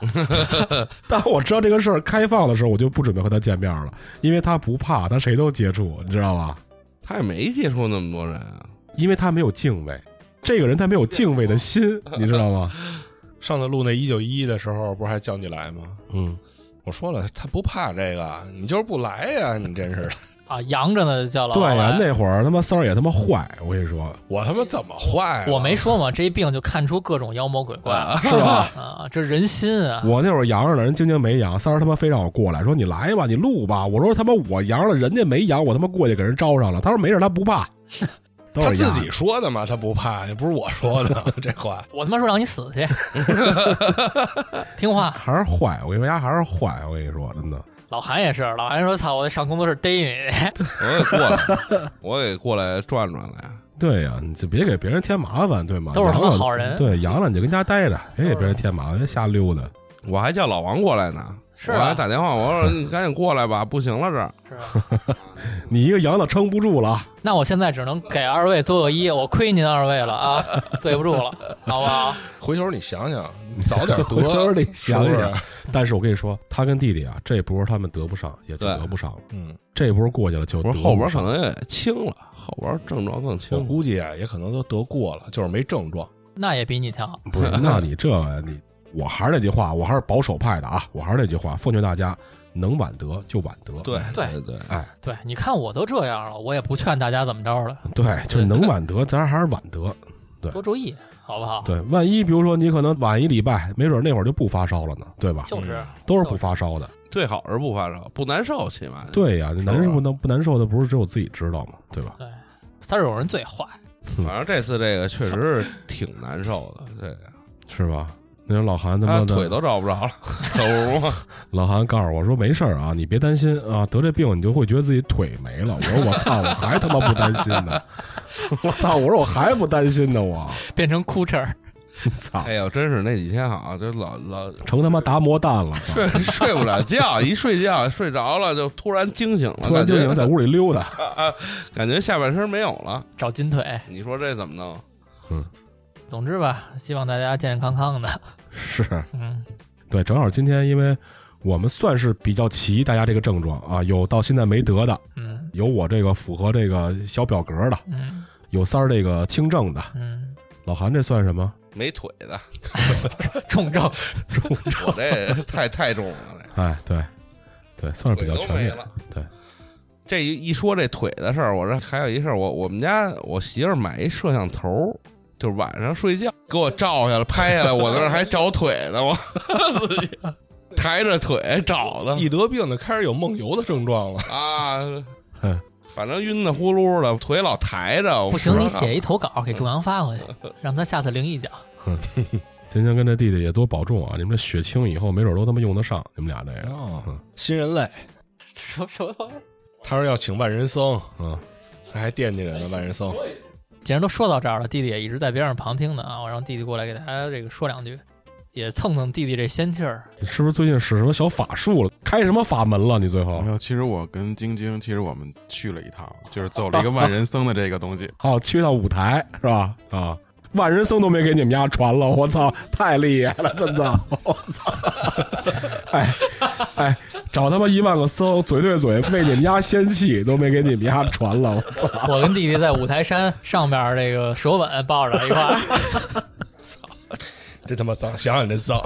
[SPEAKER 4] 当我知道这个事儿开放的时候，我就不准备和她见面了，因为她不怕，她谁都接触，你知道吧？
[SPEAKER 3] 他也没接触那么多人啊。
[SPEAKER 4] 因为她没有敬畏，这个人他没有敬畏 的心，你知道吗？
[SPEAKER 2] 上次录那一九一一的时候，不是还叫你来吗？
[SPEAKER 4] 嗯，
[SPEAKER 2] 我说了，他不怕这个，你就是不来呀、你真是的，
[SPEAKER 1] 啊，扬着呢，叫老
[SPEAKER 4] 对呀、
[SPEAKER 1] 王来啊
[SPEAKER 4] 那会儿他妈三儿也他妈坏，我跟你说，
[SPEAKER 2] 我他妈怎么坏、啊
[SPEAKER 1] 我没，说嘛，这一病就看出各种妖魔鬼怪了，
[SPEAKER 4] 是吧？
[SPEAKER 1] 啊，这人心啊，
[SPEAKER 4] 我那会儿阳着呢，人晶晶没阳，三儿他妈非让我过来，说你来吧，你录吧。我说他妈我阳了，人家没阳，我他妈过去给人招上了。他说没事，他 不怕。都是
[SPEAKER 2] 他自
[SPEAKER 4] 阳
[SPEAKER 2] 己说的嘛，他不怕，也不是我说的 这话。
[SPEAKER 1] 我他妈说让你死 去，听话。
[SPEAKER 4] 还是坏，我跟你说，丫还是坏，我跟你说，真的。
[SPEAKER 1] 老韩也是，老韩说：“操，我得上工作室逮
[SPEAKER 4] 啊
[SPEAKER 1] 你
[SPEAKER 3] 我也过来，我也过来转转来。
[SPEAKER 4] 对呀、你就别给别人添麻烦，对吗？
[SPEAKER 1] 都是他妈
[SPEAKER 4] 阳了
[SPEAKER 1] 好人
[SPEAKER 4] 对，阳了你就跟家待着，别给
[SPEAKER 1] 哎都是
[SPEAKER 4] 别人添麻烦，别瞎溜达。
[SPEAKER 3] 我还叫老王过来呢，
[SPEAKER 1] 是
[SPEAKER 3] 我
[SPEAKER 1] 啊
[SPEAKER 3] 还打电话，我说你赶紧过来吧，不行了这儿。！”
[SPEAKER 1] 是啊吧？
[SPEAKER 4] 你一个阳的撑不住了，
[SPEAKER 1] 那我现在只能给二位做个揖，我亏您二位了啊， 对不住了，好不好？
[SPEAKER 2] 回头你想想，你早点
[SPEAKER 4] 回头
[SPEAKER 2] 得，是
[SPEAKER 4] 得
[SPEAKER 2] 不
[SPEAKER 4] 想
[SPEAKER 2] 是
[SPEAKER 4] 想。但是我跟你说，他跟弟弟啊，这波他们得不上，也就
[SPEAKER 3] 对
[SPEAKER 4] 得不上了。
[SPEAKER 2] 嗯，
[SPEAKER 4] 这波过去了就
[SPEAKER 3] 我
[SPEAKER 4] 得
[SPEAKER 3] 说后边
[SPEAKER 4] 不
[SPEAKER 3] 可
[SPEAKER 4] 上
[SPEAKER 3] 能也轻了，后边症状更
[SPEAKER 2] 我
[SPEAKER 4] 哦
[SPEAKER 3] 轻。
[SPEAKER 2] 估计啊，也可能都得过了，就是没症状。
[SPEAKER 1] 那也比你强，
[SPEAKER 4] 不是？那你这你，我还是那句话，我还是保守派的啊，我还是那句话，奉劝大家，能晚得就晚得。
[SPEAKER 3] 对
[SPEAKER 1] 对
[SPEAKER 3] 对，
[SPEAKER 4] 哎，
[SPEAKER 1] 对，你看我都这样了，我也不劝大家怎么着了，
[SPEAKER 4] 对，就是能晚得，咱还是晚得。
[SPEAKER 1] 多注意，好不好？
[SPEAKER 4] 对，万一比如说你可能晚一礼拜，没准那会儿就不发烧了呢，对吧？
[SPEAKER 1] 就是
[SPEAKER 4] 都是不发烧的。
[SPEAKER 3] 最好是不发烧，不难受，起码。
[SPEAKER 4] 对呀、
[SPEAKER 3] 是吧
[SPEAKER 4] 难受不能不难受的不是只有自己知道吗？对吧？
[SPEAKER 1] 对，三儿有人最坏，
[SPEAKER 3] 反正这次这个确实是挺难受的，这个
[SPEAKER 4] 是吧？那老韩他
[SPEAKER 3] 他
[SPEAKER 4] 妈
[SPEAKER 3] 啊腿
[SPEAKER 4] 的，
[SPEAKER 3] 都找不着了， 啊可不嘛。
[SPEAKER 4] 老韩告诉我说没事儿啊，你别担心啊，得这病你就会觉得自己腿没了。我 说我操，我还他妈不担心呢，我操，我说我还不担心呢，我
[SPEAKER 1] 变成哭哧儿，
[SPEAKER 4] 操
[SPEAKER 3] 哎，呦，真是那几天好，就老 老
[SPEAKER 4] 成他妈达摩蛋了，操
[SPEAKER 3] 睡睡不了觉，一睡觉睡着了就突然惊醒了，
[SPEAKER 4] 突然就
[SPEAKER 3] 感
[SPEAKER 4] 想
[SPEAKER 3] 觉
[SPEAKER 4] 在屋里溜 达。
[SPEAKER 3] 感觉下半身没有了。
[SPEAKER 1] 找金腿。
[SPEAKER 3] 你说这怎么弄？
[SPEAKER 1] 总之吧，希望大家健健康康的。
[SPEAKER 4] 是
[SPEAKER 1] 嗯，
[SPEAKER 4] 对，正好今天因为我们算是比较齐，大家这个症状啊，有到现在没得的，
[SPEAKER 1] 嗯
[SPEAKER 4] 有我这个符合这个小表格的，
[SPEAKER 1] 嗯
[SPEAKER 4] 有三儿这个轻症的，
[SPEAKER 1] 嗯，
[SPEAKER 4] 老韩这算什么？
[SPEAKER 3] 没腿的，
[SPEAKER 1] 重症，
[SPEAKER 3] 我 这太太重了，
[SPEAKER 4] 哎，对，对，算是
[SPEAKER 3] 腿
[SPEAKER 4] 比较
[SPEAKER 3] 都
[SPEAKER 4] 全
[SPEAKER 3] 没
[SPEAKER 4] 面
[SPEAKER 3] 了。。
[SPEAKER 4] 对，
[SPEAKER 3] 这一一说这腿的事儿，我这还有一事儿，我我们家我媳妇儿买一摄像头儿，就是晚上睡觉给我照下来拍下来，我在那儿还找腿呢，我 自己抬着腿找的
[SPEAKER 2] 一得病的开始有梦游的症状了，
[SPEAKER 3] 啊
[SPEAKER 4] 嗯，
[SPEAKER 3] 反正晕的呼噜的，腿老抬着。我
[SPEAKER 1] 不行，
[SPEAKER 3] 知道
[SPEAKER 1] 你写一投稿给中央发回去，让他下次灵异 奖。
[SPEAKER 4] 今天跟这弟弟也多保重啊！你们这血清以后没准都他妈用得上，你们俩这个，
[SPEAKER 2] 哦， 新人类。
[SPEAKER 1] 什么什么玩意儿？
[SPEAKER 2] 他说要请万人僧，
[SPEAKER 4] 嗯，
[SPEAKER 2] 还惦记着呢。万人僧，
[SPEAKER 1] 既然都说到这儿了，弟弟也一直在边上旁听呢啊，我让弟弟过来给大家这个说两句，也蹭蹭弟弟这仙气 儿。
[SPEAKER 4] 你是不是最近使什么小法术了？开什么法门了？你最后。
[SPEAKER 5] 啊
[SPEAKER 6] 没有，其实我跟晶晶，其实我们去了一趟，就是走了一个万人僧的这个 东西
[SPEAKER 4] 哦，去趟舞台是吧？啊，万人僧都没给你们家传了，我操，太厉害了，真的， 我操！哎哎，找他妈一万个僧嘴对嘴为你们家仙气都没给你们家传了，我 操！
[SPEAKER 1] 我跟弟弟在五台山上边儿这个手吻抱着一块 儿。
[SPEAKER 2] 这他妈脏，想想这脏。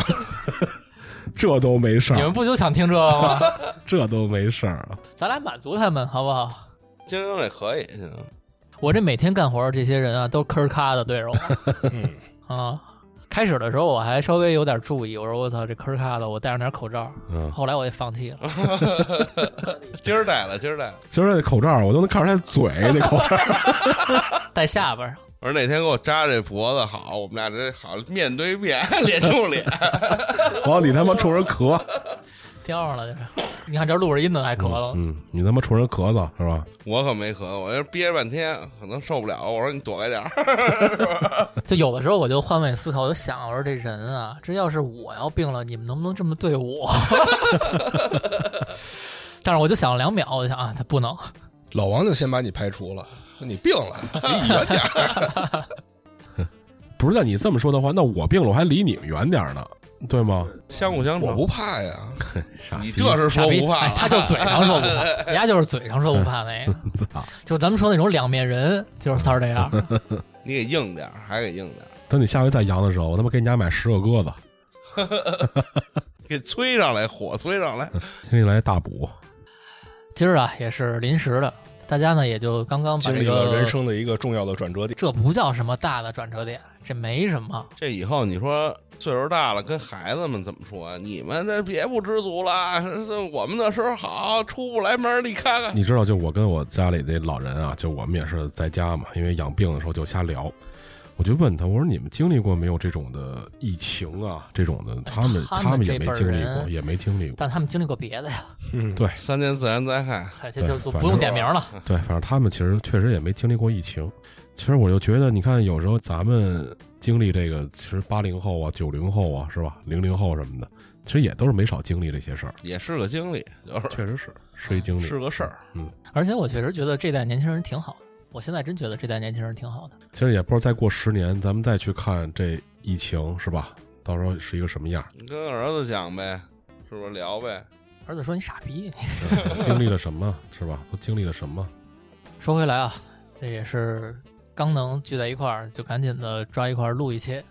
[SPEAKER 4] 这都没事
[SPEAKER 1] 你
[SPEAKER 4] 儿
[SPEAKER 1] 们，不就想听这个吗？
[SPEAKER 4] 这都没事儿啊！
[SPEAKER 1] 咱俩满足他们好不好？
[SPEAKER 3] 晶晶这可以，
[SPEAKER 1] 我这每天干活儿这些人啊，都吭儿咔的对 着我
[SPEAKER 2] 嗯，
[SPEAKER 1] 啊。开始的时候我还稍微有点注意，我说我操这吭儿咔的，我戴上点口罩。
[SPEAKER 4] 嗯，
[SPEAKER 1] 后来我也放弃了，
[SPEAKER 3] 今儿戴了，今儿戴了。
[SPEAKER 4] 今儿这口罩我都能看出来嘴那口罩，
[SPEAKER 1] 戴下巴上。
[SPEAKER 3] 我说那天给我扎这脖子好，我们俩这好面对面， 脸 冲脸。
[SPEAKER 4] 然后你他妈冲人咳，
[SPEAKER 1] 叼上了就是。你看这录着音呢，还咳了。
[SPEAKER 4] 嗯，你他妈冲人咳嗽是吧？
[SPEAKER 3] 我可没咳，我这憋半天，可能受不了。我说你躲开点 儿。
[SPEAKER 1] 就有的时候我就换位思考，我就想，我说这人啊，这要是我要病了，你们能不能这么对我？ 但是我就想了两秒，我就想啊，他不能。
[SPEAKER 2] 老王就先把你排除了，说你病了，离远点儿。
[SPEAKER 4] 不是，那你这么说的话，那我病了我还离你们远点儿呢，对吗？
[SPEAKER 3] 相互相
[SPEAKER 2] 我
[SPEAKER 3] 成，
[SPEAKER 2] 不怕呀，
[SPEAKER 4] 傻
[SPEAKER 3] 你
[SPEAKER 4] 逼，
[SPEAKER 3] 这是
[SPEAKER 1] 傻
[SPEAKER 3] 说
[SPEAKER 1] 逼
[SPEAKER 3] 不怕
[SPEAKER 1] 哎
[SPEAKER 3] 了，
[SPEAKER 1] 他就嘴上说不怕，人家就是嘴上说不怕 那个。
[SPEAKER 4] 操！
[SPEAKER 1] 就咱们说那种两面人，就是三儿这样。
[SPEAKER 3] 你给硬点儿，还给硬点儿，
[SPEAKER 4] 等你下回再阳的时候，我他妈给你家买十个鸽子，
[SPEAKER 3] 给催上来，火催上来。
[SPEAKER 4] 先给你来大补。
[SPEAKER 1] 今儿啊也是临时的，大家呢也就刚刚把
[SPEAKER 2] 经
[SPEAKER 1] 这
[SPEAKER 2] 历了人
[SPEAKER 1] 个，
[SPEAKER 2] 生的一个重要的转折点。
[SPEAKER 1] 这不叫什么大的转折点，这没什么。
[SPEAKER 3] 这以后你说岁数大了，跟孩子们怎么说啊？你们这别不知足了，是是我们那时候好，出不来门儿，你看看。
[SPEAKER 4] 你知道，就我跟我家里那老人啊，就我们也是在家嘛，因为养病的时候就瞎聊。我就问他，我说你们经历过没有这种的疫情啊？这种的，他们
[SPEAKER 1] 他们
[SPEAKER 4] 们也
[SPEAKER 1] 这辈
[SPEAKER 4] 没
[SPEAKER 1] 儿
[SPEAKER 4] 经历
[SPEAKER 1] 人
[SPEAKER 4] 过，也没经历过。
[SPEAKER 1] 但他们经历过别的呀，
[SPEAKER 2] 嗯，
[SPEAKER 4] 对
[SPEAKER 3] 三年自然灾害，
[SPEAKER 1] 哎这就
[SPEAKER 4] 对
[SPEAKER 1] 就
[SPEAKER 4] 反
[SPEAKER 1] 不用
[SPEAKER 4] 正
[SPEAKER 1] 点名了。
[SPEAKER 4] 对，反正他们其实确实也没经历过疫情。其实我就觉得，你看，有时候咱们经历这个，其实八零后啊、九零后啊，是吧？零零后什么的，其实也都是没少经历这些事儿。
[SPEAKER 3] 也是个经历，就是
[SPEAKER 4] 确实是是一经历，
[SPEAKER 3] 是个事儿。
[SPEAKER 1] 而且我确实觉得这代年轻人挺好的，我现在真觉得这代年轻人挺好的。
[SPEAKER 4] 其实也不知道再过十年，咱们再去看这疫情是吧？到时候是一个什么样儿？
[SPEAKER 3] 你跟儿子讲呗，是不是聊呗？
[SPEAKER 1] 儿子说你傻逼。
[SPEAKER 4] 经历了什么是吧？都经历了什么？
[SPEAKER 1] 说回来啊，这也是刚能聚在一块儿，就赶紧的抓一块儿录一期，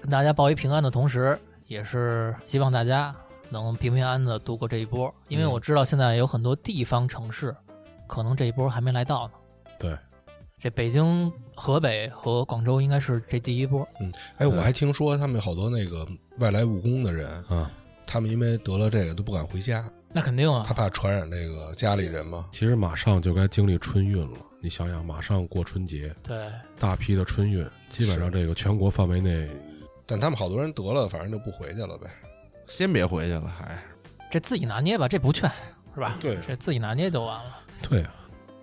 [SPEAKER 1] 跟大家报一平安的同时，也是希望大家能平平安安的度过这一波，因为
[SPEAKER 4] 嗯
[SPEAKER 1] 我知道现在有很多地方城市，可能这一波还没来到呢。
[SPEAKER 4] 对，
[SPEAKER 1] 这北京、河北和广州应该是这第一波。
[SPEAKER 2] 哎，我还听说他们有好多那个外来务工的人，
[SPEAKER 4] 啊，
[SPEAKER 2] 他们因为得了这个都不敢回家，
[SPEAKER 1] 那肯定啊
[SPEAKER 2] 他，怕传染这个家里人嘛。
[SPEAKER 4] 其实马上就该经历春运了。你想想，马上过春节，
[SPEAKER 1] 对，
[SPEAKER 4] 大批的春运，基本上
[SPEAKER 2] 是
[SPEAKER 4] 这个全国范围内，
[SPEAKER 2] 但他们好多人得了，反正就不回去了呗。
[SPEAKER 3] 先别回去了，还
[SPEAKER 1] 这自己拿捏吧，这不劝是吧？
[SPEAKER 2] 对
[SPEAKER 1] 这自己拿捏就完了。
[SPEAKER 4] 对啊，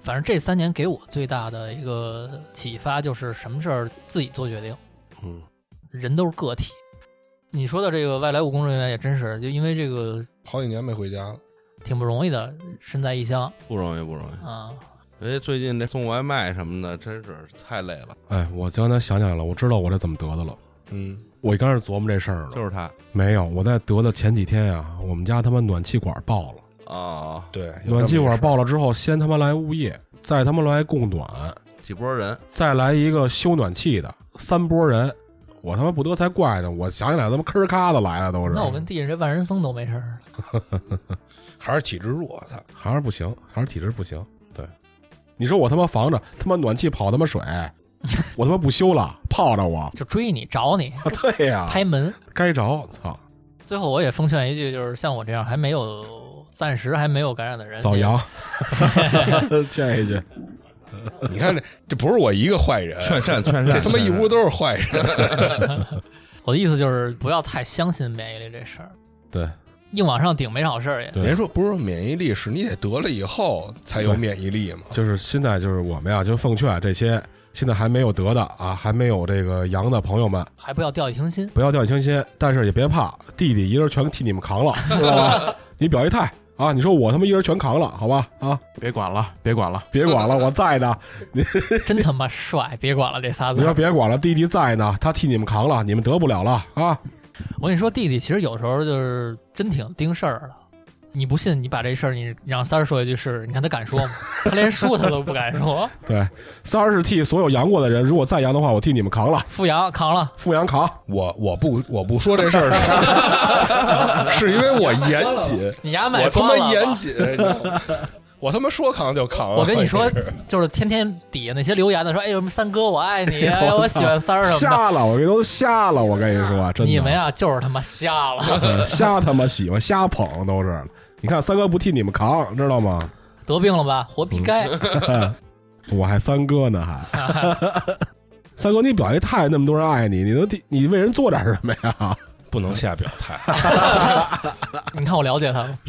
[SPEAKER 1] 反正这三年给我最大的一个启发就是，什么事儿自己做决定。
[SPEAKER 4] 嗯，
[SPEAKER 1] 人都是个体。你说的这个外来务工人员也真是，就因为这个
[SPEAKER 2] 好几年没回家了，
[SPEAKER 1] 挺不容易的，身在异乡
[SPEAKER 3] 不容易，不容易。
[SPEAKER 1] 啊，
[SPEAKER 3] 人家最近这送外卖什么的，真是太累了。
[SPEAKER 4] 哎，我刚才想起来了，我知道我这怎么得的了。
[SPEAKER 2] 嗯，
[SPEAKER 4] 我刚开始琢磨这事儿
[SPEAKER 3] 就
[SPEAKER 4] 了，
[SPEAKER 3] 是他
[SPEAKER 4] 没有，我在得的前几天呀、我们家他妈暖气管爆了。
[SPEAKER 3] 啊，
[SPEAKER 2] 对，有
[SPEAKER 4] 暖气
[SPEAKER 2] 这么一
[SPEAKER 4] 管
[SPEAKER 2] 事儿
[SPEAKER 4] 爆了之后，先他妈来物业，再他妈来供暖，
[SPEAKER 3] 几波人
[SPEAKER 4] 再来一个修暖气的，三波人。我他妈不得才怪呢！我想起来，他妈吭儿咔的来了，都是。
[SPEAKER 1] 那我跟地下这万人僧都没事儿，
[SPEAKER 2] 还是体质弱，他
[SPEAKER 4] 还是不行，还是体质不行。对，你说我他妈防着他妈暖气跑他妈 水，我他妈不修了，泡着 我。
[SPEAKER 1] 就追你找你
[SPEAKER 4] 啊，对呀、
[SPEAKER 1] 拍门。
[SPEAKER 4] 该着，操，
[SPEAKER 1] 最后我也奉劝一句，就是像我这样还没有暂时还没有感染的人，
[SPEAKER 4] 早阳， 劝一句。
[SPEAKER 2] 你看这这不是我一个坏人，
[SPEAKER 3] 劝 善劝善，
[SPEAKER 2] 这他妈一屋都是坏人。
[SPEAKER 1] 我的意思就是不要太相信免疫力这事儿，
[SPEAKER 4] 对，
[SPEAKER 1] 硬往上顶没少事儿也。
[SPEAKER 4] 对
[SPEAKER 2] 人说不是说免疫力，是你得得了以后才有免疫力嘛。
[SPEAKER 4] 就是现在就是我们呀，就奉劝啊这些现在还没有得的啊，还没有这个阳的朋友们，
[SPEAKER 1] 还不要掉以轻心。
[SPEAKER 4] 不要掉以轻心，但是也别怕，弟弟一人全替你们扛了，知道吧？ 你表一态啊，你说我他妈一人全扛了，好吧？啊，
[SPEAKER 6] 别管了，别管了，
[SPEAKER 4] 别管了，我 在呢。
[SPEAKER 1] 真他妈帅！别管了这仨
[SPEAKER 4] 你
[SPEAKER 1] 字
[SPEAKER 4] 说
[SPEAKER 1] 儿。
[SPEAKER 4] 别管了，弟弟在呢，他替你们扛了，你们得不了了啊！
[SPEAKER 1] 我跟你说，弟弟其实有时候就是真挺盯事儿的。你不信，你把这事儿你让三儿说一句试试，你看他敢说吗？他连说他都不敢 说。
[SPEAKER 4] 对，三儿是替所有阳过的人，如果再阳的话，我替你们扛了，
[SPEAKER 1] 富阳扛了，
[SPEAKER 4] 富阳扛。
[SPEAKER 2] 我我不我不说这事儿是，是因为我严谨，
[SPEAKER 1] 你丫买
[SPEAKER 2] 我他
[SPEAKER 1] 光了吧
[SPEAKER 2] 妈严谨，你知道吗我他妈说扛就扛。
[SPEAKER 1] 我跟你说，就是天天底下那些留言的说，哎呦，什么三哥我爱 你，哎呦我喜欢三儿什么
[SPEAKER 4] 瞎了，我这都瞎了，我跟你说，
[SPEAKER 1] 的。
[SPEAKER 4] 真的，
[SPEAKER 1] 你们呀，就是他妈瞎了，
[SPEAKER 4] 嗯 瞎他妈喜欢，瞎捧都是。你看三哥不替你们扛，知道吗？
[SPEAKER 1] 得病了吧？活
[SPEAKER 2] 嗯
[SPEAKER 1] 逼 该。
[SPEAKER 4] 我还三哥呢，还三哥，你表一态，那么多人爱你，你能替你为人做点什么呀？
[SPEAKER 2] 不能下表态，
[SPEAKER 1] 你看我了解他吗？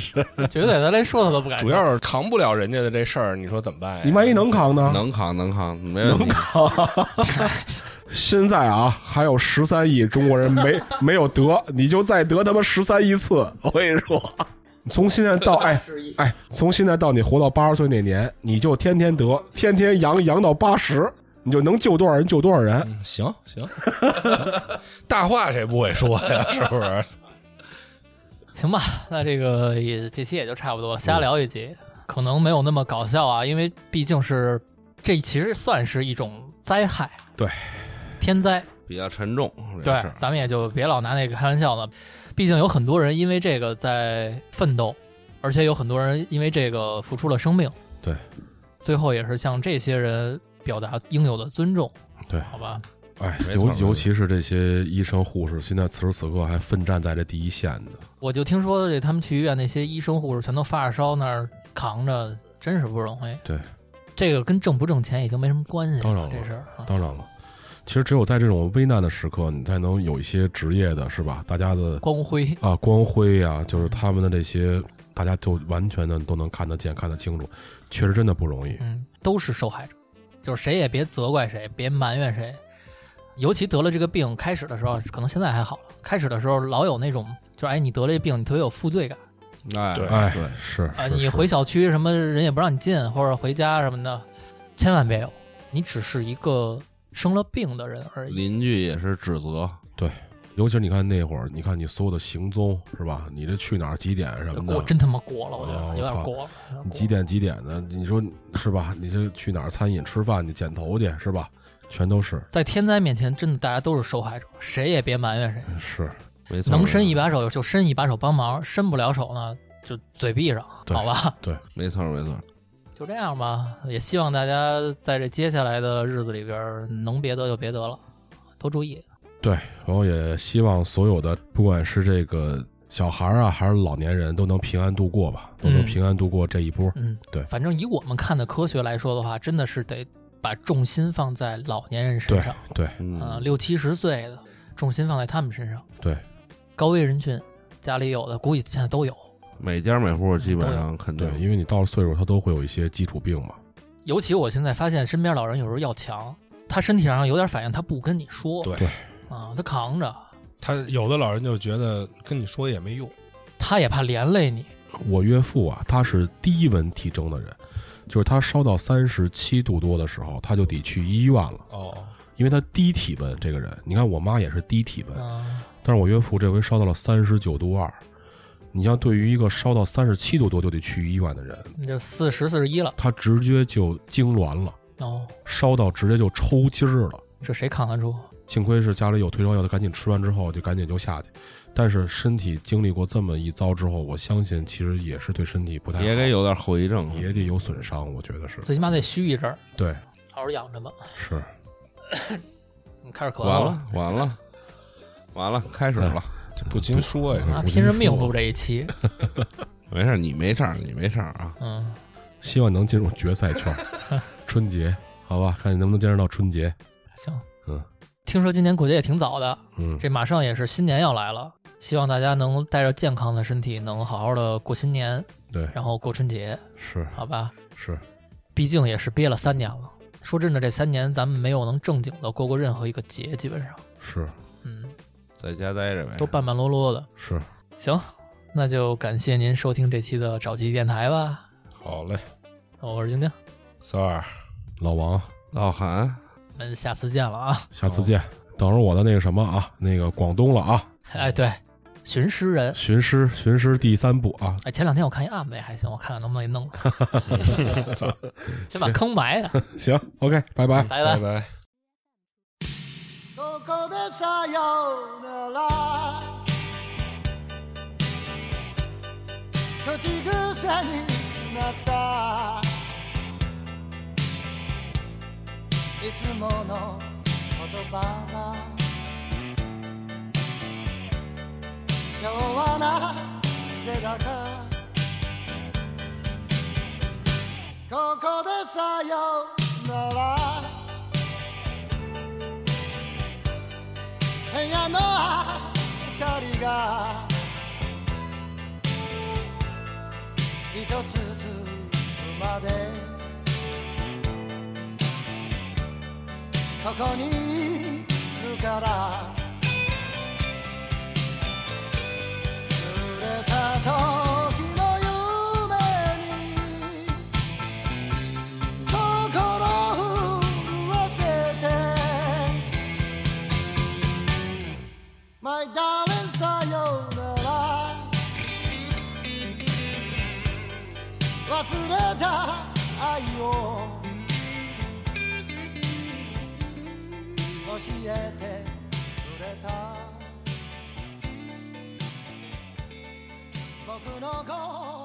[SPEAKER 1] 绝对他连说他都不敢说。
[SPEAKER 2] 主要是扛不了人家的这事儿，你说怎么办呀？
[SPEAKER 4] 你万一能扛呢？
[SPEAKER 3] 能扛能扛，没问题。
[SPEAKER 4] 现在啊，还有十三亿中国人没 没有得，你就再得他妈十三亿次，我跟你说， 从现在到哎哎，从现在到你活到八十岁那年，你就天天得，天天阳阳到八十，你就能救多少人救多少人。
[SPEAKER 2] 嗯行行，大话谁不会说呀？是不是？
[SPEAKER 1] 行吧，那这个也这期也就差不多了，
[SPEAKER 4] 嗯
[SPEAKER 1] 瞎聊一集，可能没有那么搞笑啊，因为毕竟是这其实算是一种灾害，
[SPEAKER 4] 对，
[SPEAKER 1] 天灾，
[SPEAKER 3] 比较沉重，这
[SPEAKER 1] 对
[SPEAKER 3] 事儿，
[SPEAKER 1] 咱们也就别老拿那个开玩笑了，毕竟有很多人因为这个在奋斗，而且有很多人因为这个付出了生命，
[SPEAKER 4] 对，
[SPEAKER 1] 最后也是向这些人表达应有的尊重，
[SPEAKER 4] 对
[SPEAKER 1] 好吧，
[SPEAKER 4] 哎
[SPEAKER 2] 没错
[SPEAKER 4] 尤
[SPEAKER 2] 没错
[SPEAKER 4] 尤其是这些医生护士，现在此时此刻还奋战在这第一线的。
[SPEAKER 1] 我就听说这他们去医院那些医生护士全都发着烧那儿扛着，真是不容易。
[SPEAKER 4] 对，
[SPEAKER 1] 这个跟挣不挣钱已经没什么关系了，
[SPEAKER 4] 当然了
[SPEAKER 1] 这事儿啊，
[SPEAKER 4] 当然了，其实只有在这种危难的时刻，你才能有一些职业的是吧？大家的
[SPEAKER 1] 光辉
[SPEAKER 4] 啊光辉呀、就是他们的这些，大家就完全的都能看得见、看得清楚，确实真的不容易。
[SPEAKER 1] 嗯，都是受害者，就是谁也别责怪谁，别埋怨谁。尤其得了这个病，开始的时候可能现在还好了，开始的时候老有那种，就是哎，你得了这病，你特别有负罪感
[SPEAKER 3] 哎
[SPEAKER 2] 对
[SPEAKER 4] 哎
[SPEAKER 3] 对，，
[SPEAKER 4] 是
[SPEAKER 1] 啊，
[SPEAKER 4] 是
[SPEAKER 1] 你
[SPEAKER 4] 是
[SPEAKER 1] 回小区什么人也不让你进，或者回家什么的，千万别有，你只是一个生了病的人而已。
[SPEAKER 3] 邻居也是指责，
[SPEAKER 4] 尤其是你看那会儿，你看你所有的行踪是吧？你这去哪儿、几点什么
[SPEAKER 1] 过
[SPEAKER 4] 的，
[SPEAKER 1] 真他妈过了，我觉
[SPEAKER 4] 啊
[SPEAKER 1] 得
[SPEAKER 4] 我
[SPEAKER 1] 有点
[SPEAKER 4] 操
[SPEAKER 1] 过了。有点
[SPEAKER 4] 你
[SPEAKER 1] 过
[SPEAKER 4] 几点几点的，你说是吧？你这去哪儿餐饮吃饭去、剪头去是吧？全都是
[SPEAKER 1] 在天灾面前，真的大家都是受害者，谁也别埋怨谁，
[SPEAKER 4] 是，
[SPEAKER 3] 没错，
[SPEAKER 1] 能伸一把手就伸一把手帮忙，伸不了手呢就嘴闭上，
[SPEAKER 4] 对
[SPEAKER 1] 好吧？
[SPEAKER 3] 没错没错，
[SPEAKER 1] 就这样吧，也希望大家在这接下来的日子里边儿能别得就别得了，多注意。
[SPEAKER 4] 对。然后也希望所有的，不管是这个小孩儿啊，还是老年人，都能平安度过吧，都
[SPEAKER 1] 嗯
[SPEAKER 4] 能平安度过这一波。
[SPEAKER 1] 嗯，
[SPEAKER 4] 对
[SPEAKER 1] 反正以我们看的科学来说的话，真的是得把重心放在老年人身
[SPEAKER 4] 对
[SPEAKER 1] 上，
[SPEAKER 4] 对
[SPEAKER 3] 嗯
[SPEAKER 1] 啊、六七十岁的重心放在他们身上，
[SPEAKER 4] 对，
[SPEAKER 1] 高危人群，家里有的估计现在都有，
[SPEAKER 3] 每家每户基本上肯定
[SPEAKER 4] 对，因为你到了岁数，他都会有一些基础病嘛。
[SPEAKER 1] 尤其我现在发现身边老人有时候要强，他身体上有点反应，他不跟你说，
[SPEAKER 2] 对
[SPEAKER 4] 对
[SPEAKER 1] 啊，他扛着，
[SPEAKER 7] 他有的老人就觉得跟你说也没用，
[SPEAKER 1] 他也怕连累你，
[SPEAKER 4] 我岳父啊，他是低温体征的人，就是他烧到三十七度多的时候，他就得去医院了，
[SPEAKER 7] 哦，
[SPEAKER 4] 因为他低体温。这个人，你看我妈也是低体温，
[SPEAKER 1] 嗯，
[SPEAKER 4] 但是我岳父这回烧到了三十九度二。你像对于一个烧到三十七度多就得去医院的人，
[SPEAKER 1] 你就四十四十一了，
[SPEAKER 4] 他直接就痉挛了，
[SPEAKER 1] 哦，
[SPEAKER 4] 烧到直接就抽筋儿了。
[SPEAKER 1] 这谁扛得住？
[SPEAKER 4] 幸亏是家里有退烧药，他赶紧吃完之后就赶紧就下去。但是身体经历过这么一遭之后，我相信其实也是对身体不太好，
[SPEAKER 3] 也得有点后遗症。
[SPEAKER 4] 也得有损伤，我觉得是
[SPEAKER 1] 最起码得虚一阵儿，
[SPEAKER 4] 对，
[SPEAKER 1] 好好养着吧。
[SPEAKER 4] 是
[SPEAKER 1] 你开始咳
[SPEAKER 3] 完
[SPEAKER 1] 嗽，
[SPEAKER 3] 了完了完了，开始了。
[SPEAKER 1] 嗯
[SPEAKER 7] 这不禁说呀，
[SPEAKER 1] 啊，
[SPEAKER 4] 我跟
[SPEAKER 1] 拼
[SPEAKER 4] 你
[SPEAKER 1] 着命
[SPEAKER 4] 说
[SPEAKER 1] 录这一 期。
[SPEAKER 3] 没事儿，你没事儿，你没事儿啊。
[SPEAKER 1] 嗯，
[SPEAKER 4] 希望能进入决赛圈儿，春节好吧，看你能不能坚持到春节。
[SPEAKER 1] 行，
[SPEAKER 4] 嗯
[SPEAKER 1] 听说今年过节也挺早的，
[SPEAKER 4] 嗯，
[SPEAKER 1] 这马上也是新年要来了，希望大家能带着健康的身体，能好好的过新年，
[SPEAKER 4] 对，
[SPEAKER 1] 然后过春节，
[SPEAKER 4] 是
[SPEAKER 1] 好吧？
[SPEAKER 4] 是，
[SPEAKER 1] 毕竟也是憋了三年了。说真的，这三年咱们没有能正经的过过任何一个节，基本上，
[SPEAKER 4] 是
[SPEAKER 1] 嗯，
[SPEAKER 3] 在家待着呗，
[SPEAKER 1] 都半半落落的。
[SPEAKER 4] 是，
[SPEAKER 1] 行，那就感谢您收听这期的找鸡电台吧，
[SPEAKER 2] 好嘞，
[SPEAKER 1] 我是晶晶，
[SPEAKER 2] 三儿，
[SPEAKER 4] 老王，
[SPEAKER 3] 老韩，
[SPEAKER 1] 我们下次见了啊！
[SPEAKER 4] 下次见。等着我的那个什么啊，那个广东了啊，
[SPEAKER 1] 哎，对，寻尸人，
[SPEAKER 4] 《寻尸》《寻尸》第三部啊，
[SPEAKER 1] 哎，前两天我看一案子也还行，我看看能不能给弄了，先把坑埋了，
[SPEAKER 4] 行，OK，拜拜。
[SPEAKER 1] 拜拜。
[SPEAKER 2] 拜。
[SPEAKER 5] どこでさようなら口癖になったいつもの言葉が今日はなぜだかここでさようなら部屋の明かりが一つずつまでここにいるから濡れた時の夢に心震わせて My darling さようなら忘れた愛を教えてくれた僕の心